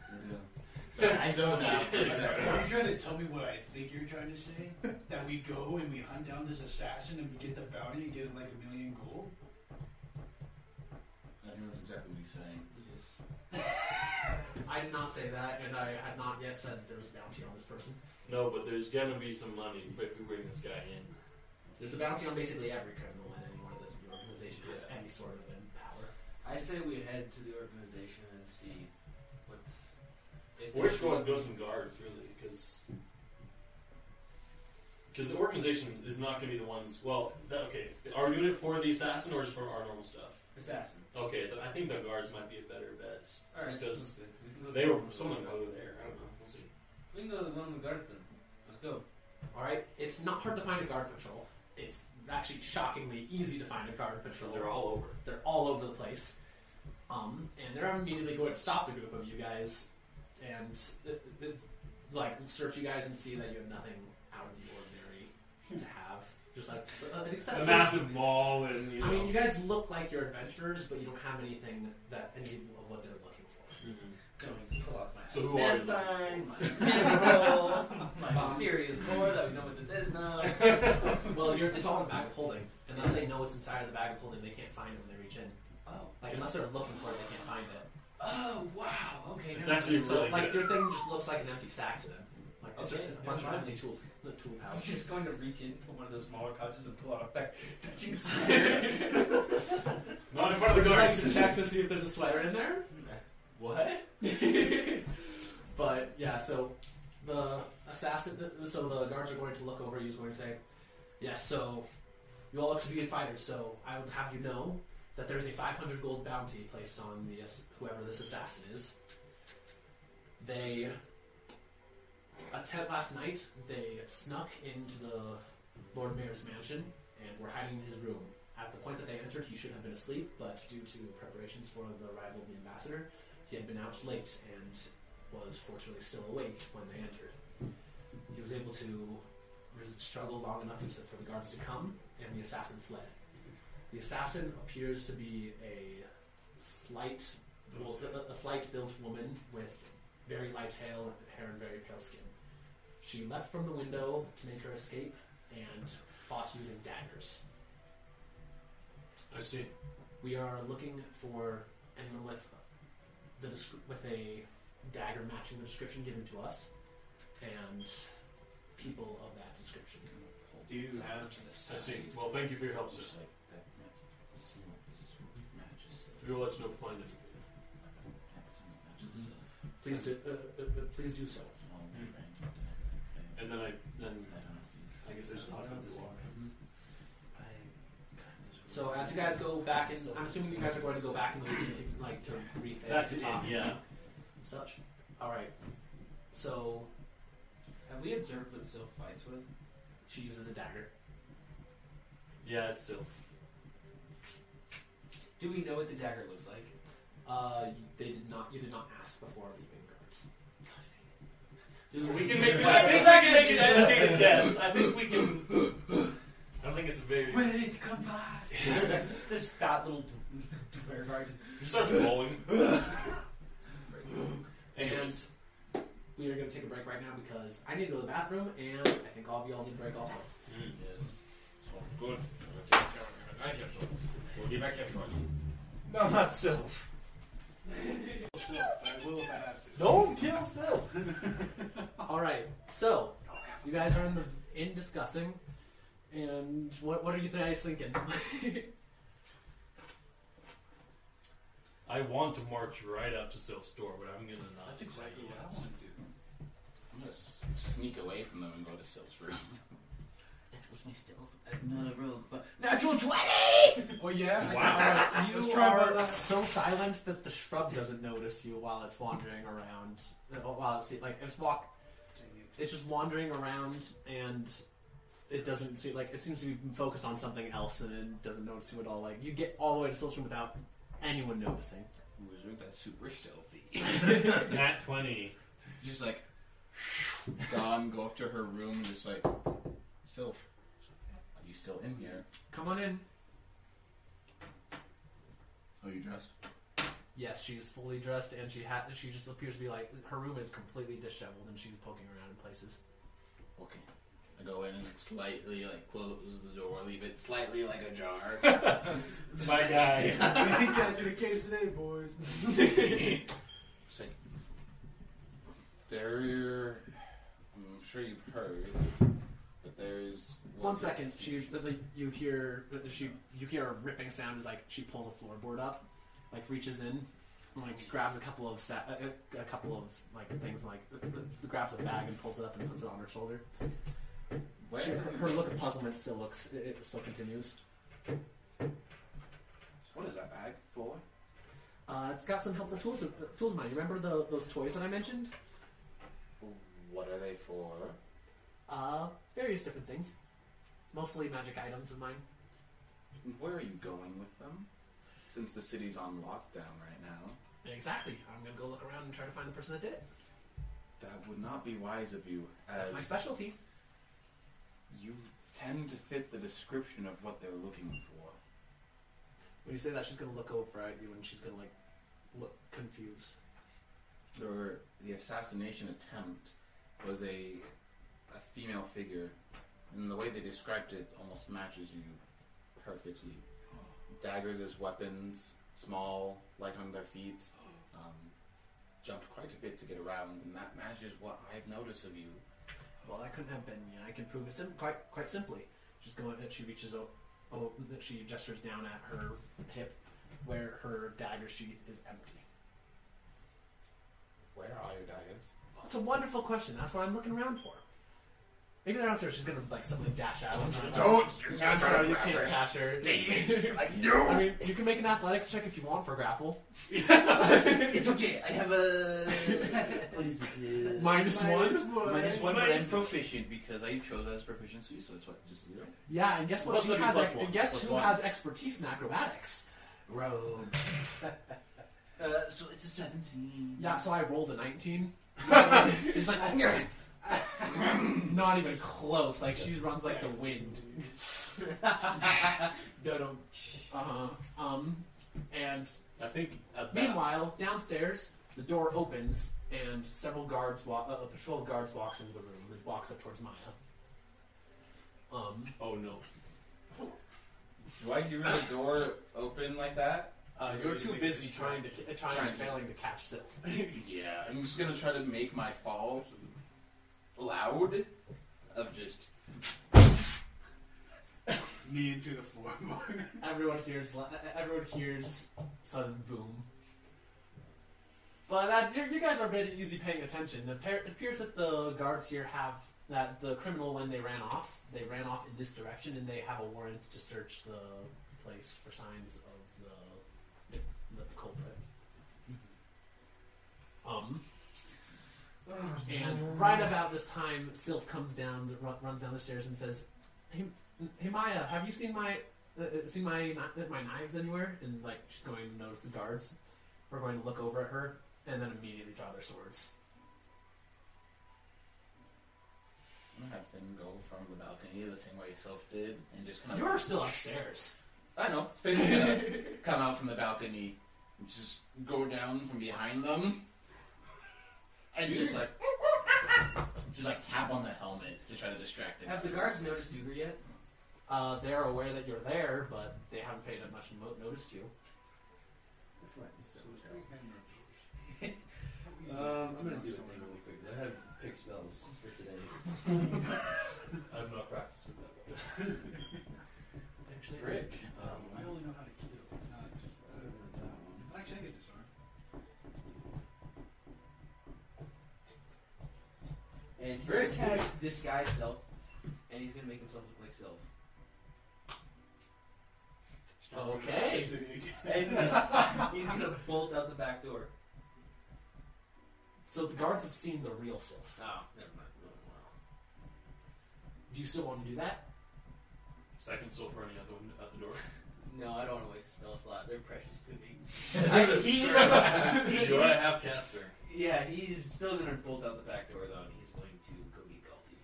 Speaker 3: Yeah. So I zoned out for a second.
Speaker 4: Are you trying to tell me what I think you're trying to say? that we go and we hunt down this assassin and we get the bounty and get like a million gold?
Speaker 3: I think that's exactly what he's saying.
Speaker 2: I did not say that, and I had not yet said that there was a bounty on this person.
Speaker 1: No, but there's gonna be some money if we bring this guy in.
Speaker 2: There's a bounty on basically every criminal in anywhere that the organization has any sort of power.
Speaker 8: I say we head to the organization and see what's. if
Speaker 1: We're just
Speaker 8: they're-
Speaker 1: going to go some guards, really, because the organization is not going to be the ones. Well, that, okay, are we doing it for the assassin or just for our normal stuff?
Speaker 8: Assassin.
Speaker 1: Okay, then I think the guards might be a better bet,
Speaker 8: All right.
Speaker 1: because
Speaker 8: We can go
Speaker 1: they
Speaker 8: to
Speaker 1: were
Speaker 8: the-
Speaker 1: someone over there. I don't know. We'll see.
Speaker 8: We can go to the one with Garthen. Let's go.
Speaker 2: All right, it's not hard to find a guard patrol. It's actually shockingly easy to find a guard patrol.
Speaker 1: They're all over.
Speaker 2: They're all over the place, um, and they're immediately going to stop the group of you guys and uh, uh, like search you guys and see that you have nothing out of the ordinary to have. Just like uh,
Speaker 1: A
Speaker 2: except
Speaker 1: massive mall and you know.
Speaker 2: I mean, you guys look like you're adventurers, but you don't have anything that any of what they're looking for.
Speaker 1: Mhm.
Speaker 8: Going to pull off my
Speaker 1: So who are you?
Speaker 8: Benthine, my mineral, my mysterious core that we know what it is now.
Speaker 2: Well, you're, it's all in a bag of holding. Unless they know what's inside of the bag of holding, they can't find it when they reach in.
Speaker 8: Oh,
Speaker 2: Like unless they're looking for it, they can't find it.
Speaker 8: oh wow, okay.
Speaker 1: It's
Speaker 8: never
Speaker 1: actually
Speaker 8: mind.
Speaker 1: really
Speaker 2: So like
Speaker 1: good.
Speaker 2: your thing just looks like an empty sack to them. Like it's just
Speaker 8: Okay,
Speaker 2: a bunch of
Speaker 8: never
Speaker 2: empty tool the tool
Speaker 8: I'm
Speaker 2: pouches.
Speaker 8: just going to reach into one of those smaller pouches and pull out a back fetching spear.
Speaker 1: Not in front of the guards.
Speaker 2: to check to see if there's a sweater in there.
Speaker 8: what?
Speaker 2: but yeah, so the assassin, so the guards are going to look over you and say, "Yes, so you all look to be good fighters. So I would have you know that there is a 500 gold bounty placed on the ass- whoever this assassin is. They attempt last night. They snuck into the Lord Mayor's mansion and were hiding in his room." At the point that they entered, he should have been asleep, but due to preparations for the arrival of the ambassador, he had been out late and was fortunately still awake when they entered. He was able to resist struggle long enough to, for the guards to come, and the assassin fled. The assassin appears to be a slight, well, a, a slight built woman with very light hail, hair and very pale skin. She leapt from the window to make her escape and fought using daggers.
Speaker 1: I see.
Speaker 2: We are looking for anyone with the descri- with a dagger matching the description given to us, and people of that description.
Speaker 1: Do you have?
Speaker 3: to the
Speaker 1: I see. Well, thank you for your help, sir.
Speaker 3: Just like that matches. See what this matches.
Speaker 1: We will let you know if we find anything.
Speaker 3: matches. uh,
Speaker 2: Please do, uh, uh, uh, please do so.
Speaker 3: it's all
Speaker 1: Mm.
Speaker 3: right.
Speaker 1: And then I then
Speaker 3: I don't know if
Speaker 1: I
Speaker 3: you-
Speaker 1: guess there's a lot of people.
Speaker 3: I kind of just-
Speaker 2: So as you guys go back, in, I'm assuming you guys are going to go back in the meeting to, like to rethink
Speaker 1: That's
Speaker 2: the
Speaker 1: it.
Speaker 2: topic
Speaker 1: Yeah.
Speaker 2: and such. All right. So
Speaker 8: Have we observed what Sylph fights with?
Speaker 2: she uses a dagger.
Speaker 1: Yeah, it's still.
Speaker 8: Do we know what the dagger looks like?
Speaker 2: Uh, you- they did not. You did not ask before leaving guards.
Speaker 1: We can make.
Speaker 8: Wait
Speaker 1: I
Speaker 8: a
Speaker 1: think we can
Speaker 8: second.
Speaker 1: make an educated guess. I think we can. I don't think it's a very.
Speaker 8: Wait, come by. this fat little dwarf guard.
Speaker 1: You start rolling.
Speaker 2: And we are going to take a break right now because I need to go to the bathroom, and I think all of y'all need a break also.
Speaker 3: Mm. Yes.
Speaker 25: Gut, dann gleich ja schon. Wo die weg ja schon.
Speaker 26: No, not self.
Speaker 4: I will have.
Speaker 26: Don't kill self.
Speaker 2: All right, so you guys are in the in discussing, and what what are you guys thinking?
Speaker 1: I want to march right up to Sylph's door, but I'm gonna not.
Speaker 3: That's
Speaker 1: do
Speaker 3: exactly
Speaker 1: that yet.
Speaker 3: what I want to do. I'm gonna s- sneak away from them and go to Sil's room. That was my stealth. Another room, but natural twenty.
Speaker 26: Oh yeah.
Speaker 2: All right, you
Speaker 26: Let's try about
Speaker 2: are
Speaker 26: that.
Speaker 2: so silent that the shrub doesn't notice you while it's wandering around. uh, While it's like it's walk, it's just wandering around, and it doesn't see like it seems to be focused on something else, and it doesn't notice you at all. Like you get all the way to Sil's room without anyone noticing.
Speaker 3: Wizard, that's super stealthy.
Speaker 1: Nat twenty.
Speaker 3: just like gone, go up to her room, and just like Sylph, are you still in here?
Speaker 2: Come on in.
Speaker 3: Are you dressed?
Speaker 2: Yes, she's fully dressed, and she ha- she just appears to be like her room is completely disheveled, and she's poking around in places.
Speaker 3: Okay. I go in and slightly like close the door, leave it slightly like ajar.
Speaker 1: My guy.
Speaker 4: We catch you the case today, boys.
Speaker 3: Just like there, I'm sure you've heard, but there's
Speaker 2: One second, she the- the- you hear uh, she you hear a ripping sound as like she pulls a floorboard up, like reaches in, and, like grabs a couple of sa- uh, a, a- a couple of like things, like uh, grabs a bag and pulls it up and puts it on her shoulder.
Speaker 3: Where?
Speaker 2: She, her look of puzzlement still looks it, it still continues.
Speaker 25: What is that bag for?
Speaker 2: Uh, it's got some helpful tools tools in mine. You remember the, those toys that I mentioned?
Speaker 3: What are they for?
Speaker 2: Uh, various different things, mostly magic items of mine.
Speaker 3: Where are you going with them? Since the city's on lockdown right now,
Speaker 2: Exactly. I'm gonna go look around and try to find the person that did it.
Speaker 3: that would not be wise of you. As
Speaker 2: That's my specialty.
Speaker 3: You tend to fit the description of what they're looking for.
Speaker 27: When you say that, she's gonna look over at you and she's gonna like look confused.
Speaker 3: There, the assassination attempt was a a female figure, and the way they described it almost matches you perfectly. Daggers as weapons, small, light on their feet. Um, jumped quite a bit to get around, and that matches what I've noticed of you.
Speaker 2: Well, that couldn't have been me, and I can prove it sim- quite quite simply. She's going. and She reaches out. Oh, that she gestures down at her hip, where her dagger sheath is empty.
Speaker 3: Where are your daggers?
Speaker 2: It's a wonderful question. That's what I'm looking around for. Maybe they're out there. She's gonna like suddenly dash out.
Speaker 3: Don't!
Speaker 2: I'm sorry, you can't catch her.
Speaker 3: Like, no!
Speaker 2: I mean, you can make an athletics check if you want for grapple.
Speaker 28: It's okay. I have a. what is it? Uh,
Speaker 2: Minus one.
Speaker 3: Minus one, but I'm proficient because I chose as proficiency, so it's what, just zero?
Speaker 2: Yeah, and guess what?
Speaker 3: Plus
Speaker 2: She
Speaker 3: thirty
Speaker 2: has.
Speaker 3: plus
Speaker 2: ex-
Speaker 3: one.
Speaker 2: and guess
Speaker 3: Plus
Speaker 2: who
Speaker 3: one.
Speaker 2: has expertise in acrobatics?
Speaker 28: Rogue. uh, so it's a 17.
Speaker 2: Yeah, so I rolled a 19. she's like, not even close. Like, she runs like the wind.
Speaker 27: No,
Speaker 2: Uh-huh. Um, and
Speaker 1: I think at that
Speaker 2: meanwhile, downstairs, the door opens, and several guards, wa- uh, a patrol of guards walks into the room and walks up towards Maya. Um,
Speaker 1: Oh no.
Speaker 3: Do I hear the door open like that?
Speaker 2: uh, you're too busy trying to, uh, trying,
Speaker 3: Trying
Speaker 2: and
Speaker 3: to-
Speaker 2: failing to catch Sylph.
Speaker 3: Yeah, I'm just gonna try to make my fall loud of just.
Speaker 4: Knee into the floor. Mark.
Speaker 2: Everyone hears. la- Everyone hears sudden boom. But that you you guys are pretty easy paying attention. It appear- it appears that the guards here have that the criminal when they ran off, they ran off in this direction, and they have a warrant to search the place for signs of the the, the culprit. Um. And right about this time, Sylph comes down, run, runs down the stairs, and says, "Hey, hey Maya, have you seen my uh, uh, see my kni- uh, my knives anywhere, and like she's going to notice the guards. We're going to look over at her, and then immediately draw their swords.
Speaker 3: I'm gonna have Finn go from the balcony the same way Soph did, and just kind of.
Speaker 2: You're still upstairs.
Speaker 3: I know. Finn's gonna come out from the balcony, and just go down from behind them, and just like, just like tap on the helmet to try to distract them.
Speaker 8: Have the guards noticed Duger yet?
Speaker 2: Uh, they're aware that you're there, but they haven't paid much mo- notice to you.
Speaker 27: That's what it's so
Speaker 28: Um, I'm gonna do a thing really quick. I have pick spells for today.
Speaker 1: I'm not practicing that well.
Speaker 2: Actually,
Speaker 28: Frick.
Speaker 4: I
Speaker 28: Um,
Speaker 4: only know how to kill, not uh, actually I can disarm.
Speaker 8: And he's
Speaker 28: Very
Speaker 8: gonna cast disguise self, and he's gonna make himself look like self.
Speaker 2: Okay.
Speaker 8: And he's gonna bolt out the back door.
Speaker 2: So the guards have seen the real Sylph.
Speaker 8: Oh, never mind. Wow.
Speaker 2: Do you still want to do that?
Speaker 1: Second soul running out the window, out the door.
Speaker 8: No, I don't want to waste a spell slot. They're precious to me.
Speaker 1: Sure.
Speaker 8: he-
Speaker 1: Do I have caster?
Speaker 8: Yeah, he's still gonna bolt out the back door though, and he's going to go meet Galti.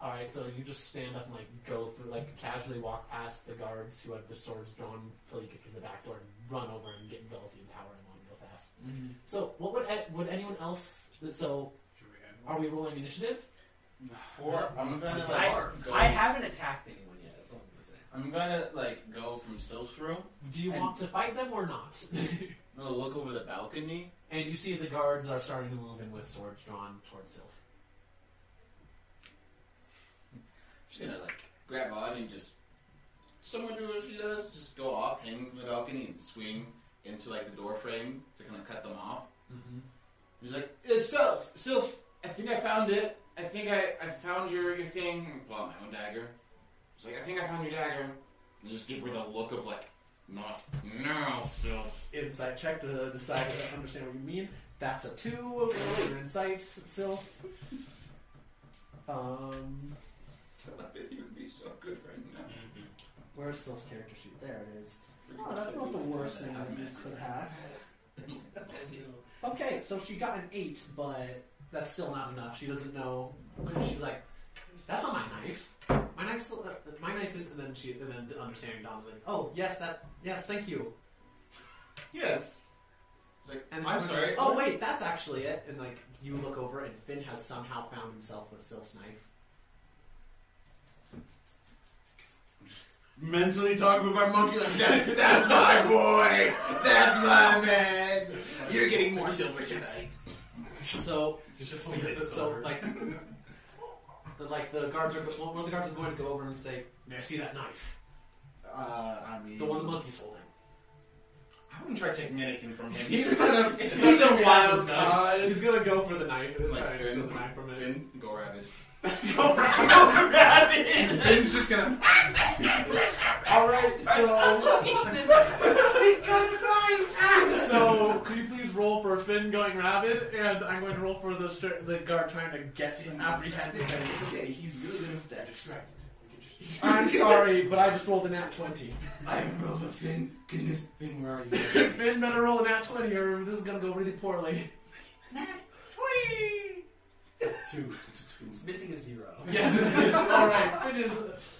Speaker 2: All right. So you just stand up and like go through, like casually walk past the guards who have their swords drawn till you get to the back door and run over and get Velty and Tower and on real fast.
Speaker 27: Mm-hmm.
Speaker 2: So what would would anyone else? So
Speaker 4: Should we add
Speaker 2: are we rolling initiative?
Speaker 3: Before I'm gonna like,
Speaker 8: I,
Speaker 3: go,
Speaker 8: I haven't attacked anyone yet. That's all I'm gonna say.
Speaker 3: I'm gonna like go from Sylph's room.
Speaker 2: Do you
Speaker 3: And-
Speaker 2: want to fight them or not?
Speaker 3: I'm gonna look over the balcony.
Speaker 2: and you see the guards are starting to move in with swords drawn towards Sylph.
Speaker 3: She's gonna like grab on and just someone do what she does, just go off, hang from the balcony and swing into like the door frame to kind of cut them off.
Speaker 2: Mm-hmm.
Speaker 3: She's like, it's Sylph, Sylph, I think I found it. I think I, I found your, your thing. Well, my own dagger. She's like, I think I found your dagger. And just give her the look of like, not now, Sylph.
Speaker 27: Insight check to decide, understand what you mean. That's a two. Roll your insights, Sylph. Um,
Speaker 3: That video would be so good right now.
Speaker 1: Mm-hmm.
Speaker 27: where's Sylph's character sheet? There it is. Oh, that's not the worst thing that this could have. Okay, so she got an eight, but that's still not enough. She doesn't know. She's like,
Speaker 2: That's not my knife. My knife's is my knife is and then she and then the understanding Don's like, oh yes, that yes, thank you.
Speaker 7: Yes. It's like,
Speaker 2: And
Speaker 7: I'm
Speaker 2: she's
Speaker 7: sorry.
Speaker 2: Like, oh wait, that's actually it. And like you look over and Finn has somehow found himself with Sylph's knife.
Speaker 3: Mentally talking with my monkey like that, that's my boy! That's my man! You're getting more silver tonight.
Speaker 2: So so,
Speaker 6: silver.
Speaker 2: like the, like the guards are one of the guards is going to go over and say, May I see that knife?
Speaker 3: Uh, I mean
Speaker 2: The one the monkey's holding.
Speaker 3: I wouldn't try taking anything from him. He's gonna he's a wild card.
Speaker 2: He's gonna go for the knife and
Speaker 3: Like
Speaker 2: try to steal
Speaker 3: Finn,
Speaker 2: the knife from it.
Speaker 3: Finn, go ravage.
Speaker 8: Rabbit!
Speaker 3: Finn's just gonna
Speaker 2: Alright, so so could you please roll for Finn going rabid and I'm going to roll for the stri- the guard trying to get him apprehended.
Speaker 29: It's okay. He's really good at that. Distracted.
Speaker 2: I'm sorry, but I just rolled a nat twenty.
Speaker 29: I haven't rolled a fin. Goodness, Finn, where are you?
Speaker 2: Finn better roll a nat twenty or this is gonna go really poorly.
Speaker 1: Two.
Speaker 8: It's missing a zero.
Speaker 2: Yes, it is. Alright. Finn is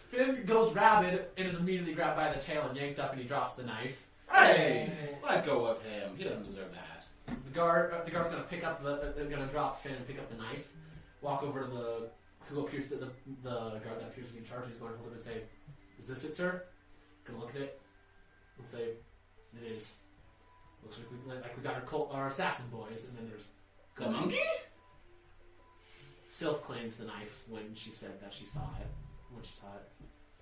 Speaker 2: Finn goes rabid and is immediately grabbed by the tail and yanked up and he drops the knife.
Speaker 3: Hey! Let go of him. He doesn't deserve that.
Speaker 2: The guard, uh, the guard's gonna pick up the, uh, they're gonna drop Finn and pick up the knife, walk over to the who appears to the the guard that appears to be in charge. He's going to hold it and say, "Is this it, sir?" Gonna look at it and say, "It is." Looks like we like we got our cult, our assassin boys, and then there's
Speaker 3: The monkey?
Speaker 2: Sylph claimed the knife when she said that she saw it. When she saw it,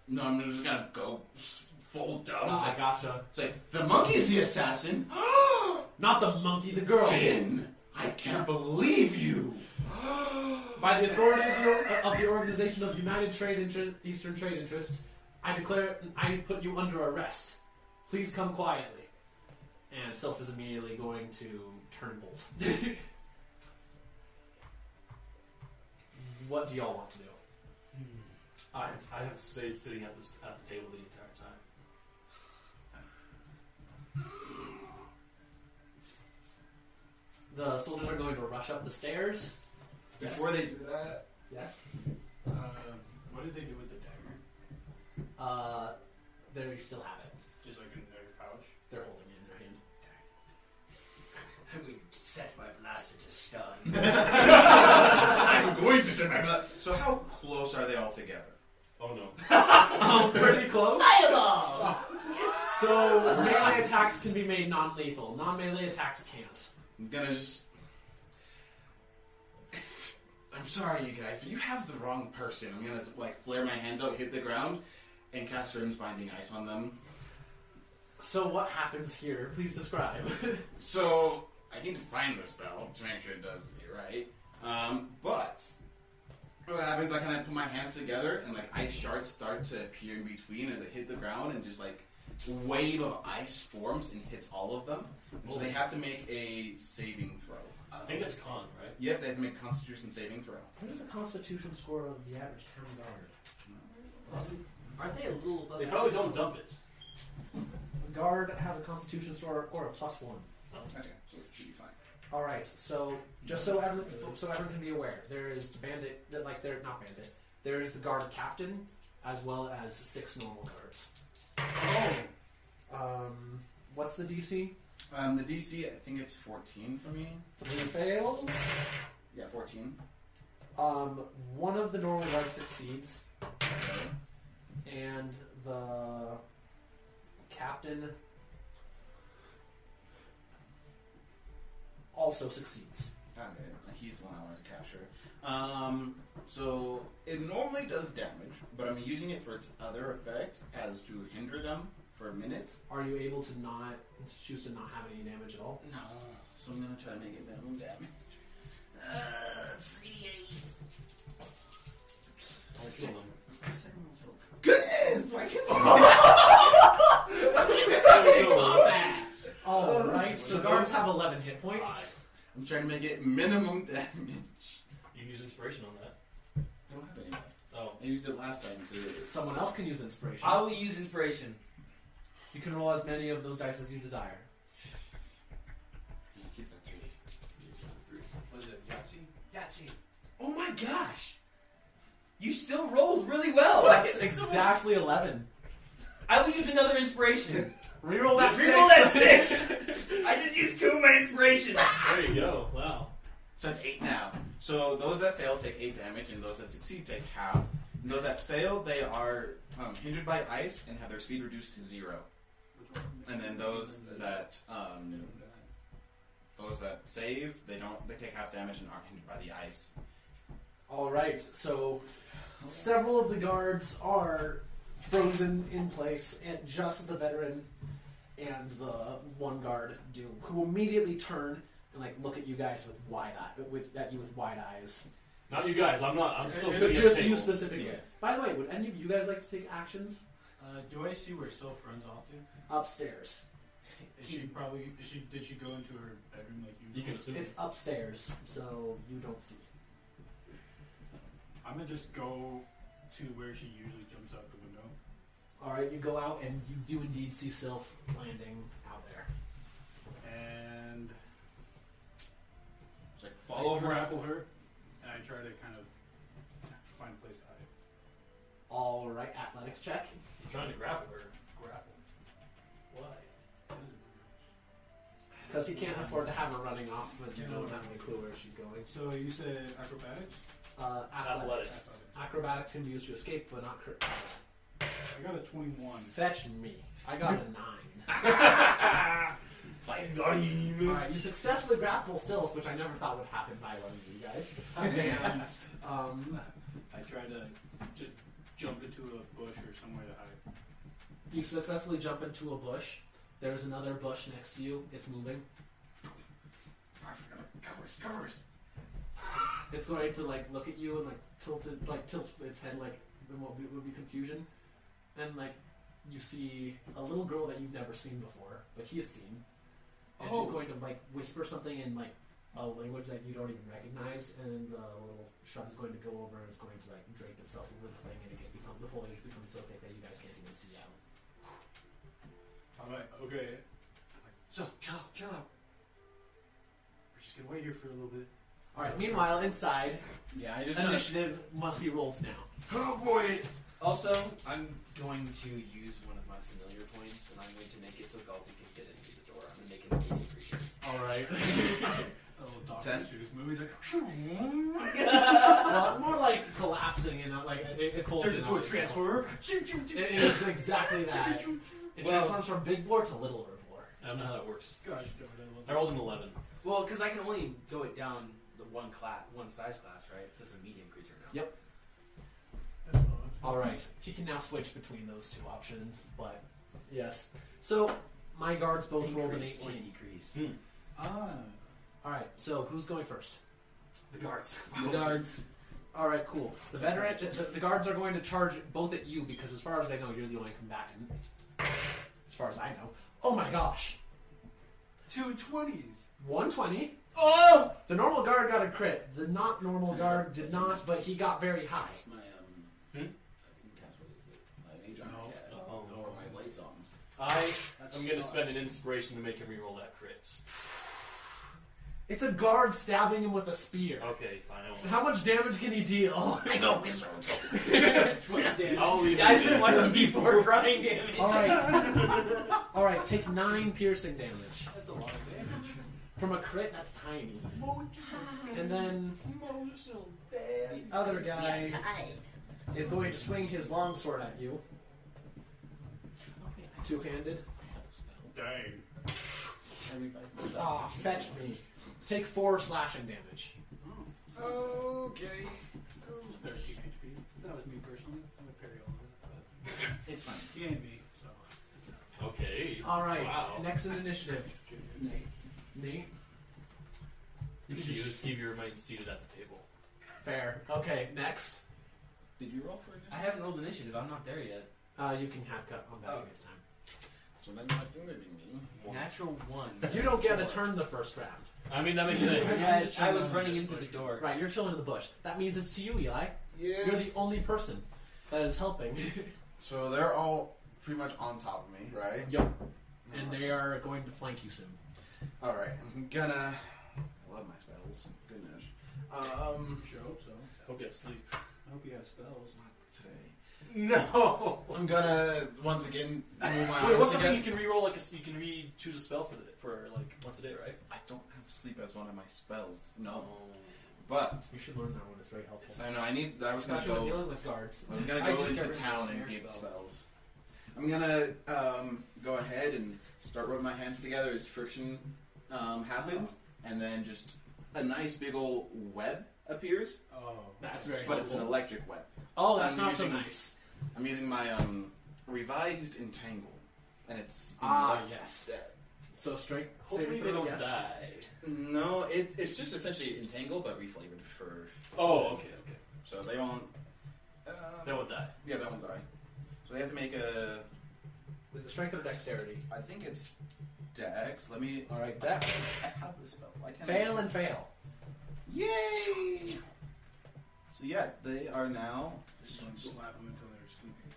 Speaker 3: No, I'm just gonna go s- full dumb. It's
Speaker 2: Ah,
Speaker 3: like,
Speaker 2: gotcha.
Speaker 3: it's like, the monkey's the assassin.
Speaker 2: Not the monkey, the girl.
Speaker 3: Finn, I can't believe you.
Speaker 2: By the authorities of the- of the Organization of United Trade Inter- Eastern Trade Interests, I declare I put you under arrest. Please come quietly. And Sylph is immediately going to turn bolt. what do y'all want to do?
Speaker 1: I, I have stayed sitting at this at the table the entire time.
Speaker 2: The soldiers are going to rush up the stairs.
Speaker 7: Before they do that,
Speaker 2: Yes.
Speaker 4: Uh, what did they do with the dagger?
Speaker 2: Uh, they still have it.
Speaker 4: Just like in their pouch?
Speaker 2: They're holding it in their hand.
Speaker 8: I would set my blaster to stun.
Speaker 3: I'm going to send my blood. So how close are they all together?
Speaker 1: Oh no.
Speaker 2: Oh, pretty close. So melee attacks can be made non-lethal. Non-melee attacks can't.
Speaker 3: I'm gonna just. I'm sorry, you guys, but you have the wrong person. I'm gonna like flare my hands out, hit the ground, and cast Rim's Binding Ice on them.
Speaker 2: So what happens here? Please describe.
Speaker 3: So I need to find the spell to make sure it does it right. Um, but what happens? I kind of put my hands together, and like ice shards start to appear in between as I hit the ground, and just like wave of ice forms and hits all of them. And so they have to make a saving throw.
Speaker 1: I think it's con, right?
Speaker 3: Yep, they have to make Constitution saving throw.
Speaker 2: what is the Constitution score of the average town guard?
Speaker 8: Aren't they a little above
Speaker 1: They probably don't dump it.
Speaker 2: A guard has a Constitution score or a plus one.
Speaker 3: Okay, so it should be fine.
Speaker 2: All right. So just so everyone, so everyone can be aware, there is the bandit. that, Like they're not bandit. There is the guard captain, as well as six normal guards. Oh. Um. What's the DC?
Speaker 3: Um, the DC, I think it's 14 for me.
Speaker 2: Three fails.
Speaker 3: Yeah, 14.
Speaker 2: Um, one of the normal guards succeeds, and the captain also succeeds.
Speaker 3: Got it. He's the one I wanted to capture. Um, so it normally does damage, but I'm using it for its other effect as to hinder them for a minute.
Speaker 2: Are you able to not choose to not have any damage at all?
Speaker 3: No, so I'm gonna try to make it minimum damage. Uh, 38. The second one's real cool. Goodness! Why can't Why can't this happen in
Speaker 1: uh,
Speaker 3: combat?
Speaker 2: All right. So guards have eleven hit points.
Speaker 3: I'm trying to make it minimum damage.
Speaker 1: You can use inspiration on that.
Speaker 3: I don't have any left.
Speaker 1: Oh.
Speaker 3: I used it last time too.
Speaker 2: Someone else can use inspiration.
Speaker 8: I will use inspiration.
Speaker 2: You can roll as many of those dice as you desire.
Speaker 3: Yeah, keep that three.
Speaker 4: What is it, Yahtzee?
Speaker 8: Yahtzee. Oh my gosh! You still rolled really well.
Speaker 6: That's exactly 11.
Speaker 8: I will use another inspiration.
Speaker 6: Reroll that six.
Speaker 8: Reroll that six. I just used two of my inspirations.
Speaker 1: There you go. Wow.
Speaker 3: So it's eight now. So those that fail take eight damage, and those that succeed take half. And those that fail, they are um, hindered by ice and have their speed reduced to zero. And then those that um, those that save, they don't. They take half damage and aren't hindered by the ice.
Speaker 2: All right, so several of the guards are frozen in place, and just the veteran and the one guard do, who immediately turn and like look at you guys with wide eye, with at you with wide eyes.
Speaker 1: Not you guys. I'm not. I'm still
Speaker 2: So
Speaker 1: sitting at
Speaker 2: just
Speaker 1: the table.
Speaker 2: you specifically. By the way, would any of you guys like to take actions
Speaker 4: Uh, do I see where Soph runs off to?
Speaker 2: upstairs?
Speaker 4: Is she probably? Is she? Did she go into her bedroom like you?
Speaker 1: You can assume.
Speaker 2: It's upstairs, so you don't see.
Speaker 4: I'm gonna just go to where she usually jumps out the window.
Speaker 2: All right, you go out and you do indeed see Sylph landing out there.
Speaker 4: and
Speaker 3: It's like follow
Speaker 4: I
Speaker 3: her
Speaker 4: grapple her, and I try to kind of find a place to hide.
Speaker 2: All right, athletics check.
Speaker 1: I'm trying to grapple her. Grapple. Why?
Speaker 2: Because he can't afford to have her running off with no one having a clue where she's going.
Speaker 4: So you said acrobatics?
Speaker 2: Uh, athletics.
Speaker 1: Athletics.
Speaker 2: Acrobatics can be used to escape, but not crit.
Speaker 4: I got a 21.
Speaker 2: Fetch me. I got a nine. Alright, you successfully grapple Sylph, which I never thought would happen by one of you guys.
Speaker 4: And
Speaker 2: Um,
Speaker 4: I try to just jump into a bush or somewhere to hide.
Speaker 2: you successfully jump into a bush. There's another bush next to you. It's moving.
Speaker 3: covers covers.
Speaker 2: It's going to like look at you and like tilt it, like tilt its head, like in what would be confusion. And like you see a little girl that you've never seen before, but he has seen. And
Speaker 3: Oh.
Speaker 2: she's going to like whisper something in like a language that you don't even recognize, and the little shrub is going to go over and it's going to like drape itself over the thing, and it can become, the foliage becomes so thick that you guys can't even see out.
Speaker 4: I'm like, okay. I'm like, so, chill out, chill out. We're just gonna wait here for a little bit.
Speaker 2: All right. Meanwhile, inside,
Speaker 3: Yeah, I just
Speaker 2: initiative must be rolled now.
Speaker 3: oh boy.
Speaker 14: Also, I'm going to use one of my familiar points, and I'm going to make it so Galsy can fit in through the door. I'm going to make an immediate creature.
Speaker 2: All right.
Speaker 4: A little Doctor
Speaker 3: Ten.
Speaker 4: Seuss movie. Like,
Speaker 2: well, more like collapsing and not like it, it pulls
Speaker 4: turns
Speaker 2: in
Speaker 4: into
Speaker 2: on
Speaker 4: a
Speaker 2: itself.
Speaker 4: transformer.
Speaker 2: It is exactly that. It
Speaker 14: Well-
Speaker 2: transforms from big boar to little boar.
Speaker 1: I don't know how that works.
Speaker 4: Gosh, darn,
Speaker 1: I rolled an 11.
Speaker 14: Well, because I can only go it down the one class, one size class, right? So it's a medium creature now.
Speaker 2: Yep.
Speaker 4: I love it.
Speaker 2: All right. He can now switch between those two options, but yes. So my guards both rolled an
Speaker 14: Increase to
Speaker 2: 18.
Speaker 14: decrease.
Speaker 4: Ah.
Speaker 2: All right. So who's going first?
Speaker 1: The guards.
Speaker 3: The guards.
Speaker 2: All right. Cool. The veteran. The, the guards are going to charge both at you because, as far as I know, you're the only combatant. As far as I know. Oh my gosh.
Speaker 4: Two 20s.
Speaker 2: 120. Oh! The normal guard got a crit. The not normal guard did not, but he got very high.
Speaker 3: That's my um.
Speaker 1: Hmm?
Speaker 3: I can cast what is it? My mage armor.
Speaker 1: No.
Speaker 3: Yeah.
Speaker 1: Oh.
Speaker 3: Or my blades on.
Speaker 1: I
Speaker 3: That's
Speaker 1: am going to
Speaker 3: sucks.
Speaker 1: spend an inspiration to make him reroll that crit.
Speaker 2: It's a guard stabbing him with a spear.
Speaker 1: Okay, fine. I won't.
Speaker 2: How much damage can he deal?
Speaker 3: I know wizard.
Speaker 1: I'll leave
Speaker 8: Guys,
Speaker 1: it.
Speaker 8: been one of the D4 crying damage.
Speaker 2: All right. All right, take 9 piercing damage.
Speaker 4: That's a lot of damage.
Speaker 2: From a crit, that's tiny. And then the other guy is going to swing his longsword at you. Two-handed.
Speaker 4: Dang.
Speaker 3: Everybody.
Speaker 2: Ah, fetch me. Take 4 slashing damage.
Speaker 7: Okay.
Speaker 4: It's 13 HP. That was me personally. I'm gonna parry all of it.
Speaker 3: It's fine.
Speaker 4: But he ain't me, so.
Speaker 1: Okay.
Speaker 2: All right.
Speaker 1: Wow.
Speaker 2: Next in initiative.
Speaker 3: Nate.
Speaker 2: Nate.
Speaker 1: You should just keep your mind seated at the table.
Speaker 2: Fair. Okay, next.
Speaker 3: Did you roll for it?
Speaker 5: I haven't rolled initiative. I'm not there yet.
Speaker 2: Uh, you can have cut on that
Speaker 5: Oh.
Speaker 2: next time.
Speaker 3: So then I think it'd be me.
Speaker 5: Natural one.
Speaker 2: You don't get a turn the first round.
Speaker 1: I mean, that makes sense.
Speaker 5: I, I was running into the door.
Speaker 2: Right, you're chilling in the bush. That means it's to you, Eli. You're
Speaker 3: Yeah.
Speaker 2: the only person that is helping.
Speaker 3: So they're all pretty much on top of me, right? Uh-huh.
Speaker 2: yep.
Speaker 3: No,
Speaker 2: And
Speaker 3: that's
Speaker 2: they are going to flank you soon.
Speaker 3: All right, I'm gonna. I love my spells. Goodness. Um,
Speaker 4: Sure hope so.
Speaker 1: Hope you have sleep.
Speaker 4: I hope you have spells.
Speaker 3: today.
Speaker 1: No.
Speaker 3: I'm gonna once again move my
Speaker 1: Wait,
Speaker 3: eyes
Speaker 1: what's something
Speaker 3: again.
Speaker 1: you can re-roll? Like a, you can re-choose a spell for the day, for like once a day, right? Oh.
Speaker 3: I don't have sleep as one of my spells. No, but
Speaker 2: You should learn that one. It's very helpful.
Speaker 3: I know I need. I was gonna
Speaker 2: Especially when
Speaker 3: go.
Speaker 2: dealing with guards.
Speaker 3: I was gonna
Speaker 2: I
Speaker 3: go
Speaker 2: just got
Speaker 3: into
Speaker 2: rid of
Speaker 3: town
Speaker 2: the
Speaker 3: and
Speaker 2: snare
Speaker 3: get
Speaker 2: spell.
Speaker 3: spells. I'm gonna um, go ahead and start rubbing my hands together as friction um, happens, and then just a nice big old web appears,
Speaker 4: Oh.
Speaker 2: That's very
Speaker 3: but it's an
Speaker 2: helpful.
Speaker 3: electric web.
Speaker 2: Oh, that's
Speaker 3: I'm
Speaker 2: not so
Speaker 3: using-
Speaker 2: nice.
Speaker 3: I'm using my um, revised entangle, and it's
Speaker 2: Ah,
Speaker 3: elec-
Speaker 2: yes. So straight.
Speaker 1: Hopefully they don't die.
Speaker 3: No, it, it's just essentially entangle, but reflavored for.
Speaker 1: Oh, okay, okay.
Speaker 3: So they won't. Uh,
Speaker 1: They won't die.
Speaker 3: yeah, they won't die. So they have to make a.
Speaker 30: With the strength of dexterity.
Speaker 3: I think it's Dex. Let me.
Speaker 30: All right, dex.
Speaker 3: I have this spell. Why can't I-
Speaker 30: Fail and fail.
Speaker 3: Yay! So yeah, they are now.
Speaker 4: Just like slap them until they're sleeping.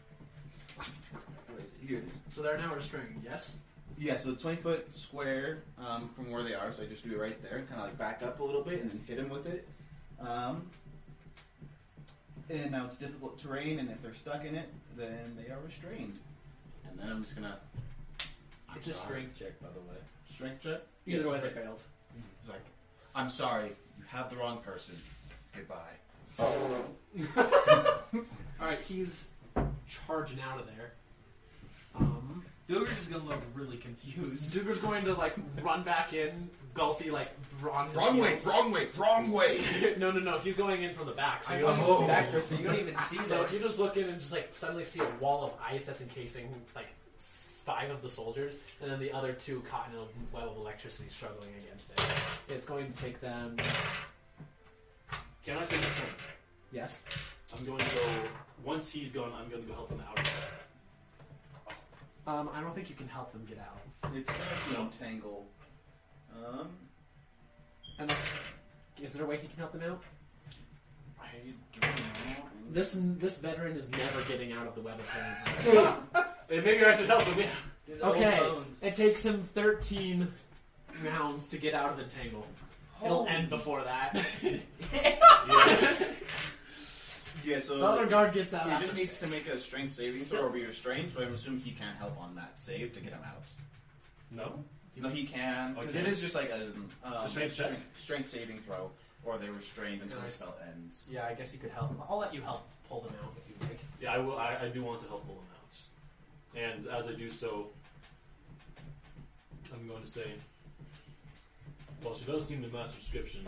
Speaker 3: Here it is.
Speaker 30: So they're now restrained. Yes.
Speaker 3: Yeah, so twenty foot square um, from where they are. So I just do it right there, kind of like back up a little bit, and then hit them with it. Um, and now it's difficult terrain, and if they're stuck in it, then they are restrained. And then I'm just gonna.
Speaker 31: It's a strength check, by the way.
Speaker 3: Strength check.
Speaker 30: Either
Speaker 3: Yes.
Speaker 30: way, they failed.
Speaker 3: It's like, I'm sorry, you have the wrong person. Goodbye.
Speaker 2: All right, he's charging out of there.
Speaker 30: Um,
Speaker 31: Duger's is gonna look really confused.
Speaker 2: Zuger's going to like run back in. Galty like run. his heels.
Speaker 3: wrong way, wrong way.
Speaker 2: no, no, no. He's going in from the back. So
Speaker 30: I
Speaker 2: you
Speaker 30: don't
Speaker 2: don't
Speaker 30: even
Speaker 3: Oh.
Speaker 30: see Baxter, so you don't even
Speaker 8: Oh.
Speaker 30: see
Speaker 2: So
Speaker 30: this.
Speaker 2: you just look in and just like suddenly see a wall of ice that's encasing like s- five of the soldiers, and then the other two caught in a web of electricity struggling against it. It's going to take them. Can I take a turn?
Speaker 30: Yes.
Speaker 1: I'm going to go. Once he's gone, I'm going to go help him out. of there.
Speaker 2: Um, I don't think you can help them get out.
Speaker 3: It's such an entangle. Um,
Speaker 30: Unless, is there a way he can help them out?
Speaker 3: I don't know.
Speaker 2: This this veteran is never getting out of the web of pain. Uh, Maybe I should help him. yeah.
Speaker 31: His
Speaker 2: Okay,
Speaker 31: old bones.
Speaker 2: it takes him 13 rounds to get out of the tangle. It'll end before that.
Speaker 3: Yeah, so
Speaker 2: the other guard gets out.
Speaker 3: he
Speaker 2: after
Speaker 3: just needs to
Speaker 2: six.
Speaker 3: make a strength saving throw or be restrained. So I'm assuming he can't help on that save to get him out.
Speaker 1: No.
Speaker 3: No, he can because
Speaker 1: Okay.
Speaker 3: it is just like a um,
Speaker 1: strength check?
Speaker 3: strength saving throw, or they're restrained until the
Speaker 30: Nice.
Speaker 3: spell ends.
Speaker 2: Yeah, I guess you could help. I'll let you help pull them out if you like.
Speaker 1: Yeah, I will. I, I do want to help pull him out, and as I do so, I'm going to say, while she does seem to match description,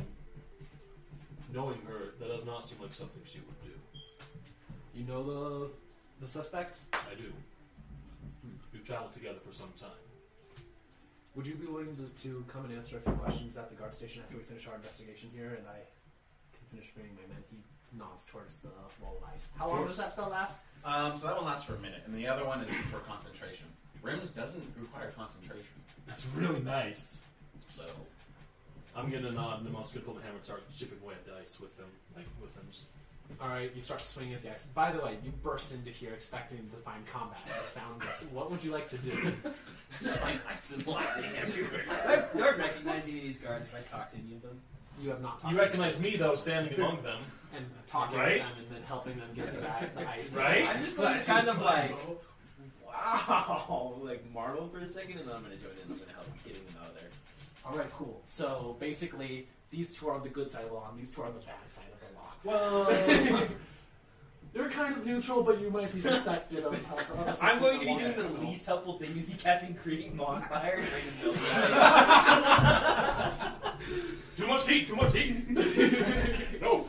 Speaker 1: knowing her, that does not seem like something she would do.
Speaker 2: You know the the suspect.
Speaker 1: I do. We've traveled together for some time.
Speaker 2: Would you be willing to, to come and answer a few questions at the guard station after we finish our investigation here, and I can finish freeing my men? He nods towards the wall of ice. How long does that spell last?
Speaker 3: Um, so that one lasts for a minute, and the other one is for concentration. Rims doesn't require concentration,
Speaker 1: That's really nice.
Speaker 3: so
Speaker 1: I'm gonna nod, and I'm also gonna pull my hammer and start chipping away at the ice with them, like with them. Just,
Speaker 2: All right, you start swinging at the axe. By the way, you burst into here expecting to find combat. You just found this. What would you like to do?
Speaker 3: just find ice and lightning everywhere.
Speaker 8: I, I would recognize any of these guards if I talked to any of them.
Speaker 2: You have not. talked
Speaker 1: you
Speaker 2: to
Speaker 1: recognize
Speaker 2: them.
Speaker 1: me though, standing among them,
Speaker 2: and talking
Speaker 1: Right?
Speaker 2: to them and then helping them get to that the height.
Speaker 1: right?
Speaker 8: I'm just going to kind of like, wow, like marvel for a second, and then I'm going to join in. I'm going to help getting them out of there.
Speaker 2: All right, cool. So basically, these two are on the good side of the law, and these two are on the bad side of the law.
Speaker 8: Well,
Speaker 2: You're kind of neutral, but you might be suspected of. of- of
Speaker 8: I'm going to be
Speaker 2: assisting
Speaker 8: doing the
Speaker 2: along.
Speaker 8: least helpful thing and be casting creating bonfire. and bringing them down.
Speaker 1: Too much heat. Too much heat. no.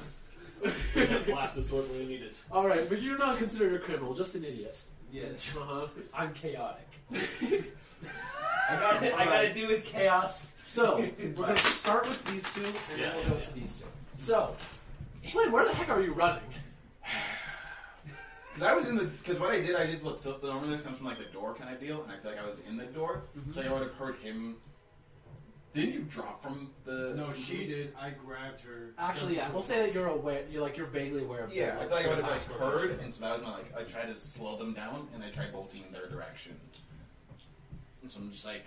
Speaker 1: Blast the sword when we need it.
Speaker 2: All right, but you're not considered a criminal, just an idiot.
Speaker 8: yes,
Speaker 2: Uh-huh.
Speaker 8: I'm chaotic. I got I got to do is chaos.
Speaker 2: So we're going to start with these two, and
Speaker 1: Yeah,
Speaker 2: then we'll
Speaker 1: yeah,
Speaker 2: go
Speaker 1: yeah.
Speaker 2: to these two. So, Flynn, where the heck are you running?
Speaker 3: Because I was in the. Because what I did, I did what. So the normally this comes from like the door kind of deal, and I feel like I was in the door, so I would have heard him. Didn't you drop from the?
Speaker 4: No, she did. I grabbed her.
Speaker 2: Actually, yeah, we'll say that you're aware. You're like you're vaguely aware of.
Speaker 3: Yeah, I
Speaker 2: the-
Speaker 3: feel like I would have
Speaker 2: the
Speaker 3: like
Speaker 2: last location.
Speaker 3: heard, and so that was my like. I tried to slow them down, and I tried bolting in their direction. And so I'm just like,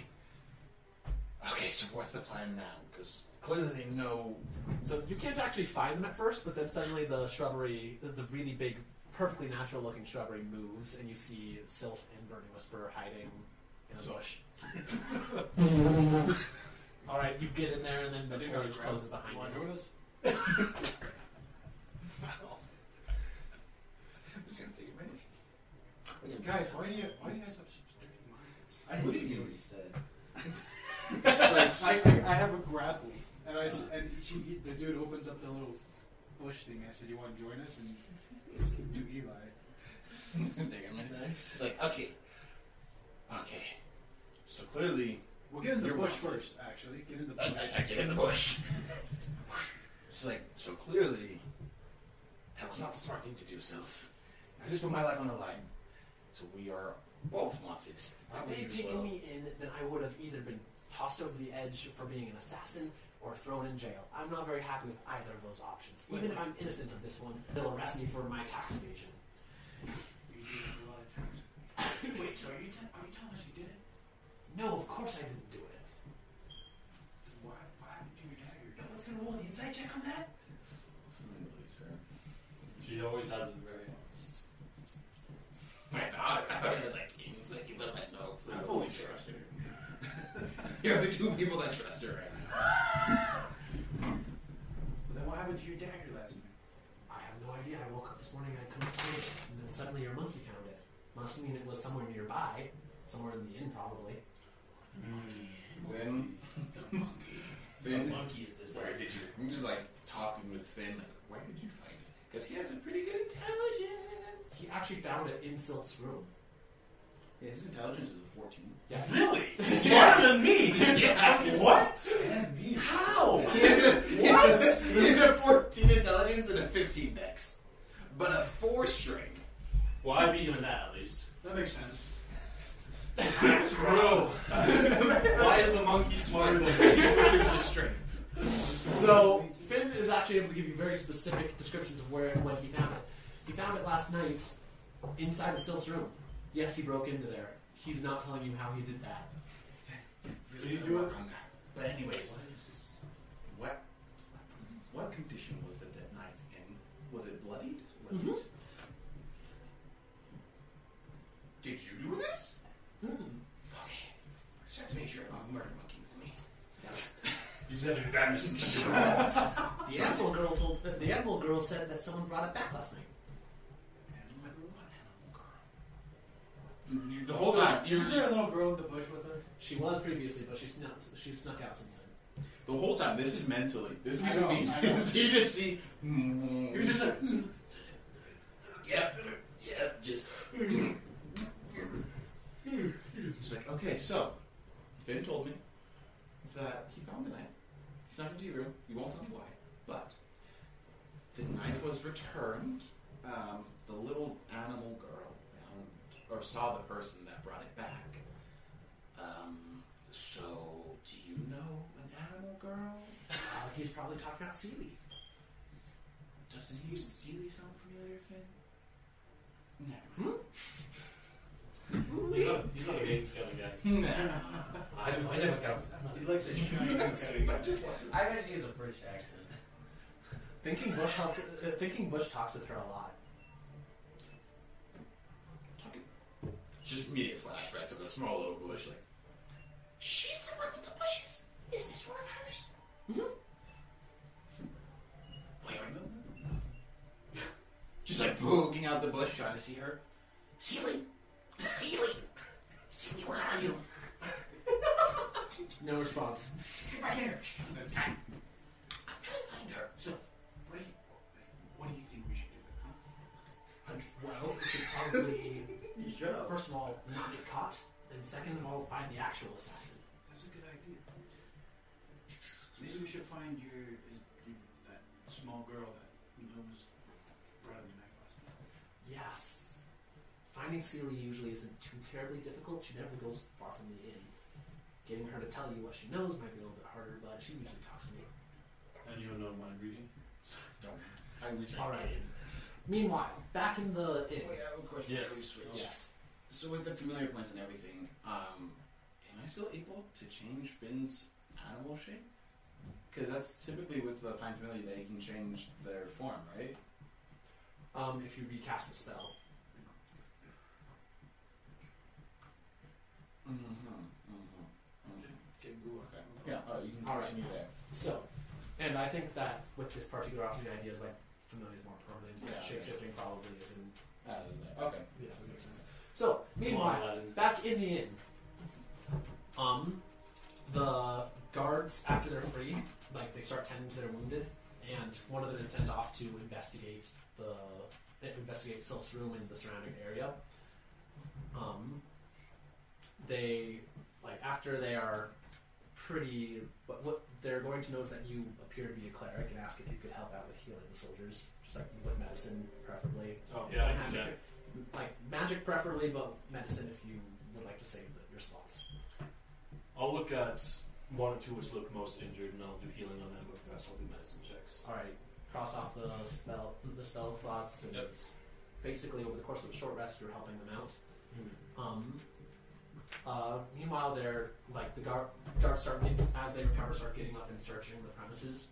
Speaker 3: okay, so what's the plan now? Because Clearly, they know.
Speaker 2: So you can't actually find them at first, but then suddenly the shrubbery, the, the really big, perfectly natural looking shrubbery moves, and you see Sylph and Burning Whisperer hiding in a bush. Alright, you get in there, and then the foliage closes behind
Speaker 4: Want to
Speaker 2: you.
Speaker 4: join us?
Speaker 3: I'm just gonna take advantage.
Speaker 4: Guys, why do you why do you guys have such dirty minds?
Speaker 8: I believe you already said.
Speaker 4: I, I, I have a grapple, and I s- and he, he, the dude opens up the little bush thing. I said, "You want to join us?" And it's to Eli.
Speaker 3: take advantage. It's like, okay. Okay. So clearly,
Speaker 4: We'll get in the
Speaker 3: You're
Speaker 4: bush
Speaker 3: welcome.
Speaker 4: first. Actually, get in the
Speaker 3: I,
Speaker 4: bush.
Speaker 3: I- I get in the bush. It's like, so clearly, that was not the smart thing to do, Sylph. I just put my life on the line. So we are both wanted.
Speaker 2: If
Speaker 3: Probably
Speaker 2: they had
Speaker 3: as
Speaker 2: taken
Speaker 3: well.
Speaker 2: me in, then I would have either been tossed over the edge for being an assassin or thrown in jail. I'm not very happy with either of those options. Even if I'm innocent of this one, they'll arrest me for my tax evasion.
Speaker 4: Wait, so are you te- are you telling us you did it?
Speaker 2: No, of course I didn't do it.
Speaker 4: Why why did you dagger?
Speaker 2: No one's gonna roll an insight check on that.
Speaker 1: She always has been very honest.
Speaker 3: My daughter, I was like, it's like you let that know.
Speaker 4: I fully trust her.
Speaker 3: You're the two people that trust her.
Speaker 4: Then what happened to your dagger last night?
Speaker 2: I have no idea. I woke up this morning and I couldn't find it, and then suddenly your monkey found it. Must mean it was somewhere nearby, somewhere in the inn probably.
Speaker 3: Then, Finn,
Speaker 32: monkey is this.
Speaker 3: where did you? I'm just like talking with Finn. Like, where did you find it? Because he has a pretty good intelligence.
Speaker 2: He actually found it in Silk's room.
Speaker 3: Yeah, his intelligence is a 14.
Speaker 2: Yeah.
Speaker 8: Really? Smarter than me? What?
Speaker 4: And me.
Speaker 8: How?
Speaker 3: what? He's a 14 intelligence and a 15 dex, but a four string.
Speaker 1: Well, I beat him at that at least.
Speaker 4: That makes sense.
Speaker 1: Bro, why is the monkey smarter than me? Just straight.
Speaker 2: So Finn is actually able to give you very specific descriptions of where and when he found it. He found it last night inside of Sil's room. Yes, he broke into there. He's not telling you how he did that.
Speaker 4: Did you do it?
Speaker 3: on that. But anyways, what, is, what what condition was the dead knife in? Was it bloodied? Was it? Did you do this?
Speaker 2: Mm-mm.
Speaker 3: Okay. Just have to make sure I don't have a murder monkey with me.
Speaker 1: You said to grab this.
Speaker 2: The animal girl told. The animal girl said that someone brought it back last night.
Speaker 3: The whole time,
Speaker 4: Isn't there a little girl in the bush with us?
Speaker 2: She was previously, but she snuck. She snuck out since then.
Speaker 3: the whole time, this is mentally. This is
Speaker 4: I know,
Speaker 3: me.
Speaker 4: I know.
Speaker 3: you just see.
Speaker 4: You're just like, "Hmm."
Speaker 3: Yep, yep, just. She's like, okay, so, Finn told me that he found the knife. He snuck into your room. You won't tell me why, but the knife was returned. Um, the little animal girl found or saw the person that brought it back. Um, so, do you know an animal girl?
Speaker 2: Uh, he's probably talking about Seeley.
Speaker 3: Does he Sealy sound familiar, Finn? Never mind.
Speaker 1: He's not, he's not a game scaling guy. I, I never counted. I'm not-
Speaker 8: He likes to I imagine he has a British accent.
Speaker 2: Thinking Bush helped. Uh, thinking Bush talks with her a lot.
Speaker 3: Just immediate flashback to the small little bush. Like, she's the one with the bushes. Is this one of hers? Mm-hmm. Wait, remember? Just like poking out the bush, trying to see her. Sealy, Sealy, Sealy, where are you?
Speaker 2: No response.
Speaker 3: Get back here. I'm trying to find her. So, what do you, what do you think we should do?
Speaker 2: And, Well, we should probably. First of all, not get caught, and second of all, find the actual assassin.
Speaker 4: That's a good idea. Maybe we should find your, your that small girl that you know was brought in the knife last night.
Speaker 2: Yes. Finding Celia usually isn't too terribly difficult. She never goes far from the inn. Getting her to tell you what she knows might be a little bit harder, but she usually talks to me.
Speaker 1: And you don't know mind reading?
Speaker 3: I wish
Speaker 2: All right. Meanwhile, back in the inn.
Speaker 3: Wait, I have a question
Speaker 1: Yes.
Speaker 3: before we switch.
Speaker 2: Yes.
Speaker 3: So with the familiar plants and everything, um, am I still able to change Finn's animal shape? Because that's typically with the Find Familiar, they can change their form, right?
Speaker 2: Um, if you recast the spell.
Speaker 3: Mm-hmm. Mm-hmm.
Speaker 4: Get blue
Speaker 3: Okay. Yeah, all right, you can
Speaker 2: All right.
Speaker 3: continue there.
Speaker 2: So, and I think that with this particular option, the idea is like familiar is more permanent.
Speaker 3: Yeah.
Speaker 2: Shapeshifting probably isn't.
Speaker 3: That is there. Ah, Okay.
Speaker 2: Yeah, that makes sense. So, meanwhile, back in the inn, um, the guards after they're free, like they start tending to their wounded, and one of them is sent off to investigate the investigate Sylph's room and the surrounding area. Um, they like after they are pretty. But what they're going to notice that you appear to be a cleric and ask if you could help out with healing the soldiers, just like with medicine, preferably.
Speaker 1: Oh, yeah, I can
Speaker 2: magic, like magic, preferably, but medicine if you would like to save the, your slots.
Speaker 1: I'll look at one or two which look most injured, and I'll do healing on them. But for the rest, I'll do medicine checks.
Speaker 2: All right, cross off the spell, the spell slots, and
Speaker 1: Yep.
Speaker 2: basically over the course of a short rest, you're helping them out. Um, uh, meanwhile, they're like the guard, guards start getting- as they recover, start getting up and searching the premises.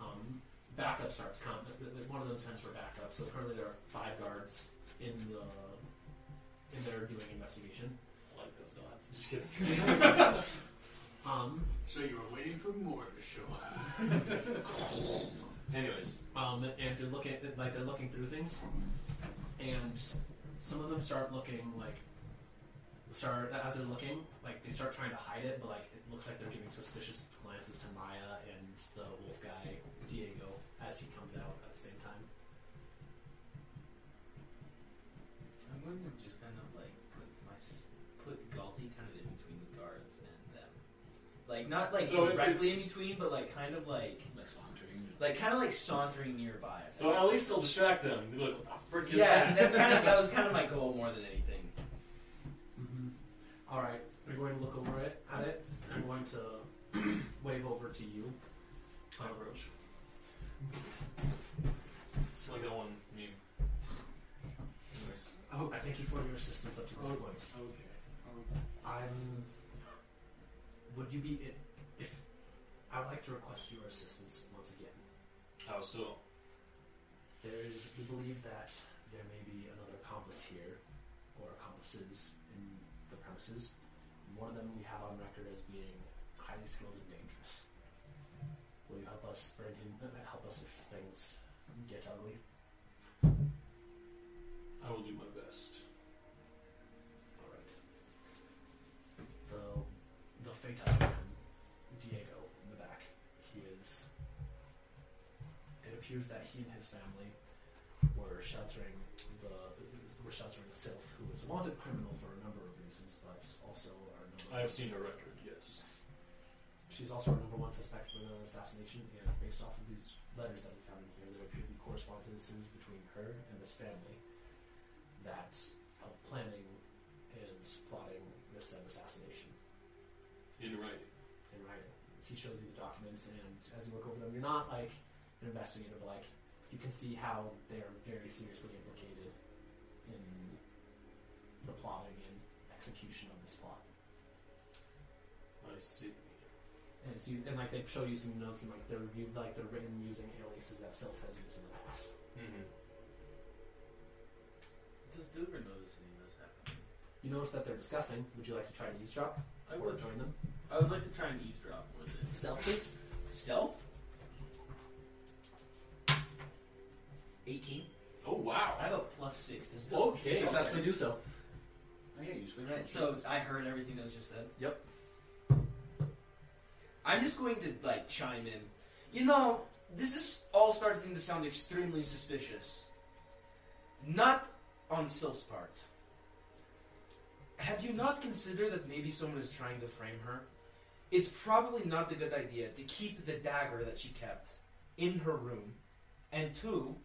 Speaker 2: Um, backup starts coming. One of them sends for backup. So currently there are five guards in the in there doing investigation.
Speaker 1: I like those odds. Just kidding.
Speaker 2: Um,
Speaker 4: So you were waiting for more to show up.
Speaker 2: Anyways, um, and they're looking at like they're looking through things, and some of them start looking like start as they're looking like they start trying to hide it, but like it looks like they're giving suspicious glances to Maya and the wolf guy Diego as he comes out at the same time.
Speaker 8: I'm going to just kind of like put my s- put Galti kind of in between the guards and them, like not like
Speaker 1: So it-
Speaker 8: directly
Speaker 1: it's-
Speaker 8: in between, but like kind of like
Speaker 3: Like sauntering.
Speaker 8: like kind of like sauntering nearby. I
Speaker 1: So at
Speaker 8: guess.
Speaker 1: least they'll distract them. They'll be like, what the frick is
Speaker 8: yeah,
Speaker 1: that?
Speaker 8: that's kind of that was kind of my goal more than anything.
Speaker 2: Mm-hmm. All right, we're going to look over it at it. and I'm going to wave over to you.
Speaker 1: I approach. It's like that one meme. Anyways,
Speaker 2: Oh, I thank you for your assistance up to this point.
Speaker 4: Oh, Okay.
Speaker 2: I'm. Would you be i- if I would like to request your assistance once again?
Speaker 1: how so?
Speaker 2: There is we believe that there may be another accomplice here, or accomplices in the premises. One of them we have on record as being highly skilled and dangerous. Will you help us bring him? uh, Help us if things get ugly.
Speaker 1: I will do my best.
Speaker 2: All right. The the fatal man, Diego in the back. He is. It appears that he and his family were sheltering the were sheltering the Sylph, who is a wanted criminal for a number of reasons, but also are number.
Speaker 1: I have seen her record, yes.
Speaker 2: Yes. She's also our number one suspect for the assassination, and based off of these letters that we found in here, there appear to be correspondences between her and this family that help planning and plotting this said assassination
Speaker 1: In writing.
Speaker 2: in writing. He shows you the documents, and as you look over them, you're not like an investigator, but like you can see how they're very seriously implicated in the plotting and execution of this plot.
Speaker 1: I see.
Speaker 2: and so you, and like they show you some notes and like they're you, like they're written using aliases that Sylph has used in the past.
Speaker 1: Mm-hmm.
Speaker 8: Does Duber notice any of this happening?
Speaker 2: You notice that they're discussing. Would you like to try to eavesdrop
Speaker 8: I
Speaker 2: or
Speaker 8: would.
Speaker 2: join them?
Speaker 8: I would like to try and eavesdrop more than
Speaker 2: Stealth, please.
Speaker 8: stealth. Eighteen.
Speaker 1: Oh, wow.
Speaker 8: I have a plus six to stealth.
Speaker 2: Okay. Successfully do so.
Speaker 3: Oh, yeah, you switch.
Speaker 8: Right, so I heard everything that was just said.
Speaker 2: Yep.
Speaker 8: I'm just going to like chime in. You know, this is all starting to sound extremely suspicious. Not on Sylph's part. Have you not considered that maybe someone is trying to frame her? It's probably not a good idea to keep the dagger that she kept in her room, and two,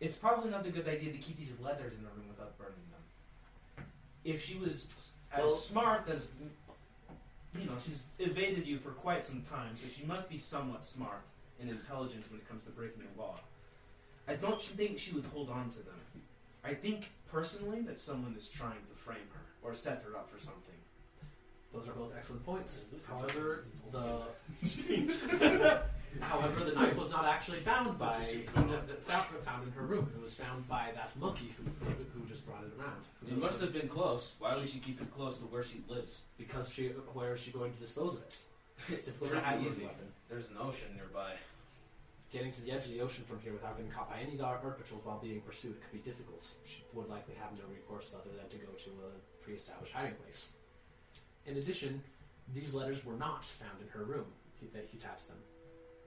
Speaker 8: it's probably not a good idea to keep these leathers in her room without burning them if she was as
Speaker 2: Well-
Speaker 8: smart as you know, she's evaded you for quite some time, so she must be somewhat smart and intelligent when it comes to breaking the law. I don't think she would hold on to them. I think personally that someone is trying to frame her or set her up for something.
Speaker 2: Those are both excellent points. However, the However, the knife was not actually found by
Speaker 1: Just assume
Speaker 2: uh,
Speaker 1: no.
Speaker 2: that was found in her room. It was found by that monkey who, who just brought it around.
Speaker 8: It must have been close.
Speaker 33: Why would she keep it close to where she lives?
Speaker 2: Because she, where is she going to dispose of it? It's difficult to
Speaker 8: Pretty
Speaker 2: have easy
Speaker 8: easy.
Speaker 2: weapon.
Speaker 8: There's an ocean nearby.
Speaker 2: Getting to the edge of the ocean from here without getting caught by any of our earth patrols while being pursued could be difficult. She would likely have no recourse other than to go to a pre-established hiding place. In addition, these letters were not found in her room. He, that he taps them.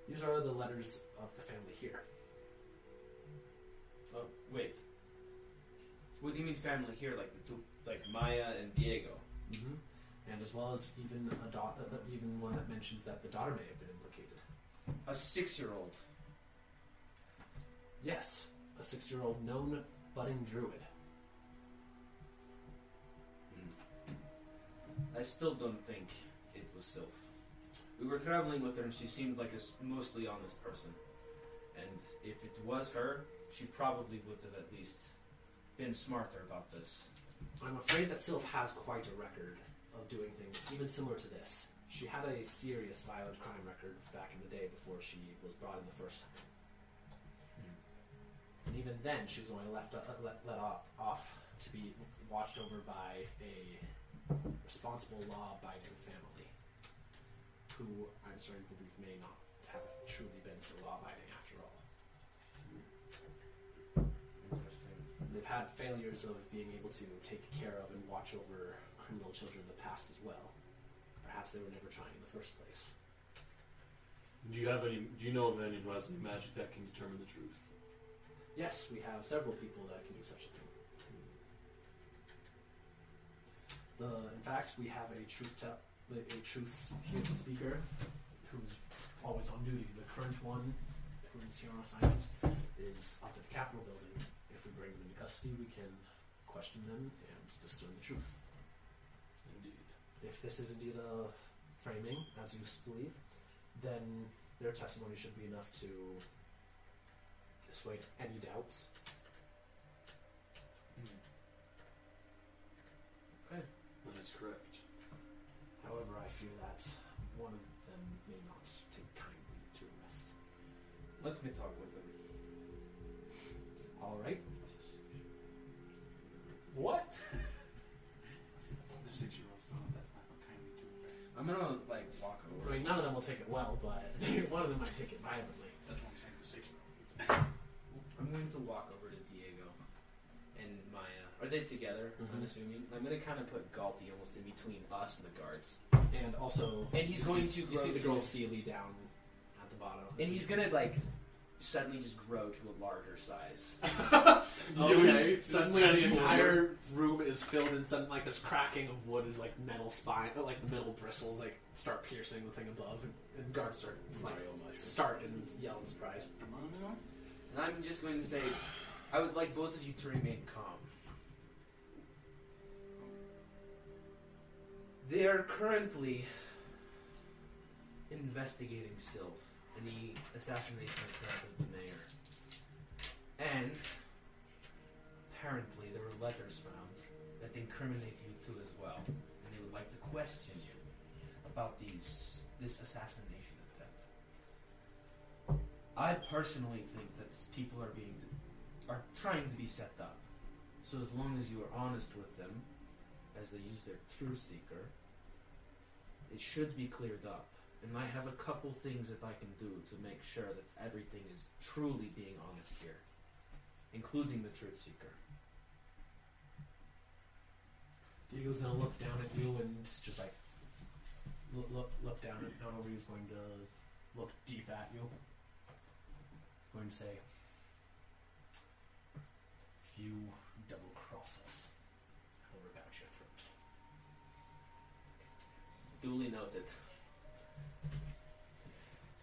Speaker 2: These are the letters of the family here.
Speaker 8: Oh, wait. What do you mean family here? Like the two, like Maya and Diego.
Speaker 2: hmm And as well as even a da- uh, even one that mentions that the daughter may have been implicated.
Speaker 8: A six-year-old.
Speaker 2: Yes, a six-year-old known budding druid.
Speaker 8: Hmm. I still don't think it was Sylph. We were traveling with her, and she seemed like a s mostly honest person. And if it was her, she probably would have at least been smarter about this.
Speaker 2: I'm afraid that Sylph has quite a record of doing things even similar to this. She had a serious violent crime record back in the day before she was brought in the first time. And even then, she was only left uh, let, let off, off to be watched over by a responsible law-abiding family, who I'm starting to believe may not have truly been so law-abiding after all.
Speaker 8: Interesting.
Speaker 2: They've had failures of being able to take care of and watch over criminal children in the past as well. Perhaps they were never trying in the first place.
Speaker 1: Do you have any? Do you know of anyone who has any magic that can determine the truth?
Speaker 2: Yes, we have several people that can do such a thing. The, Uh, in fact, we have a truth te- a a truth speaker who's always on duty. The current one, who's here on assignment, is up at the Capitol building. If we bring them into custody, we can question them and discern the truth.
Speaker 1: Indeed.
Speaker 2: if this is indeed a framing, as you believe, then their testimony should be enough to dissuade any doubts.
Speaker 1: That is correct.
Speaker 2: However, I fear that one of them may not take kindly to arrest.
Speaker 8: Let me talk with her.
Speaker 2: All right. What?
Speaker 4: The six-year-old's not that type of kindly to embarrass.
Speaker 8: I'm gonna like walk over.
Speaker 2: I mean, none of them will take it well, but one of them might take it violently.
Speaker 4: That's what I'm saying. The six-year-old.
Speaker 8: I'm going to walk over to Diego and Maya. Are they together? I'm
Speaker 2: Mhm.
Speaker 8: assuming. I'm gonna kind of put Galti almost in between us and the guards.
Speaker 2: And also,
Speaker 8: And he's
Speaker 2: you
Speaker 8: going
Speaker 2: see,
Speaker 8: to
Speaker 2: you see
Speaker 8: grow
Speaker 2: the
Speaker 8: to
Speaker 2: girl
Speaker 8: a-
Speaker 2: Seely down at the bottom,
Speaker 8: And he's gonna like suddenly just grow to a larger size.
Speaker 1: Okay,
Speaker 3: Okay, suddenly the
Speaker 1: transform.
Speaker 3: entire room is filled in sudden like there's cracking of wood is like metal spine uh, like the metal bristles like start piercing the thing above and, and guards start like start and yell in surprise.
Speaker 4: Am I gonna go?
Speaker 8: And I'm just going to say, I would like both of you to remain calm. They are currently investigating Sylph and the assassination attempt of the mayor. And apparently there were letters found that incriminate you two as well. And they would like to question you about these this assassination attempt. I personally think that s- people are being are trying to be set up. So as long as you are honest with them, as they use their true seeker, it should be cleared up. And I have a couple things that I can do to make sure that everything is truly being honest here, including the truth seeker.
Speaker 2: Diego's gonna look down at you and s- just like look look, look down at Nonobu. He's going to look deep at you. He's going to say, "If you double cross us, I will rip out your throat."
Speaker 8: Duly noted.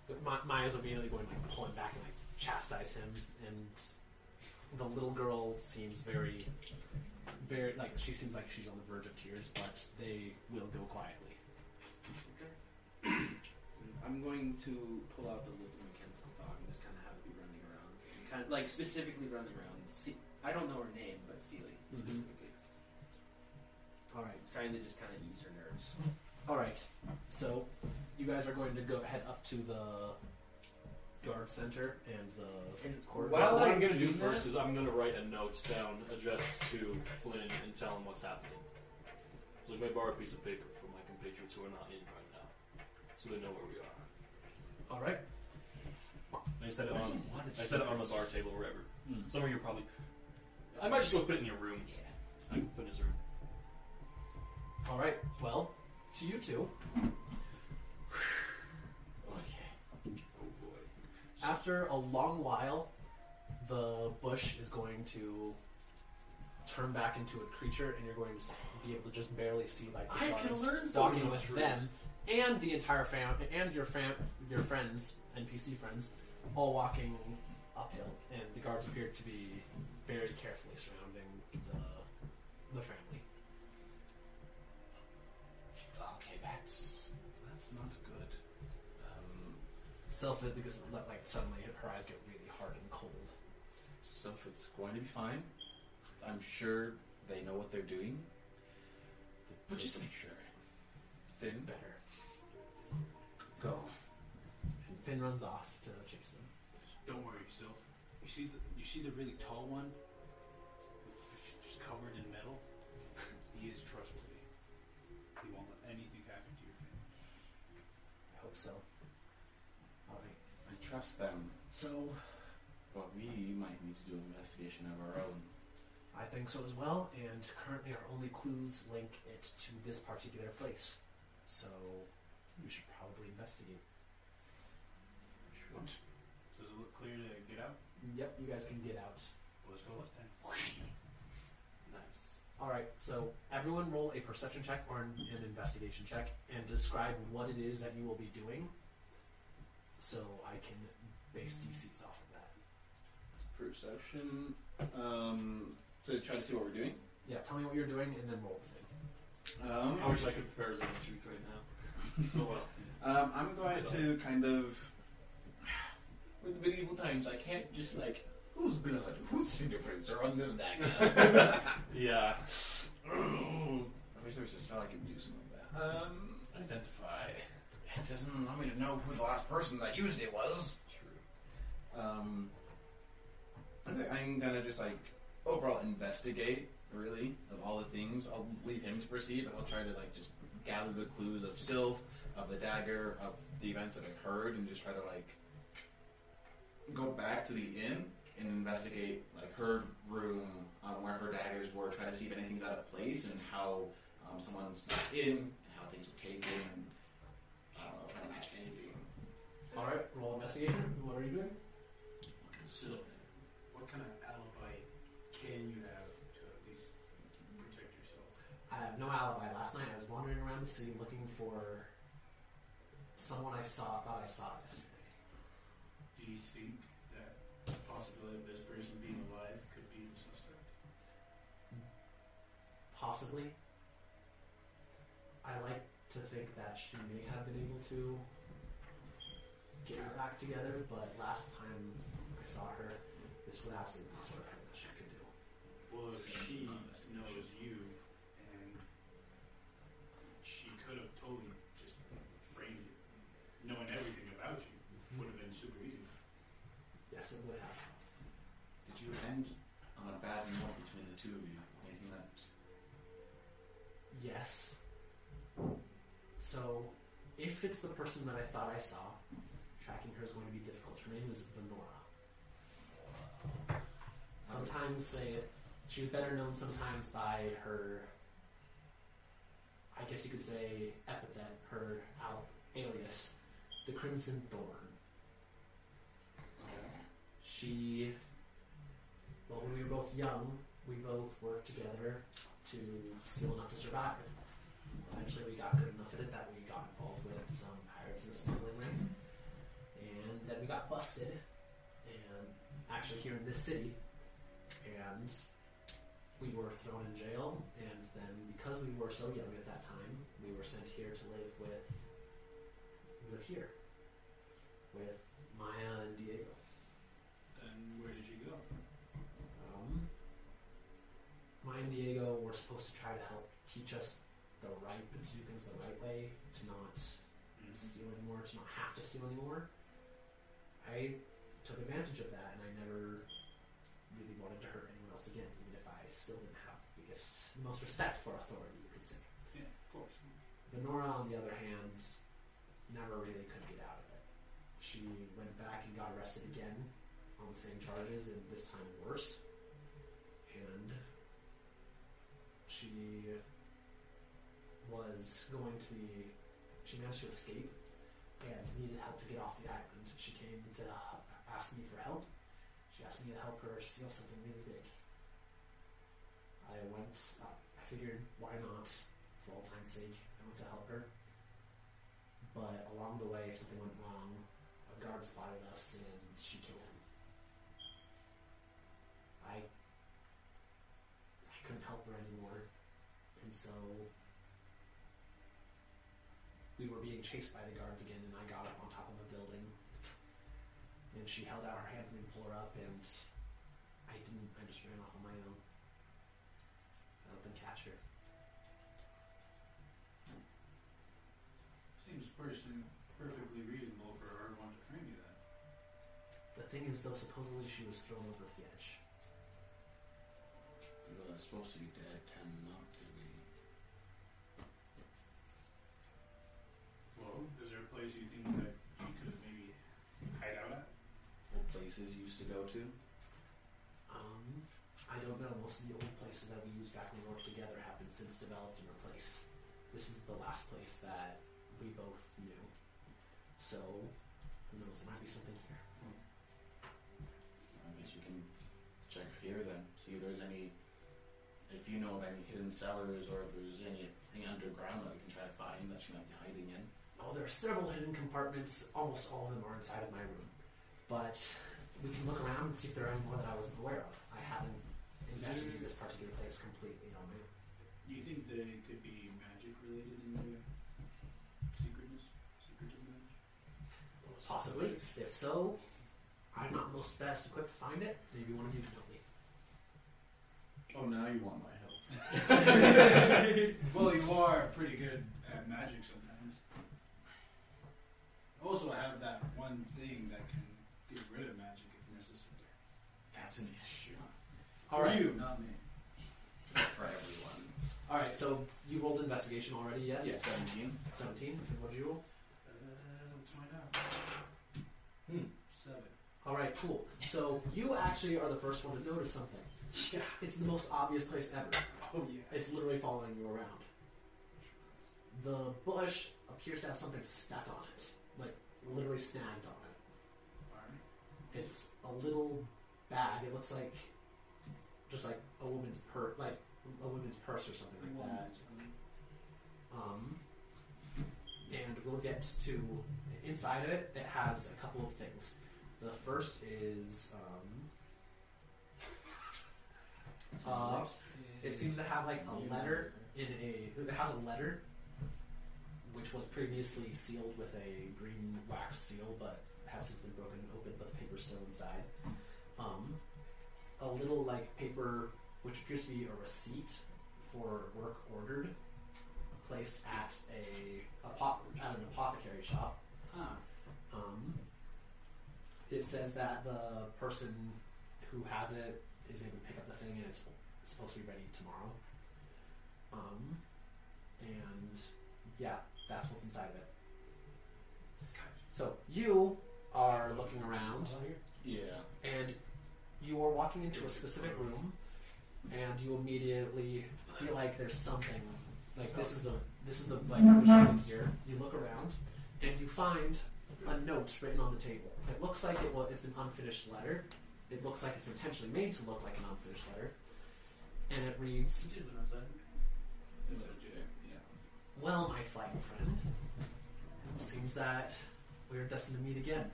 Speaker 2: But Ma- Maya's immediately going to like, pull him back and like chastise him, and the little girl seems very, very like she seems like she's on the verge of tears, but they will go quietly.
Speaker 8: I'm going to pull out the little mechanical dog and just kind of have it be running around, kind of like specifically running around. See, I don't know her name, but Celie
Speaker 2: Mhm.
Speaker 8: specifically,
Speaker 2: All right.
Speaker 8: trying to just kind of ease her nerves.
Speaker 2: All right. So you guys are going to go head up to the guard center and the
Speaker 8: And
Speaker 2: court.
Speaker 8: while
Speaker 1: what
Speaker 8: I'm
Speaker 1: I'm going to do
Speaker 8: doing that-
Speaker 1: first is I'm going to write a note down addressed to Flynn and tell him what's happening. So I'm going to borrow a piece of paper from my compatriots who are not in right now, so they know where we are.
Speaker 2: All right.
Speaker 1: And I set it on.
Speaker 2: Wanted
Speaker 1: I set it on the
Speaker 2: secrets.
Speaker 1: bar table wherever.
Speaker 3: Hmm.
Speaker 1: Somewhere you're probably. I might just go put it in your room. I can put it in his room.
Speaker 2: All right. Well, to you two. okay.
Speaker 1: Oh boy.
Speaker 2: After a long while, the bush is going to turn back into a creature, and you're going to s- be able to just barely see like the
Speaker 1: I
Speaker 2: guards
Speaker 1: can learn something
Speaker 2: walking
Speaker 1: about
Speaker 2: with
Speaker 1: truth.
Speaker 2: them and the entire fam and your fam your friends NPC friends all walking uphill, and the guards appear to be very carefully surrounding the the family. Okay, that's that's not good. Um, Selfit because like like, suddenly her eyes get really hard and cold.
Speaker 3: So if it's going to be fine, I'm sure they know what they're doing. But just to make sure, then
Speaker 2: Better.
Speaker 3: go.
Speaker 2: And Finn runs off to chase them.
Speaker 4: Don't worry yourself. You see the you see the really tall one, just covered in metal. he is trustworthy. He won't let anything happen to your family.
Speaker 2: I hope so. Alright.
Speaker 3: I trust them,
Speaker 2: So
Speaker 3: but we might need to do an investigation of our own.
Speaker 2: I think so as well, and currently our only clues link it to this particular place. So we should probably investigate.
Speaker 4: Does it look clear to get out?
Speaker 2: Yep, you guys can get out.
Speaker 4: Well, let's go look then.
Speaker 1: Nice.
Speaker 2: Alright, so everyone roll a perception check or an, an investigation check and describe what it is that you will be doing so I can base DCs off of that.
Speaker 3: Perception, um, to try to see what we're doing.
Speaker 2: Yeah, tell me what you're doing and then roll the thing.
Speaker 3: Um,
Speaker 1: I wish I could prepare as a truth right now. Oh well.
Speaker 3: Um, I'm going to kind of. With medieval times, I can't just like. Whose blood, whose fingerprints are on this dagger?
Speaker 1: Yeah.
Speaker 3: I wish there was a spell I could do something like that. Um,
Speaker 1: Identify.
Speaker 3: it doesn't allow me to know who the last person that used it was. True. Um, I think I'm gonna just like overall investigate. Really, of all the things, I'll leave him to proceed, but I'll try to like just gather the clues of Sylph, of the dagger, of the events that I've heard, and just try to like go back to the inn and investigate like her room, um, where her daggers were, try to see if anything's out of place and how um, someone's in, how things were taken, and I don't know, try to match anything.
Speaker 2: Alright, roll investigation. What are you doing?
Speaker 4: So, what kind of alibi can you have to at least protect yourself?
Speaker 2: I have no alibi. Last night I was wandering around the city looking for someone I saw, thought I saw yesterday.
Speaker 4: Do you think that the possibility of this person being alive could be the suspect?
Speaker 2: Possibly. I like to think that she may have been able to get her back together, but last time I saw her, this was absolutely not what that she could do.
Speaker 4: Well, if she knows you, and she could have totally just framed you, knowing everything about you, would have been super easy.
Speaker 2: Yes, it would have.
Speaker 3: Did you end on a bad note between the two of you? Anything that
Speaker 2: Yes. So, if it's the person that I thought I saw, tracking her is going to be difficult. Her name is Venora. Sometimes they, she's better known sometimes by her, I guess you could say, epithet, her al- alias, the Crimson Thorn. She, well, when we were both young, we both worked together to steal enough to survive. Eventually, we got good enough at it that we got involved with some pirates in the smuggling ring, and then we got busted, and actually here in this city, and we were thrown in jail. And then, because we were so young at that time, we were sent here to live with live here with Maya and Diego.
Speaker 4: Then where did she go?
Speaker 2: Um, Maya and Diego were supposed to try to help teach us the right to do things the right way, to not steal anymore, to not have to steal anymore. I took advantage of that, and I never really wanted to hurt anyone else again, even if I still didn't have the biggest, the most respect for authority, you could say.
Speaker 4: Yeah, of course.
Speaker 2: Venora, on the other hand, never really could get out of it. She went back and got arrested again on the same charges, and this time worse. And she was going to be. She managed to escape and needed help to get off the island. She came to h- ask me for help. She asked me to help her steal something really big. I went. Uh, I figured, why not? For all time's sake, I went to help her. But along the way, something went wrong. A guard spotted us, and she killed him. I I couldn't help her anymore, and so we were being chased by the guards again, and I got up on top of a building, and she held out her hand for me to pull her up, and I didn't. I just ran off on my own. I let them catch her.
Speaker 4: Seems person perfectly reasonable for everyone to frame you that.
Speaker 2: The thing is, though, supposedly she was thrown over the edge.
Speaker 3: People that are supposed to be dead tend not to be.
Speaker 4: Well, is there a place you think that you could maybe hide out at?
Speaker 3: Old places you used to go to.
Speaker 2: Um, I don't know. Most of the old places that we used back when we worked together have been since developed and replaced. This is the last place that we both knew. So, who knows? There might be something here.
Speaker 3: I guess we can check here then, see if there's any, if you know of any hidden cellars or if there's anything underground that we can try to find that she might be hiding in.
Speaker 2: Oh, there are several hidden compartments. Almost all of them are inside of my room. But we can look around and see if there are any more that I wasn't aware of. I haven't investigated this particular place completely on my
Speaker 4: Do you think they could be magic related in their secretness? Secretive magic?
Speaker 2: Possibly. If so, I'm not most best equipped to find it. Maybe one of you can help me.
Speaker 3: Oh, now you want my help.
Speaker 4: well, you are pretty good at magic sometimes. Also, I have that one thing that can get rid of magic if necessary.
Speaker 3: That's an issue.
Speaker 4: How are you? Not me.
Speaker 3: For everyone.
Speaker 2: All right, so you rolled investigation already, yes?
Speaker 3: Yeah, 17.
Speaker 2: 17. And what did you roll?
Speaker 4: Uh, let's find out.
Speaker 2: Hmm.
Speaker 4: Seven.
Speaker 2: All right, cool. So you actually are the first one to notice something.
Speaker 4: Yeah.
Speaker 2: It's the most obvious place ever.
Speaker 4: Oh yeah.
Speaker 2: It's literally following you around. The bush appears to have something stuck on it, like literally snagged on
Speaker 4: Alright.
Speaker 2: it. It's a little bag. It looks like just like a woman's purse, like a woman's purse or something like that. Um, and we'll get to inside of it. It has a couple of things. The first is um, uh, it seems to have like a letter in a. It has a letter, which was previously sealed with a green wax seal, but has since been broken open, but the paper's still inside. Um, a little like paper, which appears to be a receipt for work ordered, placed at a apoth- at an apothecary shop.
Speaker 4: Huh.
Speaker 2: Um, it says that the person who has it is able to pick up the thing and it's supposed to be ready tomorrow. Um, and yeah, that's what's inside of it. So you are looking around
Speaker 3: Yeah.
Speaker 2: and you are walking into a specific room and you immediately feel like there's something like this is the this is the like there's something here you look around and you find a note written on the table it looks like it was it's an unfinished letter it looks like it's intentionally made to look like an unfinished letter and it reads
Speaker 3: It's legit. Yeah.
Speaker 2: well my flying friend it seems that we are destined to meet again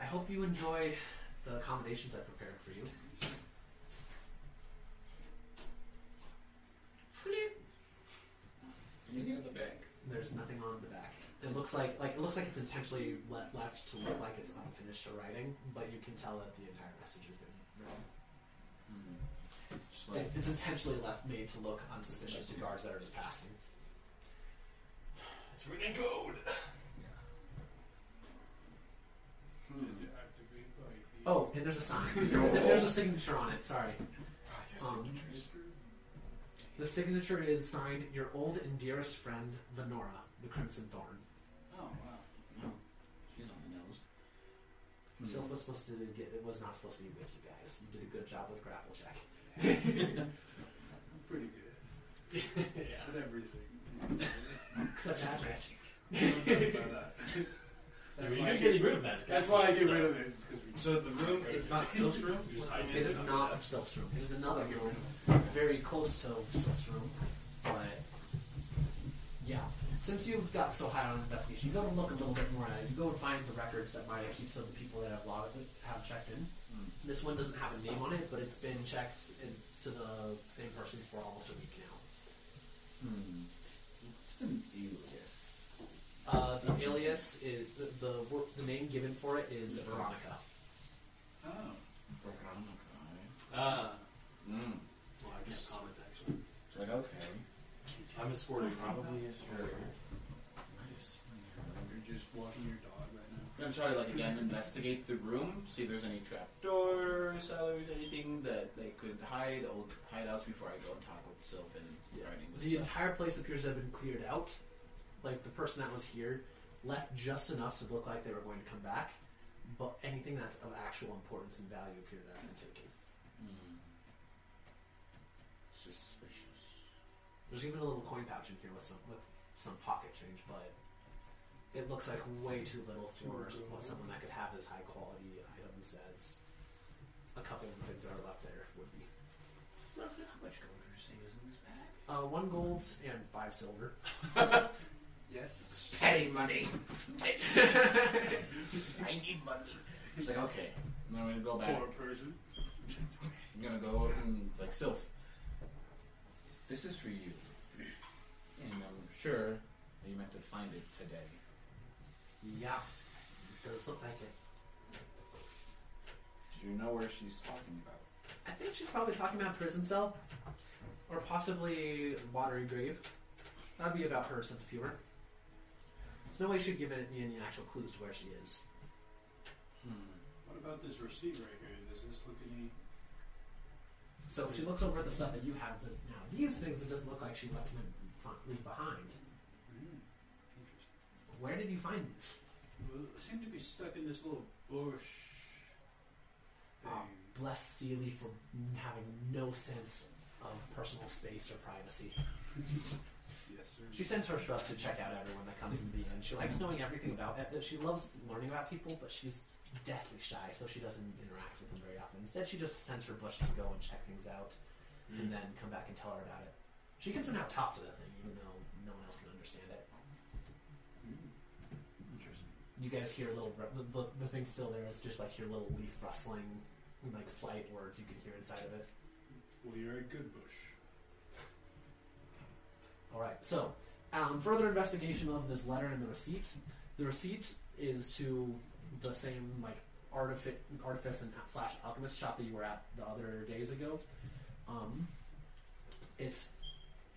Speaker 2: i hope you enjoy the accommodations i prepared for you
Speaker 3: Anything at the back?
Speaker 2: There's nothing on the back. It looks like like it looks like it's intentionally le- left to look like it's unfinished writing, but you can tell that the entire message has been written.
Speaker 3: Hmm. Just like,
Speaker 2: It's, it's intentionally left made to look unsuspicious to guards that are just passing.
Speaker 3: it's written in code!
Speaker 4: Does it have to be by the-
Speaker 2: Oh, and there's a sign. there's a signature on it. Sorry. Um, the signature is signed your old and dearest friend Venora, the Crimson Thorn.
Speaker 3: Oh, wow. No. She's on the nose. Hmm.
Speaker 2: Mm. was supposed to get. It was not supposed to be with you guys. You did a good job with grapple check.
Speaker 4: I'm pretty good. At everything.
Speaker 2: Except magic.
Speaker 4: I'm not bad at that.
Speaker 6: I
Speaker 4: That's
Speaker 6: mean,
Speaker 4: why
Speaker 6: you're
Speaker 4: I-
Speaker 6: getting rid of magic.
Speaker 4: That's why I get
Speaker 6: so-
Speaker 4: rid of it. is 'cause we-
Speaker 7: So the room, it's not Silk's room?
Speaker 4: we just hide
Speaker 2: It is
Speaker 4: it.
Speaker 2: not a Sylph's room. It is another room, very close to Sylph's room. But yeah, since you got so high on investigation, you go to look a little bit more at it. You go and find the records that Maya keeps of the people that have logged, have checked in.
Speaker 3: Hmm.
Speaker 2: This one doesn't have a name on it, but it's been checked in, to the same person for almost a week now.
Speaker 3: Hmm. It's an alias.
Speaker 2: Uh, the alias is the, the wor- the name given for it is Veronica.
Speaker 3: Oh.
Speaker 6: Ah.
Speaker 3: Mm.
Speaker 6: Well, I can't comment actually.
Speaker 3: It's like, okay.
Speaker 1: I'm just worried.
Speaker 3: Probably is her.
Speaker 4: You're just walking your dog right now.
Speaker 3: I'm gonna try to like again investigate the room, see if there's any trapdoors, others, anything that they could hide, old hideouts before I go and talk with Sylph and writing with
Speaker 2: The
Speaker 3: stuff.
Speaker 2: entire place appears to have been cleared out. Like the person that was here left just enough to look like they were going to come back, but anything that's of actual importance and value appeared to have been taken.
Speaker 3: Hmm. Suspicious.
Speaker 2: There's even a little coin pouch in here with some with some pocket change, but it looks like way too little for what someone that could have as high quality items as a couple of the things that are left there would be.
Speaker 3: Roughly how much gold are you saying is in this bag?
Speaker 2: Uh, one golds and five silver.
Speaker 4: Yes, it's
Speaker 3: Petty money. I need money. He's like, okay. And then I'm gonna go back.
Speaker 4: for a person.
Speaker 3: I'm gonna go and it's like Sylph. This is for you, and I'm sure that you meant to find it today.
Speaker 2: Yeah, it does look like it.
Speaker 3: Do you know where she's talking about?
Speaker 2: I think she's probably talking about prison cell, or possibly watery grave. That'd be about her sense of humor. There's no way she'd give it me any actual clues to where she is.
Speaker 4: What about this receipt right here? Does this look any?
Speaker 2: So she looks over at the stuff that you have and says, "Now these things, it doesn't look like she left them in front, leave behind.
Speaker 4: Hmm, Interesting.
Speaker 2: Where did you find these?
Speaker 4: Well, it seemed to be stuck in this little bush.
Speaker 2: Ah,
Speaker 4: thing.
Speaker 2: Bless Seely for n- having no sense of personal space or privacy.
Speaker 4: Yes, sir.
Speaker 2: She sends her stuff to check out everyone that comes in the end. She likes knowing everything about it. She loves learning about people, but she's deathly shy, so she doesn't interact with them very often. Instead, she just sends her bush to go and check things out
Speaker 1: Hmm.
Speaker 2: and then come back and tell her about it. She can somehow talk to the thing, even though no one else can understand it.
Speaker 3: Hmm.
Speaker 4: Interesting.
Speaker 2: You guys hear a little, ru- the, the, the thing's still there. It's just like your little leaf rustling, like slight words you can hear inside of it.
Speaker 4: Well, you're a good bush.
Speaker 2: All right. So, um, further investigation of this letter and the receipt. The receipt is to the same like artific artifice and slash alchemist shop that you were at the other days ago. Um, it's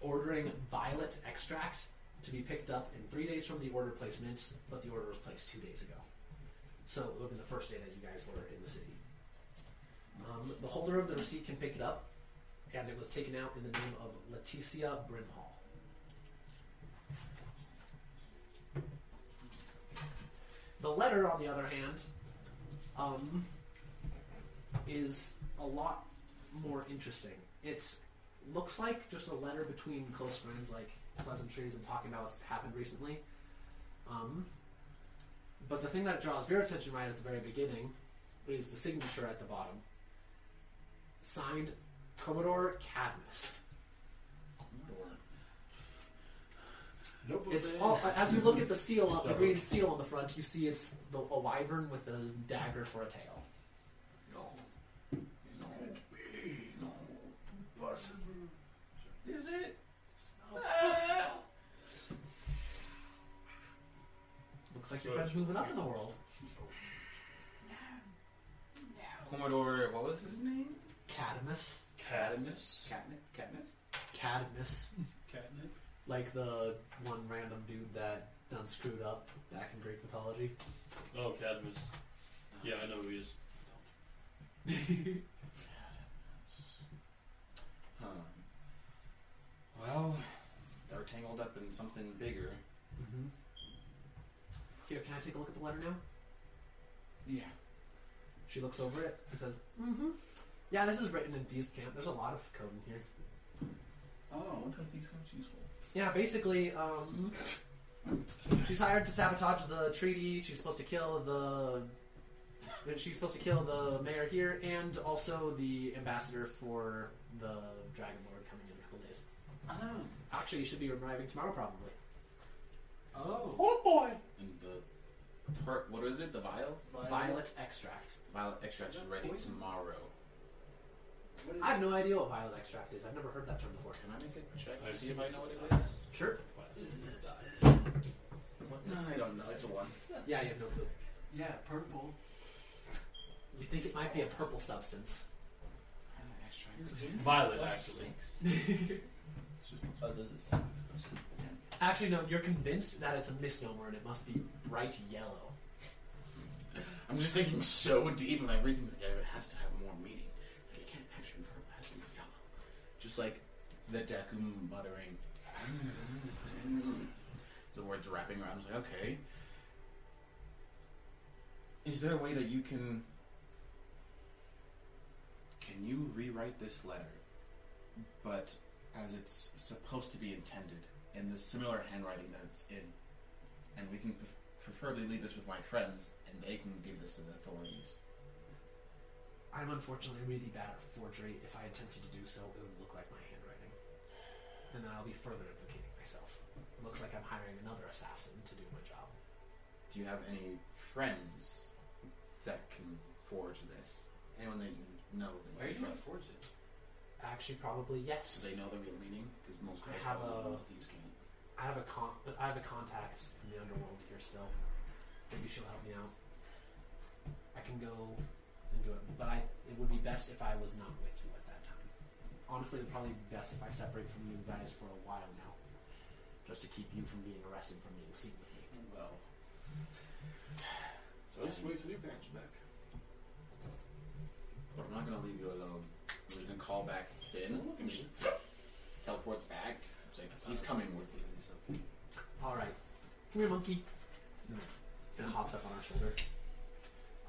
Speaker 2: ordering violet extract to be picked up in three days from the order placement, but the order was placed two days ago. So it would have been the first day that you guys were in the city. Um, the holder of the receipt can pick it up, and it was taken out in the name of Leticia Brimhall. The letter, on the other hand, um, is a lot more interesting. It looks like just a letter between close friends, like pleasantries and talking about what's happened recently. Um, but the thing that draws your attention right at the very beginning is the signature at the bottom. Signed Commodore Cadmus.
Speaker 4: Nope.
Speaker 2: It's all, as you look at the seal, the
Speaker 1: Stubborn.
Speaker 2: green seal on the front, you see it's the, a wyvern with a dagger for a tail.
Speaker 3: No. No. No. Possible. Is it? Ah!
Speaker 2: Looks like your friend's moving up in the world.
Speaker 3: Commodore, what was his name?
Speaker 2: Cadmus.
Speaker 1: Cadmus.
Speaker 3: Catnip? Catnip?
Speaker 2: Cadmus.
Speaker 4: Catnip.
Speaker 2: Like the one random dude that done screwed up back in Greek mythology.
Speaker 1: Oh, Cadmus. Yeah, I know who he is.
Speaker 3: Huh. Well, they're tangled up in something bigger.
Speaker 6: Mm-hmm. Here, can I take a look at the letter now?
Speaker 3: Yeah.
Speaker 2: She looks over it and says, "Mm-hmm. Yeah, this is written in thieves' camp. There's a lot of code in here.
Speaker 3: Oh, what kind of things comes useful?
Speaker 2: Yeah, basically, um, she's hired to sabotage the treaty. She's supposed to kill the. She's supposed to kill the mayor here and also the ambassador for the Dragon Lord coming in a couple days.
Speaker 3: Oh.
Speaker 2: Actually, you should be arriving tomorrow, probably.
Speaker 3: Oh.
Speaker 2: boy!
Speaker 3: And the per what is it? The vial?
Speaker 2: Violet extract.
Speaker 3: Violet extraction ready tomorrow.
Speaker 2: I have no idea what violet extract is. I've never heard that term before.
Speaker 3: Can I make a check
Speaker 1: I
Speaker 3: to see
Speaker 1: see
Speaker 3: if I know what it is?
Speaker 1: it's-
Speaker 2: Sure.
Speaker 3: No, I don't know. It's a one.
Speaker 2: Yeah, you have no clue.
Speaker 6: Yeah, purple.
Speaker 2: You think it might be a purple substance.
Speaker 3: Violet extract.
Speaker 1: Violet, actually.
Speaker 29: Oh, those are some.
Speaker 2: Actually, no, you're convinced that it's a misnomer and it must be bright yellow.
Speaker 3: I'm just thinking so deep of everything together. It has to have more meaning. Like, it can't actually be purple. It has to be yellow. Just like the Deku muttering. the words wrapping around. I was like, okay. Is there a way that you can. Can you rewrite this letter, but as it's supposed to be intended, in the similar handwriting that it's in? And we can pre- preferably leave this with my friends, and they can give this to the authorities.
Speaker 2: I'm unfortunately really bad at forgery. If I attempted to do so, it would look like my handwriting. And then I'll be further implicating myself. It looks like I'm hiring another assassin to do my job.
Speaker 3: Do you have any friends that can forge this? Anyone that you know that
Speaker 14: Why are you
Speaker 3: you
Speaker 14: trying
Speaker 3: trust?
Speaker 14: to forge it?
Speaker 2: Actually, probably yes.
Speaker 3: So they know the real meaning? Because most
Speaker 2: I
Speaker 3: guys
Speaker 2: have
Speaker 3: probably
Speaker 2: a-
Speaker 3: don't know thieves can.
Speaker 2: I have a con- I have a contact in the underworld here still. Maybe she'll help me out. I can go and do it, but I it would be best if I was not with you at that time. Honestly, it would probably be best if I separate from you guys for a while now, just to keep you from being arrested from being seen with me.
Speaker 3: Well,
Speaker 1: So just wait till your parents are back.
Speaker 3: but I'm not going to leave you alone. We're going to call back Finn. Look at me. Teleports back. It's like, he's coming with you. So.
Speaker 2: All right, come here, monkey. And hops up on our shoulder.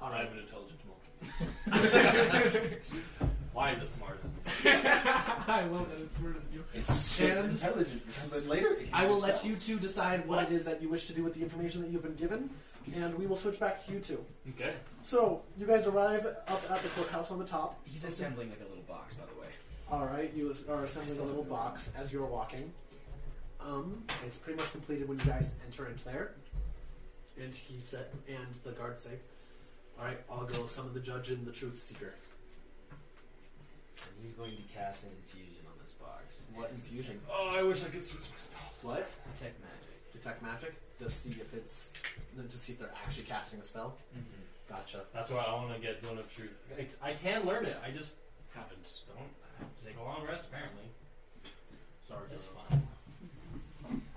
Speaker 2: All
Speaker 1: I
Speaker 2: right,
Speaker 1: have an intelligent monkey. Why the smart?
Speaker 2: I love that it's murder.
Speaker 3: It's
Speaker 2: And-
Speaker 3: intelligent. And then later, it can
Speaker 2: I will
Speaker 3: just
Speaker 2: let
Speaker 3: stop.
Speaker 2: you two decide what it is that you wish to do with the information that you've been given, and we will switch back to you two.
Speaker 1: Okay.
Speaker 2: So you guys arrive up at the courthouse on the top.
Speaker 8: He's assembling like a little box, by the way.
Speaker 2: All right, you are assembling a little box as you're walking. Um, and it's pretty much completed when you guys enter into there. And he said, and the guards say, "All right, I'll go summon the judge and the truth seeker."
Speaker 14: And he's going to cast an infusion on this box.
Speaker 2: What
Speaker 14: And
Speaker 2: infusion?
Speaker 1: Oh, I wish I could switch my spells.
Speaker 2: What?
Speaker 14: Detect magic.
Speaker 2: Detect magic to see if it's to see if they're actually casting a spell. Gotcha.
Speaker 1: That's why I want to get Zone of Truth. I, I can learn it. I just haven't. Don't I have to take a long rest apparently. Sorry, that's fine.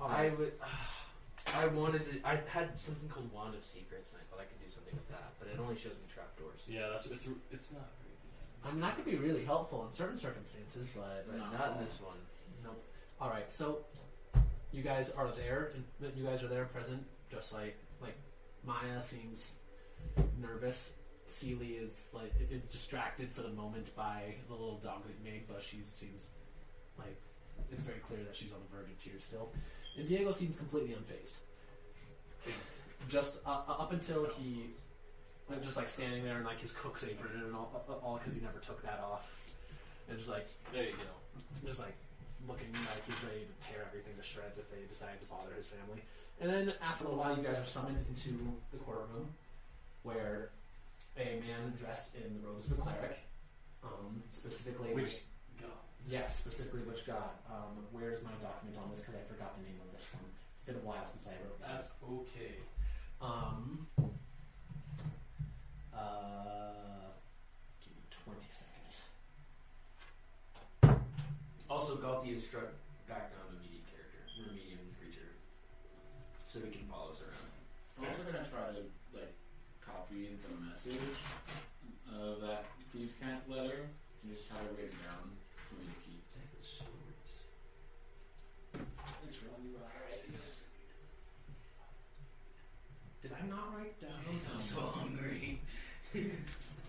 Speaker 2: All
Speaker 14: I
Speaker 2: right.
Speaker 14: would. I wanted to. I had something called Wand of Secrets, and I thought I could do something with that, but it only shows me trapdoors.
Speaker 1: Yeah, that's it's it's not. very good.
Speaker 2: I mean, that could be really helpful in certain circumstances, but
Speaker 14: But not in this one.
Speaker 2: Nope. All right, so you guys are there. and You guys are there, present, just like like Maya seems nervous. Seely is like is distracted for the moment by the little dog that you made, but she seems like it's very clear that she's on the verge of tears still. And Diego seems completely unfazed. Just uh, uh, up until he, like, just like standing there in like his cook's apron and all, uh, all because he never took that off, and just like
Speaker 1: There you go.
Speaker 2: just like looking like he's ready to tear everything to shreds if they decide to bother his family. And then after a little while, you guys are summoned into the courtroom where a man dressed in the robes of a cleric, um, specifically
Speaker 1: Which God.
Speaker 2: yes, specifically which god? Um, where's my document on this? Because I forgot the name of this one. It's been a while since I wrote that.
Speaker 1: That's okay.
Speaker 2: Um, uh, give me 20 seconds.
Speaker 14: Also, Galti is struck back down to medium character, or medium creature, so he can follow us around.
Speaker 3: I'm also going to try to, like, copy copied the message of that Thieves Cat letter and just have it written down for me to keep.
Speaker 7: It's really right.
Speaker 2: Did I not write down?
Speaker 3: I'm so hungry.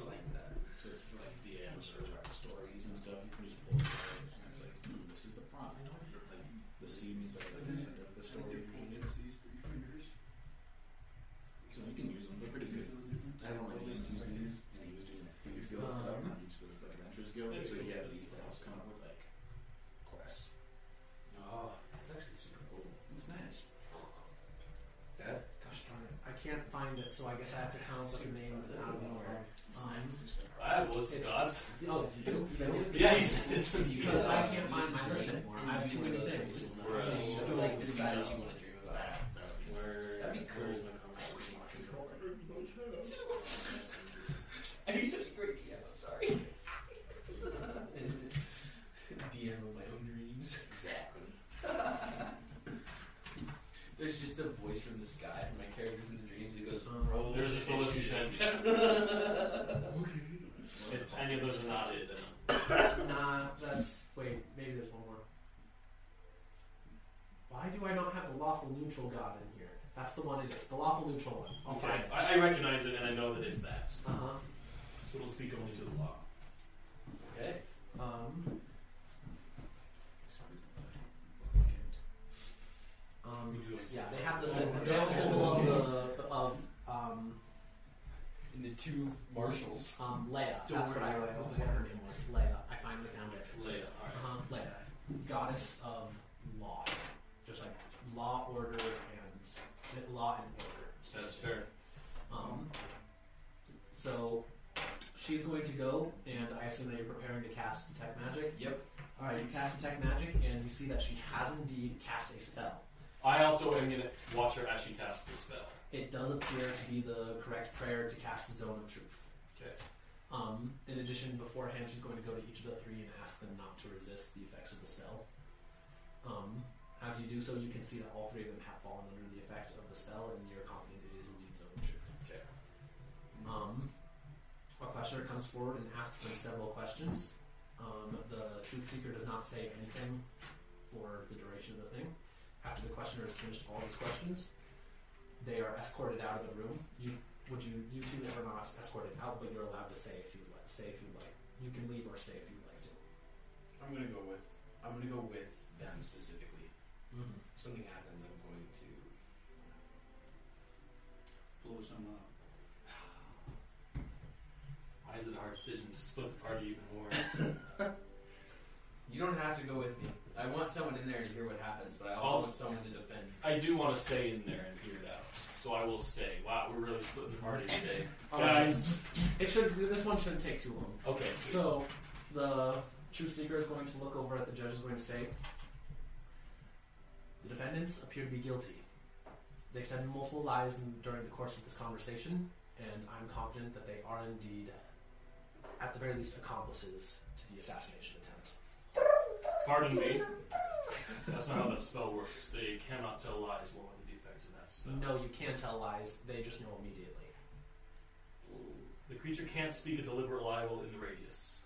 Speaker 3: like that. So it's for like the uh, stories and stuff, you can just pull it out and it's like, hmm, this is the prompt. Like, the C means like the end of the story. So you can use them, they're pretty good. I don't like use these, and he was doing Thieves Guild stuff, not Thieves Guild, but Adventurers Guild, so he had these to help come up with like quests.
Speaker 2: Oh, that's actually super cool.
Speaker 3: It's nice.
Speaker 2: That? Gosh darn it. I can't find it, so I guess I have to hound like a name out of nowhere.
Speaker 1: That was the
Speaker 2: It's-
Speaker 1: gods.
Speaker 2: Oh, you?
Speaker 1: Yeah, he sent it to me.
Speaker 2: Because I can't find my list anymore. I have too many things.
Speaker 1: Right.
Speaker 2: So,
Speaker 14: So,
Speaker 2: like,
Speaker 14: like, decide what you want to dream about.
Speaker 1: Where,
Speaker 2: That'd be cool.
Speaker 1: Where's my conversation controller?
Speaker 14: I do such a great DM, I'm sorry.
Speaker 2: DM of my own dreams.
Speaker 14: Exactly. There's just a voice from the sky from my characters in the dreams that goes, roll.
Speaker 1: There's just the list you sent. If any of those are not it, then
Speaker 2: Nah, that's. Wait, maybe there's one more. Why do I not have the lawful neutral god in here? That's the one it is. The lawful neutral one. I'll
Speaker 1: okay.
Speaker 2: find it.
Speaker 1: I, I recognize it and I know that it's that.
Speaker 2: Uh huh.
Speaker 1: So it'll speak only to the law.
Speaker 2: Okay. Um. Um. Yeah, they have the symbol. They have the symbol of the of um
Speaker 14: And the two marshals.
Speaker 2: um Leia. That's what I wrote. What her name was Leia. I finally found it.
Speaker 1: Leia, alright.
Speaker 2: Um, Leia, goddess of law, just like law, order, and law and order.
Speaker 1: That's fair.
Speaker 2: Um, so she's going to go, and I assume that you're preparing to cast detect magic.
Speaker 14: Yep.
Speaker 2: All right, you cast detect magic, and you see that she has indeed cast a spell.
Speaker 1: I also am going to watch her as she casts the spell.
Speaker 2: It does appear to be the correct prayer to cast the zone of truth.
Speaker 1: Okay.
Speaker 2: Um, in addition, beforehand, she's going to go to each of the three and ask them not to resist the effects of the spell. Um, as you do so, you can see that all three of them have fallen under the effect of the spell, and you're confident it is indeed zone of truth.
Speaker 1: Okay.
Speaker 2: Um, a questioner comes forward and asks them several questions. Um, the truth seeker does not say anything for the duration of the thing. After the questioner has finished all his questions, they are escorted out of the room. You would you you two are not escorted out, but you're allowed to say if you like. Say if you like. You can leave or stay if you'd like to.
Speaker 14: I'm gonna go with I'm gonna go with them specifically.
Speaker 2: Mm-hmm.
Speaker 14: If something happens, I'm going to
Speaker 4: Blow some up.
Speaker 1: Why is it a hard decision to split the party even more?
Speaker 14: You don't have to go with me. I want someone in there to hear what happens, but I also
Speaker 1: I'll-
Speaker 14: want someone to defend.
Speaker 1: I do want to stay in there and hear it out. So I will stay. Wow, we're really splitting the party today. Guys.
Speaker 2: Mm-hmm. Um, It should. This one shouldn't take too long.
Speaker 1: Okay. So
Speaker 2: So the truth seeker is going to look over at the judge and is going to say, "The defendants appear to be guilty. They said multiple lies in, during the course of this conversation, and I'm confident that they are indeed, at the very least, accomplices to the assassination attempt."
Speaker 1: pardon me. That's not how that spell works. They cannot tell lies while under the effects of that spell.
Speaker 2: No, you can tell lies. They just know immediately.
Speaker 1: The creature can't speak a deliberate lie while in the radius.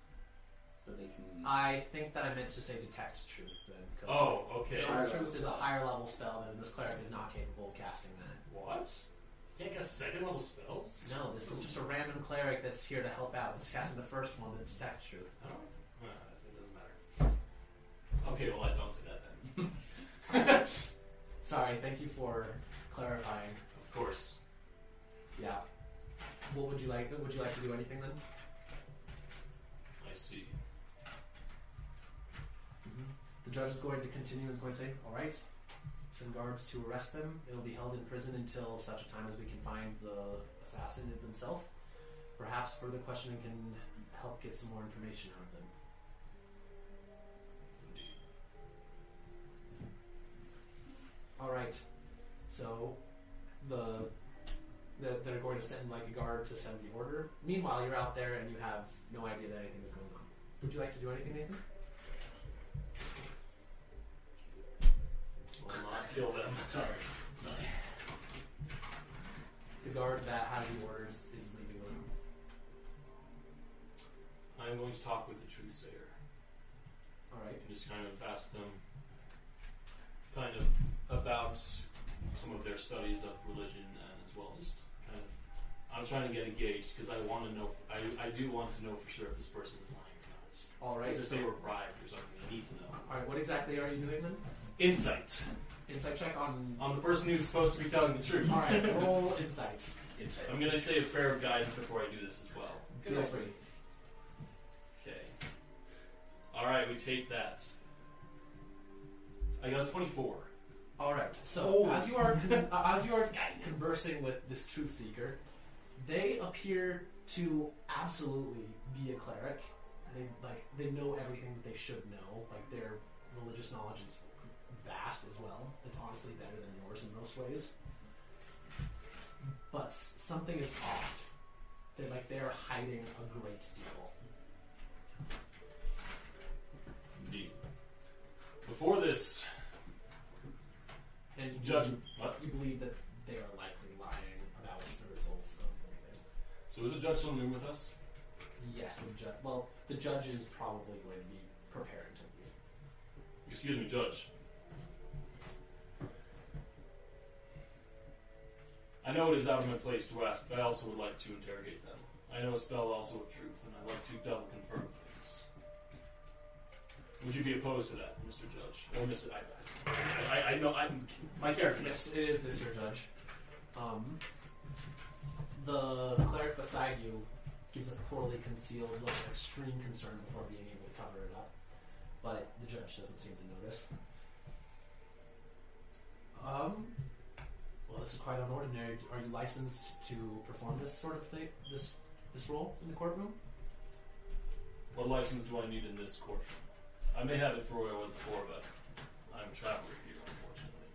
Speaker 3: But they can.
Speaker 2: I think that I meant to say detect truth then. 'cause-
Speaker 1: Oh, okay.
Speaker 2: So truth is a higher level spell, and this cleric is not capable of casting that.
Speaker 1: What? You can't cast second level spells?
Speaker 2: No, this is just a random cleric that's here to help out. It's casting the first one, the detect truth.
Speaker 1: I don't. Uh, it doesn't matter. Okay, well, I don't say that then.
Speaker 2: Sorry, thank you for clarifying.
Speaker 1: Of course.
Speaker 2: Yeah. What would you like? Would you like to do anything then?
Speaker 1: I see.
Speaker 2: Mm-hmm. The judge is going to continue and is going to say, "All right, send guards to arrest them. It'll be held in prison until such a time as we can find the assassin himself. Perhaps further questioning can help get some more information out of them."
Speaker 1: Indeed.
Speaker 2: All right, so the, the they're going to send like a guard to send the order. Meanwhile, you're out there and you have no idea that anything is going on. Would you like to do anything, Nathan?
Speaker 1: Will not kill them. Sorry. Sorry.
Speaker 2: Good guard that has the orders is leaving the room.
Speaker 1: I'm going to talk with the truth sayer
Speaker 2: All right.
Speaker 1: and just kind of ask them, kind of about some of their studies of religion and as well just kind of. I'm trying to get engaged because I want to know. I, I do want to know for sure if this person is lying or not.
Speaker 2: All right.
Speaker 1: As if they were bribed or something. I need to know.
Speaker 2: All right. What exactly are you doing then?
Speaker 1: Insight
Speaker 2: Insight check on.
Speaker 1: on the person who's supposed to be telling the truth.
Speaker 2: All right. Roll insight.
Speaker 1: I'm gonna say a prayer of guidance before I do this as well.
Speaker 2: Feel free.
Speaker 1: Okay. All right, we take that. I got a 24.
Speaker 2: All right. So as you are uh, as you are conversing with this truth seeker, they appear to absolutely be a cleric. They like they know everything that they should know. Like their religious knowledge is vast as well. It's honestly better than yours in most ways. But s- something is off. They're like they're hiding a great deal.
Speaker 1: Indeed. Before this,
Speaker 2: And you
Speaker 1: Judge-
Speaker 2: believe-
Speaker 1: what?
Speaker 2: you believe that they are likely lying about the results of anything.
Speaker 1: so is the judge still in the room with us?
Speaker 2: Yes, the judge. Well, the judge is probably going to be preparing to leave.
Speaker 1: Excuse me, judge. I know it is out of my place to ask, but I also would like to interrogate them. I know a spell also of truth, and I like to double confirm things. Would you be opposed to that, Mr. Judge? Or Mr. I, I, I, I know, I'm, my character,
Speaker 2: Yes, it is Mr. Judge. Um, the cleric beside you gives a poorly concealed look of extreme concern before being able to cover it up, but the judge doesn't seem to notice. Um, well, this is quite unordinary. Are you licensed to perform this sort of thing, this this role in the courtroom?
Speaker 1: What license do I need in this courtroom? I may have it for where I was before, but I'm a traveler here, unfortunately.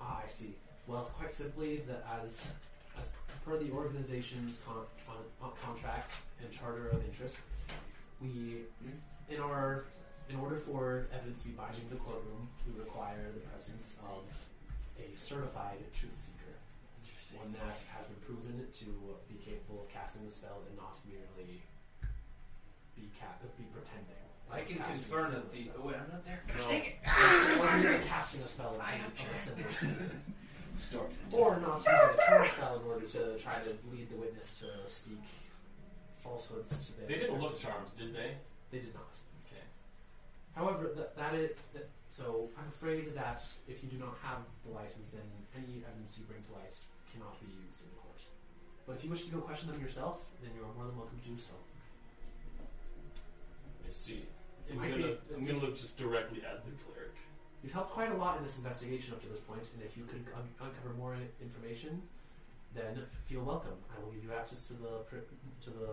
Speaker 2: Ah, I see. Well, quite simply, that as as per the organization's con- con- con- contract and charter of interest, we in our in order for evidence to be binding to the courtroom, we require the presence of a certified truth seeker, one that has been proven to be capable of casting the spell and not merely be ca- be pretending.
Speaker 8: I can
Speaker 2: Casting a similar
Speaker 8: confirm that the.
Speaker 2: spell.
Speaker 8: Oh, wait, I'm not there.
Speaker 2: It's when you're casting a spell
Speaker 8: I
Speaker 2: of
Speaker 8: am
Speaker 2: a similar
Speaker 8: checked.
Speaker 2: spell.
Speaker 3: Start.
Speaker 2: Or not using a charm spell in order to try to lead the witness to speak falsehoods to their.
Speaker 1: They didn't look charmed, did they?
Speaker 2: They did not.
Speaker 1: Okay.
Speaker 2: However, that, that is that, so. I'm afraid that if you do not have the license, then any evidence you bring to light cannot be used in the court. But if you wish to go question them yourself, then you're more than welcome to do so.
Speaker 1: I see.
Speaker 2: It
Speaker 1: I'm
Speaker 2: might
Speaker 1: gonna,
Speaker 2: be-
Speaker 1: I'm gonna look just directly at the cleric.
Speaker 2: You've helped quite a lot in this investigation up to this point, and if you could un- uncover more i- information, then feel welcome. I will give you access to the pri- to the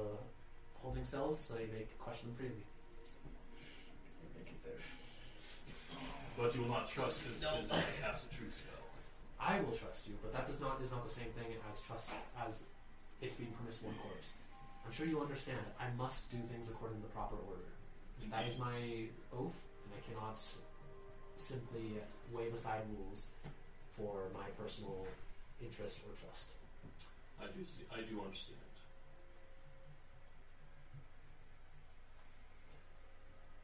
Speaker 2: holding cells, so you may question them freely.
Speaker 1: But you will not trust his
Speaker 14: No.
Speaker 1: business to cast a truth spell.
Speaker 2: I will trust you, but that does not is not the same thing as trust as it's being permissible in court. I'm sure you understand. I must do things according to the proper order.
Speaker 1: Mm-hmm.
Speaker 2: That is my oath, and I cannot s- simply wave aside rules for my personal interest or trust.
Speaker 1: I do see. I do understand.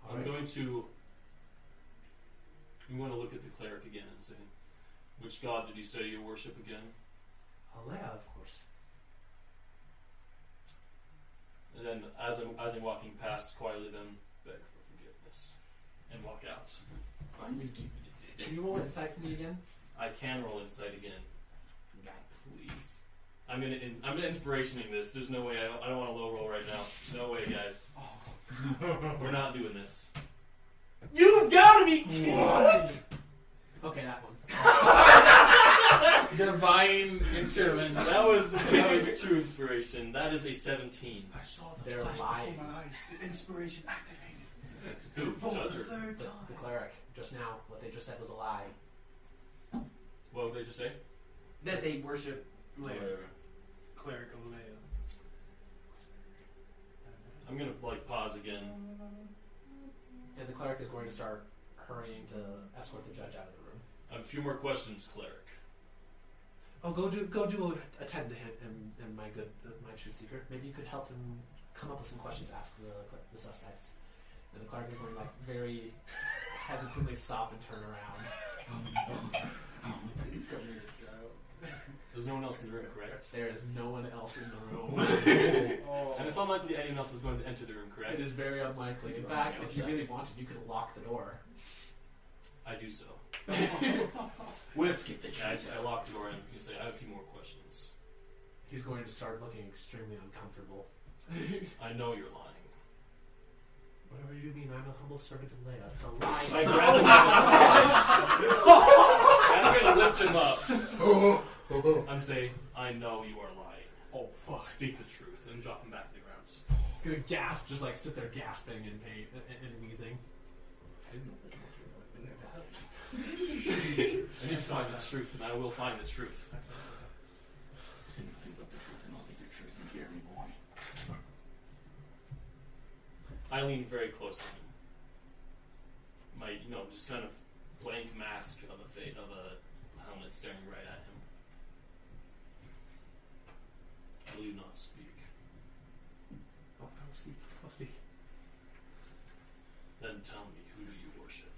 Speaker 1: I'm
Speaker 2: Alright.
Speaker 1: going to. I'm going to look at the cleric again and say, "Which god did you say you worship again?"
Speaker 2: Alea, of course.
Speaker 1: And then, as I'm as I'm walking past, quietly then beg for forgiveness and walk out.
Speaker 2: Can you roll insight for me again?
Speaker 1: I can roll insight again. God, please. I'm gonna in, I'm inspirationing this. There's no way. I don't, I don't want to low roll right now. No way, guys. We're not doing this.
Speaker 2: You've got to be kidding! Okay, that one.
Speaker 3: Divine intervention.
Speaker 1: That was that was true inspiration. That is a 17.
Speaker 3: I saw
Speaker 2: They're lying.
Speaker 3: my eyes. The inspiration activated.
Speaker 1: Who?
Speaker 3: the
Speaker 1: Judger.
Speaker 3: third
Speaker 2: The, the cleric just now, what they just said was a lie.
Speaker 1: What would they just say?
Speaker 8: That they worship.
Speaker 4: Leia. Cleric of Leia.
Speaker 1: I'm gonna like pause again.
Speaker 2: And the cleric is going to start hurrying to escort the judge out of the room.
Speaker 1: I have a few more questions, cleric.
Speaker 2: Oh, go do go do attend to him, him, him my good my true seeker. Maybe you could help him come up with some questions. Ask the the suspects. And the clerk is going like very hesitantly stop and turn around. There's no one else in the room, correct? There is no one else in the room.
Speaker 4: Oh,
Speaker 1: And it's unlikely anyone else is going to enter the room, correct?
Speaker 6: It is very unlikely. In fact, if you really wanted, you could lock the door.
Speaker 1: I do so.
Speaker 3: Let's get the
Speaker 1: And I,
Speaker 3: truth
Speaker 1: just, I lock the door and you say, I have a few more questions.
Speaker 6: He's going to start looking extremely uncomfortable.
Speaker 1: I know you're lying.
Speaker 6: Whatever you mean, I'm a humble servant of Leia.
Speaker 1: I grab him by the and I'm gonna lift him up. I'm saying, I know you are lying. Oh fuck! Speak the truth and drop him back to the ground.
Speaker 6: He's going to gasp, just like sit there gasping and, pain, and, and wheezing.
Speaker 1: I need to find the truth, and I will find the truth.
Speaker 3: Say nothing but the truth, and I'll be the truth. You hear me, boy?
Speaker 1: I lean very close to him. My, you know, just kind of blank mask of a fa of a helmet staring right at him. Will you not speak?
Speaker 6: Oh, I'll speak. I'll speak.
Speaker 1: Then tell me, who do you worship?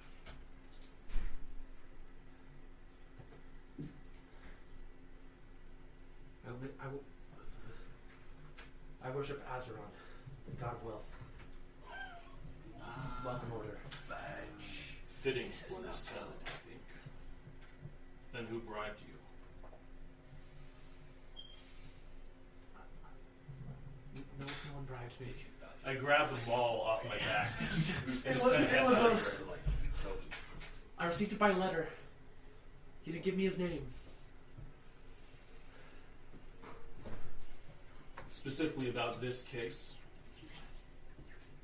Speaker 2: I, will, I, will, I worship Azeron, the god of wealth,
Speaker 6: Ah.
Speaker 2: wealth and order.
Speaker 1: Fitting for this talent, I think. Then who bribed you?
Speaker 2: No, no one bribed me.
Speaker 1: I grabbed the ball off my back.
Speaker 2: It
Speaker 1: and just
Speaker 2: was-
Speaker 1: kind of
Speaker 2: it
Speaker 1: held
Speaker 2: was
Speaker 1: out
Speaker 2: nice.
Speaker 1: for it, like,
Speaker 2: I received it by letter. He didn't give me his name.
Speaker 1: specifically about this case.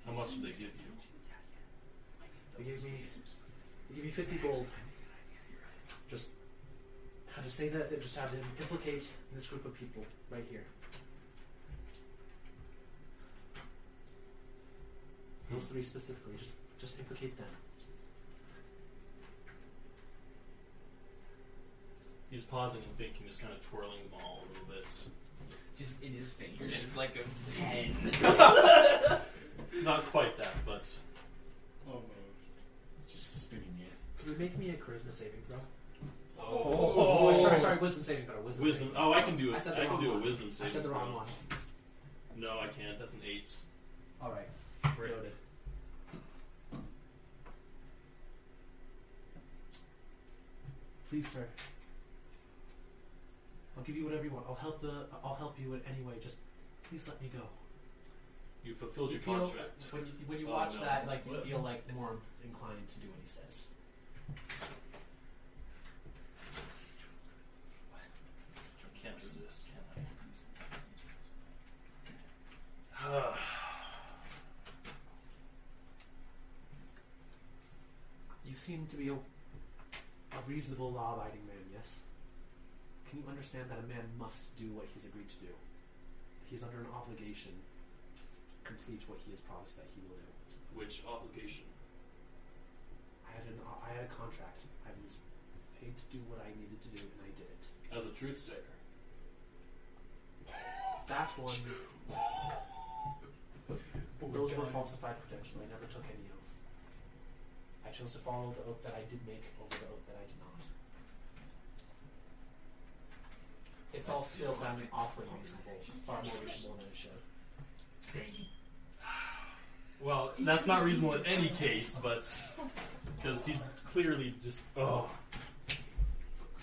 Speaker 1: How much did they give you?
Speaker 2: They gave me, they gave me fifty gold. Just had to say that. They just had to implicate this group of people right here. Those three specifically. Just, just implicate them.
Speaker 1: He's pausing and thinking, just kind of twirling the ball a little bit.
Speaker 3: Just in his fingers.
Speaker 14: Just like a pen.
Speaker 1: Not quite that, but
Speaker 4: Almost.
Speaker 3: Just spinning it.
Speaker 2: Could you make me a charisma saving throw?
Speaker 1: oh,
Speaker 2: wait, sorry, sorry, wisdom saving throw. Wisdom.
Speaker 1: wisdom.
Speaker 2: saving throw.
Speaker 1: Oh, I can do a,
Speaker 2: I
Speaker 1: I
Speaker 2: said the
Speaker 1: can
Speaker 2: wrong
Speaker 1: do a
Speaker 2: one.
Speaker 1: wisdom
Speaker 2: I
Speaker 1: saving.
Speaker 2: said the wrong
Speaker 1: throw.
Speaker 2: one.
Speaker 1: No, I can't. That's an eight.
Speaker 5: All right.
Speaker 1: Great.
Speaker 5: Noted.
Speaker 2: Please, sir. I'll give you whatever you want. I'll help the. I'll help you in any way. Just please let me go.
Speaker 1: You fulfilled
Speaker 2: You
Speaker 1: your
Speaker 2: feel-
Speaker 1: contract.
Speaker 2: When you, when you
Speaker 1: Oh,
Speaker 2: watch
Speaker 1: no.
Speaker 2: that, like you
Speaker 1: What?
Speaker 2: feel like more inclined to do what he says.
Speaker 1: Can't resist, can I?
Speaker 2: You seem to be a, a reasonable, law-abiding man. Yes. Can you understand that a man must do what he's agreed to do? He's under an obligation to complete what he has promised that he will do.
Speaker 1: Which obligation?
Speaker 2: I had an I had a contract. I was paid to do what I needed to do, and I did it.
Speaker 1: As a truth sayer.
Speaker 2: That one. Those were falsified credentials. I never took any oath. I chose to follow the oath that I did make over the oath that I did not. It's all still sounding awfully reasonable, far more reasonable than it should.
Speaker 1: Well, that's not reasonable in any case, but because he's clearly just oh.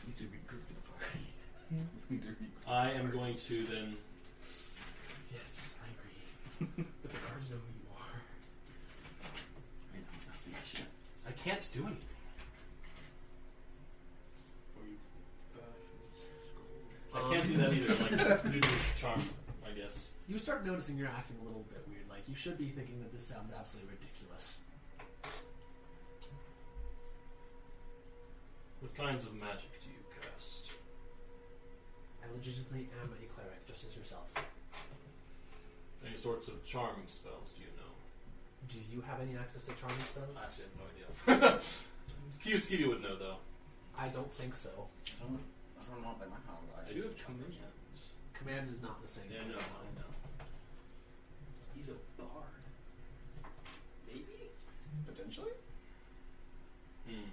Speaker 3: Need to regroup the party. Need to regroup.
Speaker 1: I am going to then
Speaker 6: Yes, I agree. but the cards know who you are.
Speaker 3: I know, that's the issue.
Speaker 1: I can't do anything. I can't do that either. Like do this charm, I guess.
Speaker 2: You start noticing you're acting a little bit weird. Like you should be thinking that this sounds absolutely ridiculous.
Speaker 1: What kinds of magic do you cast?
Speaker 2: I legitimately am a cleric, just as yourself.
Speaker 1: Any sorts of charming spells do you know?
Speaker 2: Do you have any access to charming spells?
Speaker 1: I actually have no idea. Kiyoskivi would know though.
Speaker 2: I don't think so.
Speaker 3: I don't, I from up in my house.
Speaker 1: I do have tremendous weapons.
Speaker 2: Command is not the same.
Speaker 1: Yeah,
Speaker 2: thing.
Speaker 1: no,
Speaker 2: no.
Speaker 34: He's a bard.
Speaker 35: Maybe?
Speaker 3: Potentially?
Speaker 1: Hmm.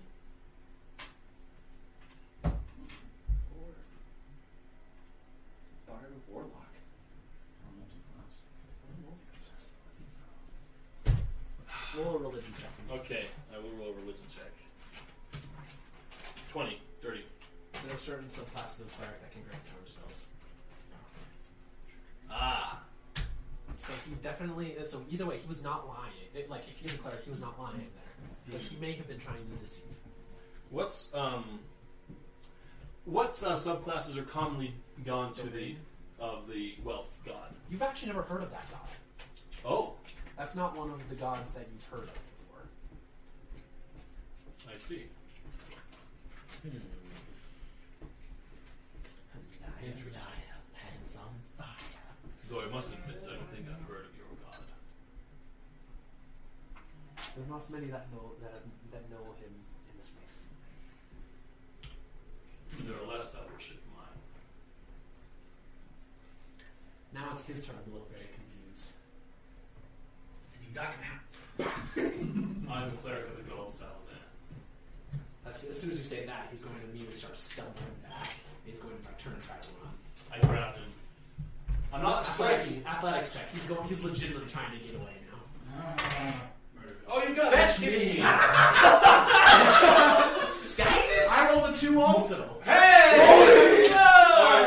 Speaker 35: Or.
Speaker 34: Bard warlock.
Speaker 2: Roll a religion check.
Speaker 1: Okay, I will roll a religion check. 20, dirty.
Speaker 2: There are certain subclasses of cleric that can grant charm spells.
Speaker 1: Ah!
Speaker 2: So he definitely. So either way, he was not lying. It- like if he is a cleric, he was not lying there. But he may have been trying to deceive.
Speaker 1: What's, um. What uh, subclasses are commonly gone to the. of the wealth god?
Speaker 2: You've actually never heard of that god.
Speaker 1: Oh!
Speaker 2: That's not one of the gods that you've heard of before.
Speaker 1: I see. Interesting.
Speaker 2: Hands on fire.
Speaker 1: Though I must admit, I don't think I've heard of your god.
Speaker 2: There's not so many that know that that know him in this space.
Speaker 1: There are less that worship mine.
Speaker 2: Now it's his turn. I'm a little very confused.
Speaker 1: I'm a cleric of the god Salzan.
Speaker 2: As, as soon as you say that, he's going to immediately start stumbling back. He's going to like, turn and try to run.
Speaker 1: I grab him. I'm not
Speaker 2: athletics.
Speaker 1: striking.
Speaker 2: Athletics check. He's going. He's legitimately trying to get away now.
Speaker 1: Oh, you got
Speaker 2: Fetch me! I rolled a two also.
Speaker 1: Alright,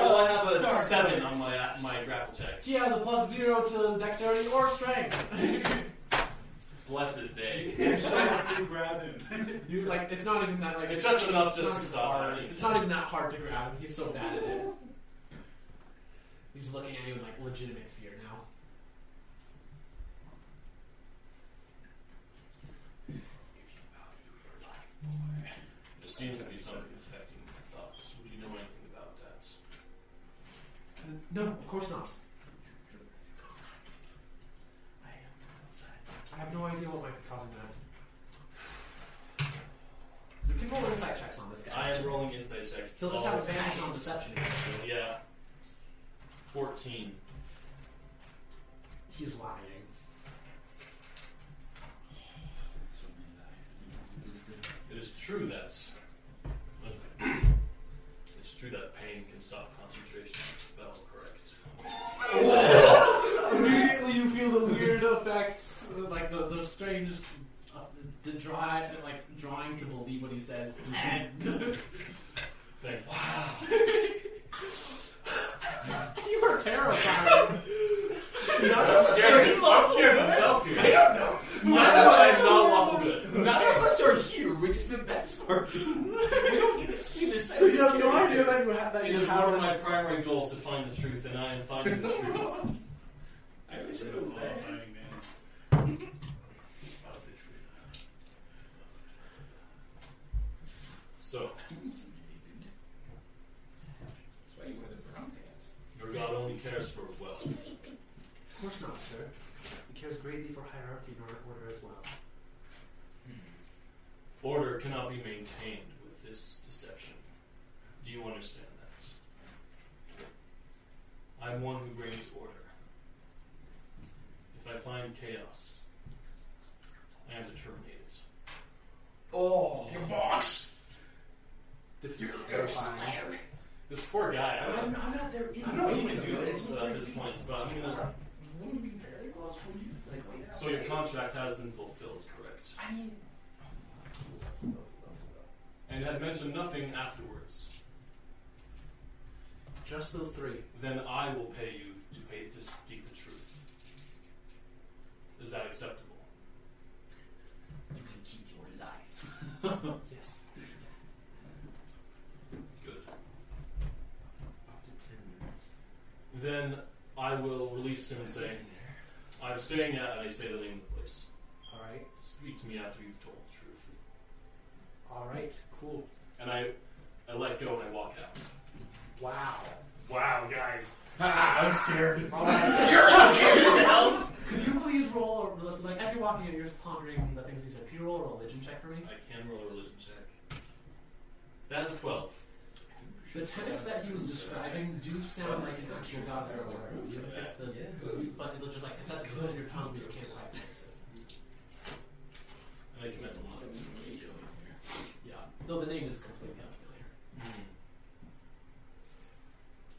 Speaker 1: well, I have a 7 on my, uh, my grapple check.
Speaker 2: He has a plus zero to dexterity or strength.
Speaker 1: Blessed day.
Speaker 4: You grab him.
Speaker 2: You like it's not even that like
Speaker 1: It's just enough just
Speaker 2: not
Speaker 1: to
Speaker 2: even
Speaker 1: stop
Speaker 2: hard.
Speaker 1: running.
Speaker 2: It's not even that hard to grab him. He's so bad at it. He's looking at you in like legitimate fear now.
Speaker 1: There seems to be something affecting my thoughts. Would you know anything about that?
Speaker 2: No, of course not. I am not outside. I have no idea what might be causing that. You can roll insight checks on this guy.
Speaker 1: I am rolling insight checks.
Speaker 2: He'll just
Speaker 1: all
Speaker 2: have
Speaker 1: the time.
Speaker 2: advantage on deception against you.
Speaker 1: Yeah. 14.
Speaker 2: He's lying.
Speaker 1: It is true that. It's true that pain can stop concentration of spell, correct?
Speaker 2: Immediately, you feel the weird effects, like the, the strange, uh, the dry, like drawing to believe what he says. And you
Speaker 1: Thank
Speaker 2: are terrified.
Speaker 1: I'm scared of myself here. I don't know. My advice not lawful good.
Speaker 36: None of us are here, which is the best part. we don't get to see this.
Speaker 34: So you have no idea that you have that
Speaker 1: It
Speaker 34: you
Speaker 1: is one
Speaker 34: have
Speaker 1: of
Speaker 34: this
Speaker 1: my primary goals to find the truth, and I am finding the truth.
Speaker 36: I wish it
Speaker 4: Little
Speaker 36: was there.
Speaker 4: law-abiding Oh, man.
Speaker 1: So,
Speaker 3: That's why you wear the brown pants.
Speaker 1: your God only cares for wealth.
Speaker 2: Of course not, sir. He cares greatly for hierarchy and order as well.
Speaker 1: Order cannot be maintained with this deception. Do you understand that? I'm one who brings order. If I find chaos, I am to terminate it.
Speaker 36: Oh,
Speaker 1: This is This poor guy. I don't,
Speaker 36: I'm, I'm not there.
Speaker 1: I don't know what he can do at this point, but I'm gonna,
Speaker 36: Wouldn't it be paralyzed? Would you like wait
Speaker 1: so your contract has been fulfilled, correct?
Speaker 36: I mean,
Speaker 1: And had mentioned nothing afterwards.
Speaker 2: Just those three.
Speaker 1: Then I will pay you to pay to speak the truth. Is that acceptable?
Speaker 36: you can keep your life.
Speaker 2: Yes.
Speaker 1: Good.
Speaker 37: Up to ten minutes.
Speaker 1: Then I will release him and say, I'm staying at, and I say the name of the place.
Speaker 2: All right.
Speaker 1: Speak to me after you've told the truth.
Speaker 2: All right. Cool.
Speaker 1: And I, I let go and I walk out.
Speaker 2: Wow.
Speaker 4: Wow, guys.
Speaker 1: I'm scared.
Speaker 2: All right. Could you please roll a listen? Like, after walking out, you're just pondering the things he said. Can you roll a religion check for me?
Speaker 1: I can roll a religion check. That's a 12.
Speaker 2: The tenets that he was describing do sound like an actual god
Speaker 1: Yeah.
Speaker 2: It's the, but they're just like, it's that good in your tongue, but you can't quite taste it.
Speaker 1: I think that's a lot.
Speaker 2: Yeah. Though the name is completely unfamiliar.
Speaker 1: Hmm.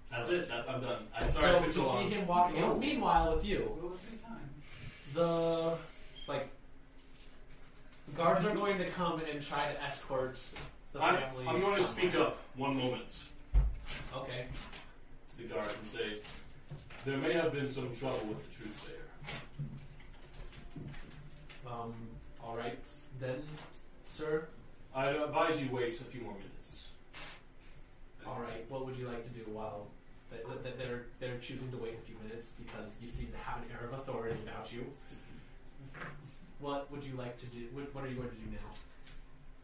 Speaker 1: That's it. That's I'm done. I'm sorry it
Speaker 2: so
Speaker 1: took so
Speaker 2: you
Speaker 1: long.
Speaker 2: see him walking out. Meanwhile, with you,
Speaker 4: Well, it's been time.
Speaker 2: the like guards are going to come and try to escort the
Speaker 1: I'm,
Speaker 2: family.
Speaker 1: I'm going to speak
Speaker 2: somewhere.
Speaker 1: up one moment
Speaker 2: Okay.
Speaker 1: to the guard and say, there may have been some trouble with the truth sayer.
Speaker 2: Um. All right then, sir.
Speaker 1: I'd advise you wait a few more minutes.
Speaker 2: All right. What would you like to do while that, that- that they're they're choosing to wait a few minutes because you seem to have an air of authority about you? What would you like to do? What, what are you going to do now?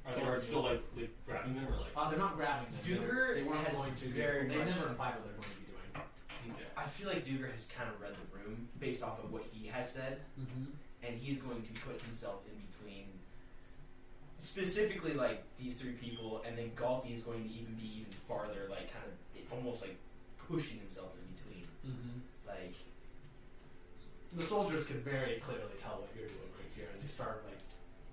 Speaker 1: Are the guards still like, like grabbing them or like?
Speaker 2: Uh, they're not grabbing them. They're-
Speaker 8: Duker
Speaker 2: they weren't
Speaker 8: has
Speaker 2: going to.
Speaker 8: very
Speaker 2: they
Speaker 8: much-
Speaker 2: never implied what they're going to be doing.
Speaker 8: I feel like Duger has kind of read the room based off of what he has said,
Speaker 2: Mm-hmm.
Speaker 8: and he's going to put himself in between, specifically like these three people, and then Galti is going to even be even farther, like kind of almost like pushing himself in between,
Speaker 2: Mm-hmm.
Speaker 8: like
Speaker 2: the soldiers can very clearly tell what you're doing right here, and they start like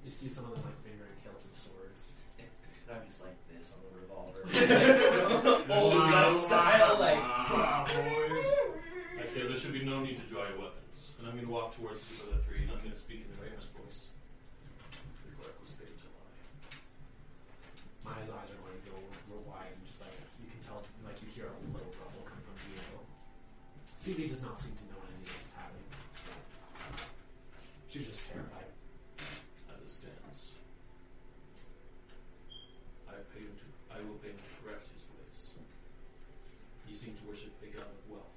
Speaker 2: you see some of them like fingering hilts of swords.
Speaker 8: And I'm just like this on the revolver.
Speaker 1: There's no-
Speaker 8: style, like
Speaker 1: I say there should be no need to draw your weapons, and I'm going to walk towards the other three, and I'm going to speak in the Raven's voice. The clerk was paid to lie.
Speaker 2: Maya's eyes are going to go real wide, and just like you can tell, like you hear a little rumble come from the vehicle. Celie does not seem to know anything that's happening. She's just terrified.
Speaker 1: As it stands, I pay him to. I will pay him to correct his ways. He seemed to worship a god of wealth.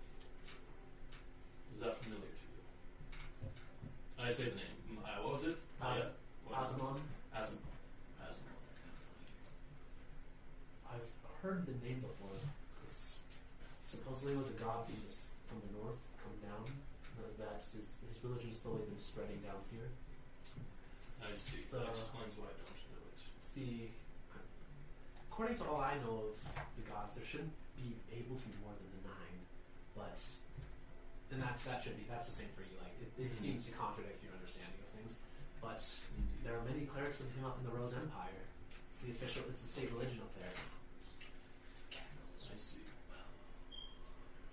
Speaker 1: Is that familiar to you? I say the name. Uh, What was it?
Speaker 2: As,
Speaker 1: Yeah. What was it?
Speaker 2: Asimon,
Speaker 1: Asim. Asim.
Speaker 2: I've heard the name before. It's supposedly was a god from the, s- from the north, come down. Uh, that's his, his religion slowly been spreading down here.
Speaker 1: I see.
Speaker 2: It's the-
Speaker 1: That explains why I don't know it.
Speaker 2: It's the. According to all I know of the gods, there shouldn't be able to be more than the nine, but. And that's that should be that's the same for you. Like it, it seems to contradict your understanding of things, but there are many clerics of him up in the Rose Empire. It's the official. It's the state religion up there.
Speaker 1: I see.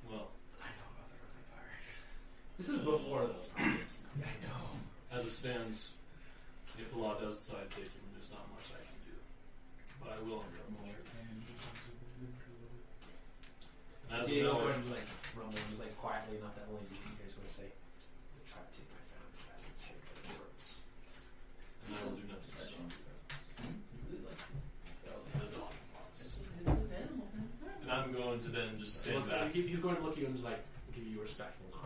Speaker 1: Well,
Speaker 2: I know about the Rose Empire. This is before those projects.
Speaker 8: I know.
Speaker 1: as it stands, if the law does decide to take him, there's not much I can do. But I will uncover the truth. And as
Speaker 2: Diego's
Speaker 1: another,
Speaker 2: going to like rumble and just like quietly, not that only you can hear, is going to say, "They tried to take my family, but I didn't take their words."
Speaker 1: and I will do nothing to stop you. As all I promise. And I'm going to then just
Speaker 2: He
Speaker 1: stand
Speaker 2: looks-
Speaker 1: back.
Speaker 2: he- he's going to look at you and just like give you a respectful nod.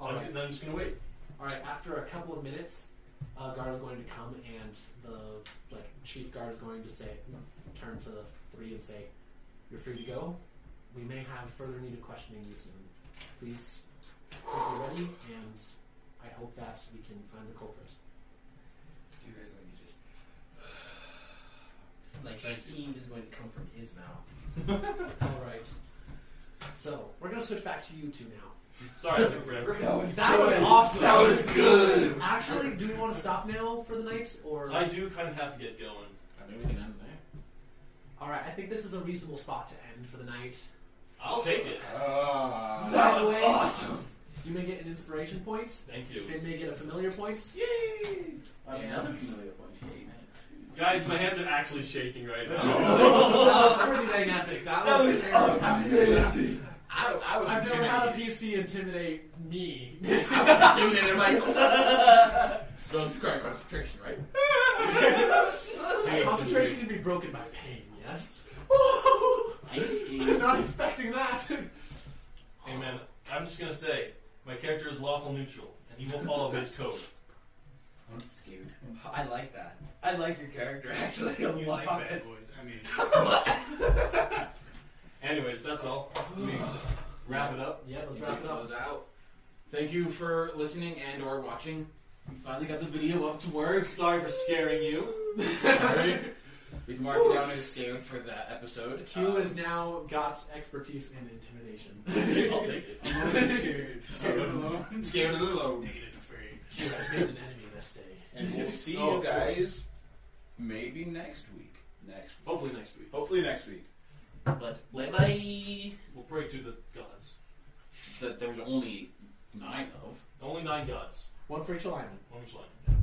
Speaker 2: All
Speaker 1: I'm-
Speaker 2: right.
Speaker 1: And I'm just going to wait.
Speaker 2: All right. After a couple of minutes, uh, guard is going to come and the like chief guard is going to say, turn to the three and say, "You're free to go. We may have further need of questioning you soon. Please, if you're ready, and I hope that we can find the culprit."
Speaker 8: Duger is going to just. Like
Speaker 1: Thank you.
Speaker 8: steam is going to come from his mouth.
Speaker 2: All right. So we're gonna switch back to you two now.
Speaker 1: Sorry, I took forever.
Speaker 2: That was awesome.
Speaker 38: That was good.
Speaker 2: Actually, do we want to stop now for the night, or
Speaker 1: I do kind of have to get going.
Speaker 3: Maybe we can end there.
Speaker 2: all right? I think this is a reasonable spot to end for the night.
Speaker 1: I'll take it.
Speaker 3: Ah.
Speaker 2: By the way, awesome. You may get an inspiration point.
Speaker 1: Thank you.
Speaker 2: Finn may get a familiar point.
Speaker 3: Yay! I have
Speaker 2: And-
Speaker 3: another familiar point. Yay, man.
Speaker 1: Guys, my hands are actually shaking right now.
Speaker 2: that was pretty dynamic. That, was, terrifying.
Speaker 3: Amazing. I, I was
Speaker 2: I've never had a
Speaker 3: intimidated.
Speaker 2: PC intimidate me.
Speaker 3: I was intimidated. I'm like, spells require concentration, right?
Speaker 2: Concentration can be broken by pain. Yes.
Speaker 3: Thanks, game.
Speaker 2: Not expecting that.
Speaker 1: Hey man, I'm just gonna say, my character is lawful neutral, and he will follow his code.
Speaker 3: I'm scared.
Speaker 8: I like that. I like your character actually a
Speaker 4: You like
Speaker 8: lot.
Speaker 4: bad boys. I mean,
Speaker 1: Anyways, that's all. Let me wrap it up.
Speaker 2: Yeah, let's
Speaker 3: You
Speaker 2: wrap
Speaker 3: can
Speaker 2: it up.
Speaker 3: close out. Thank you for listening and or watching. We finally got the video up to work.
Speaker 1: Sorry for scaring you.
Speaker 3: Sorry. We can mark it down as scared for that episode.
Speaker 2: Q
Speaker 3: Um,
Speaker 2: has now got expertise in intimidation.
Speaker 3: I'll take it.
Speaker 2: Scared of
Speaker 3: Scared of the low.
Speaker 4: Negative afraid.
Speaker 2: Q has made an enemy this day.
Speaker 3: And we'll see
Speaker 1: Oh,
Speaker 3: you
Speaker 1: of course.
Speaker 3: guys maybe next week. Next week.
Speaker 1: Hopefully next week.
Speaker 3: Hopefully next week. Oh. But bye bye.
Speaker 1: We'll pray to the gods.
Speaker 3: That there's only nine of.
Speaker 1: Only nine gods.
Speaker 2: One for each alignment.
Speaker 1: One each line.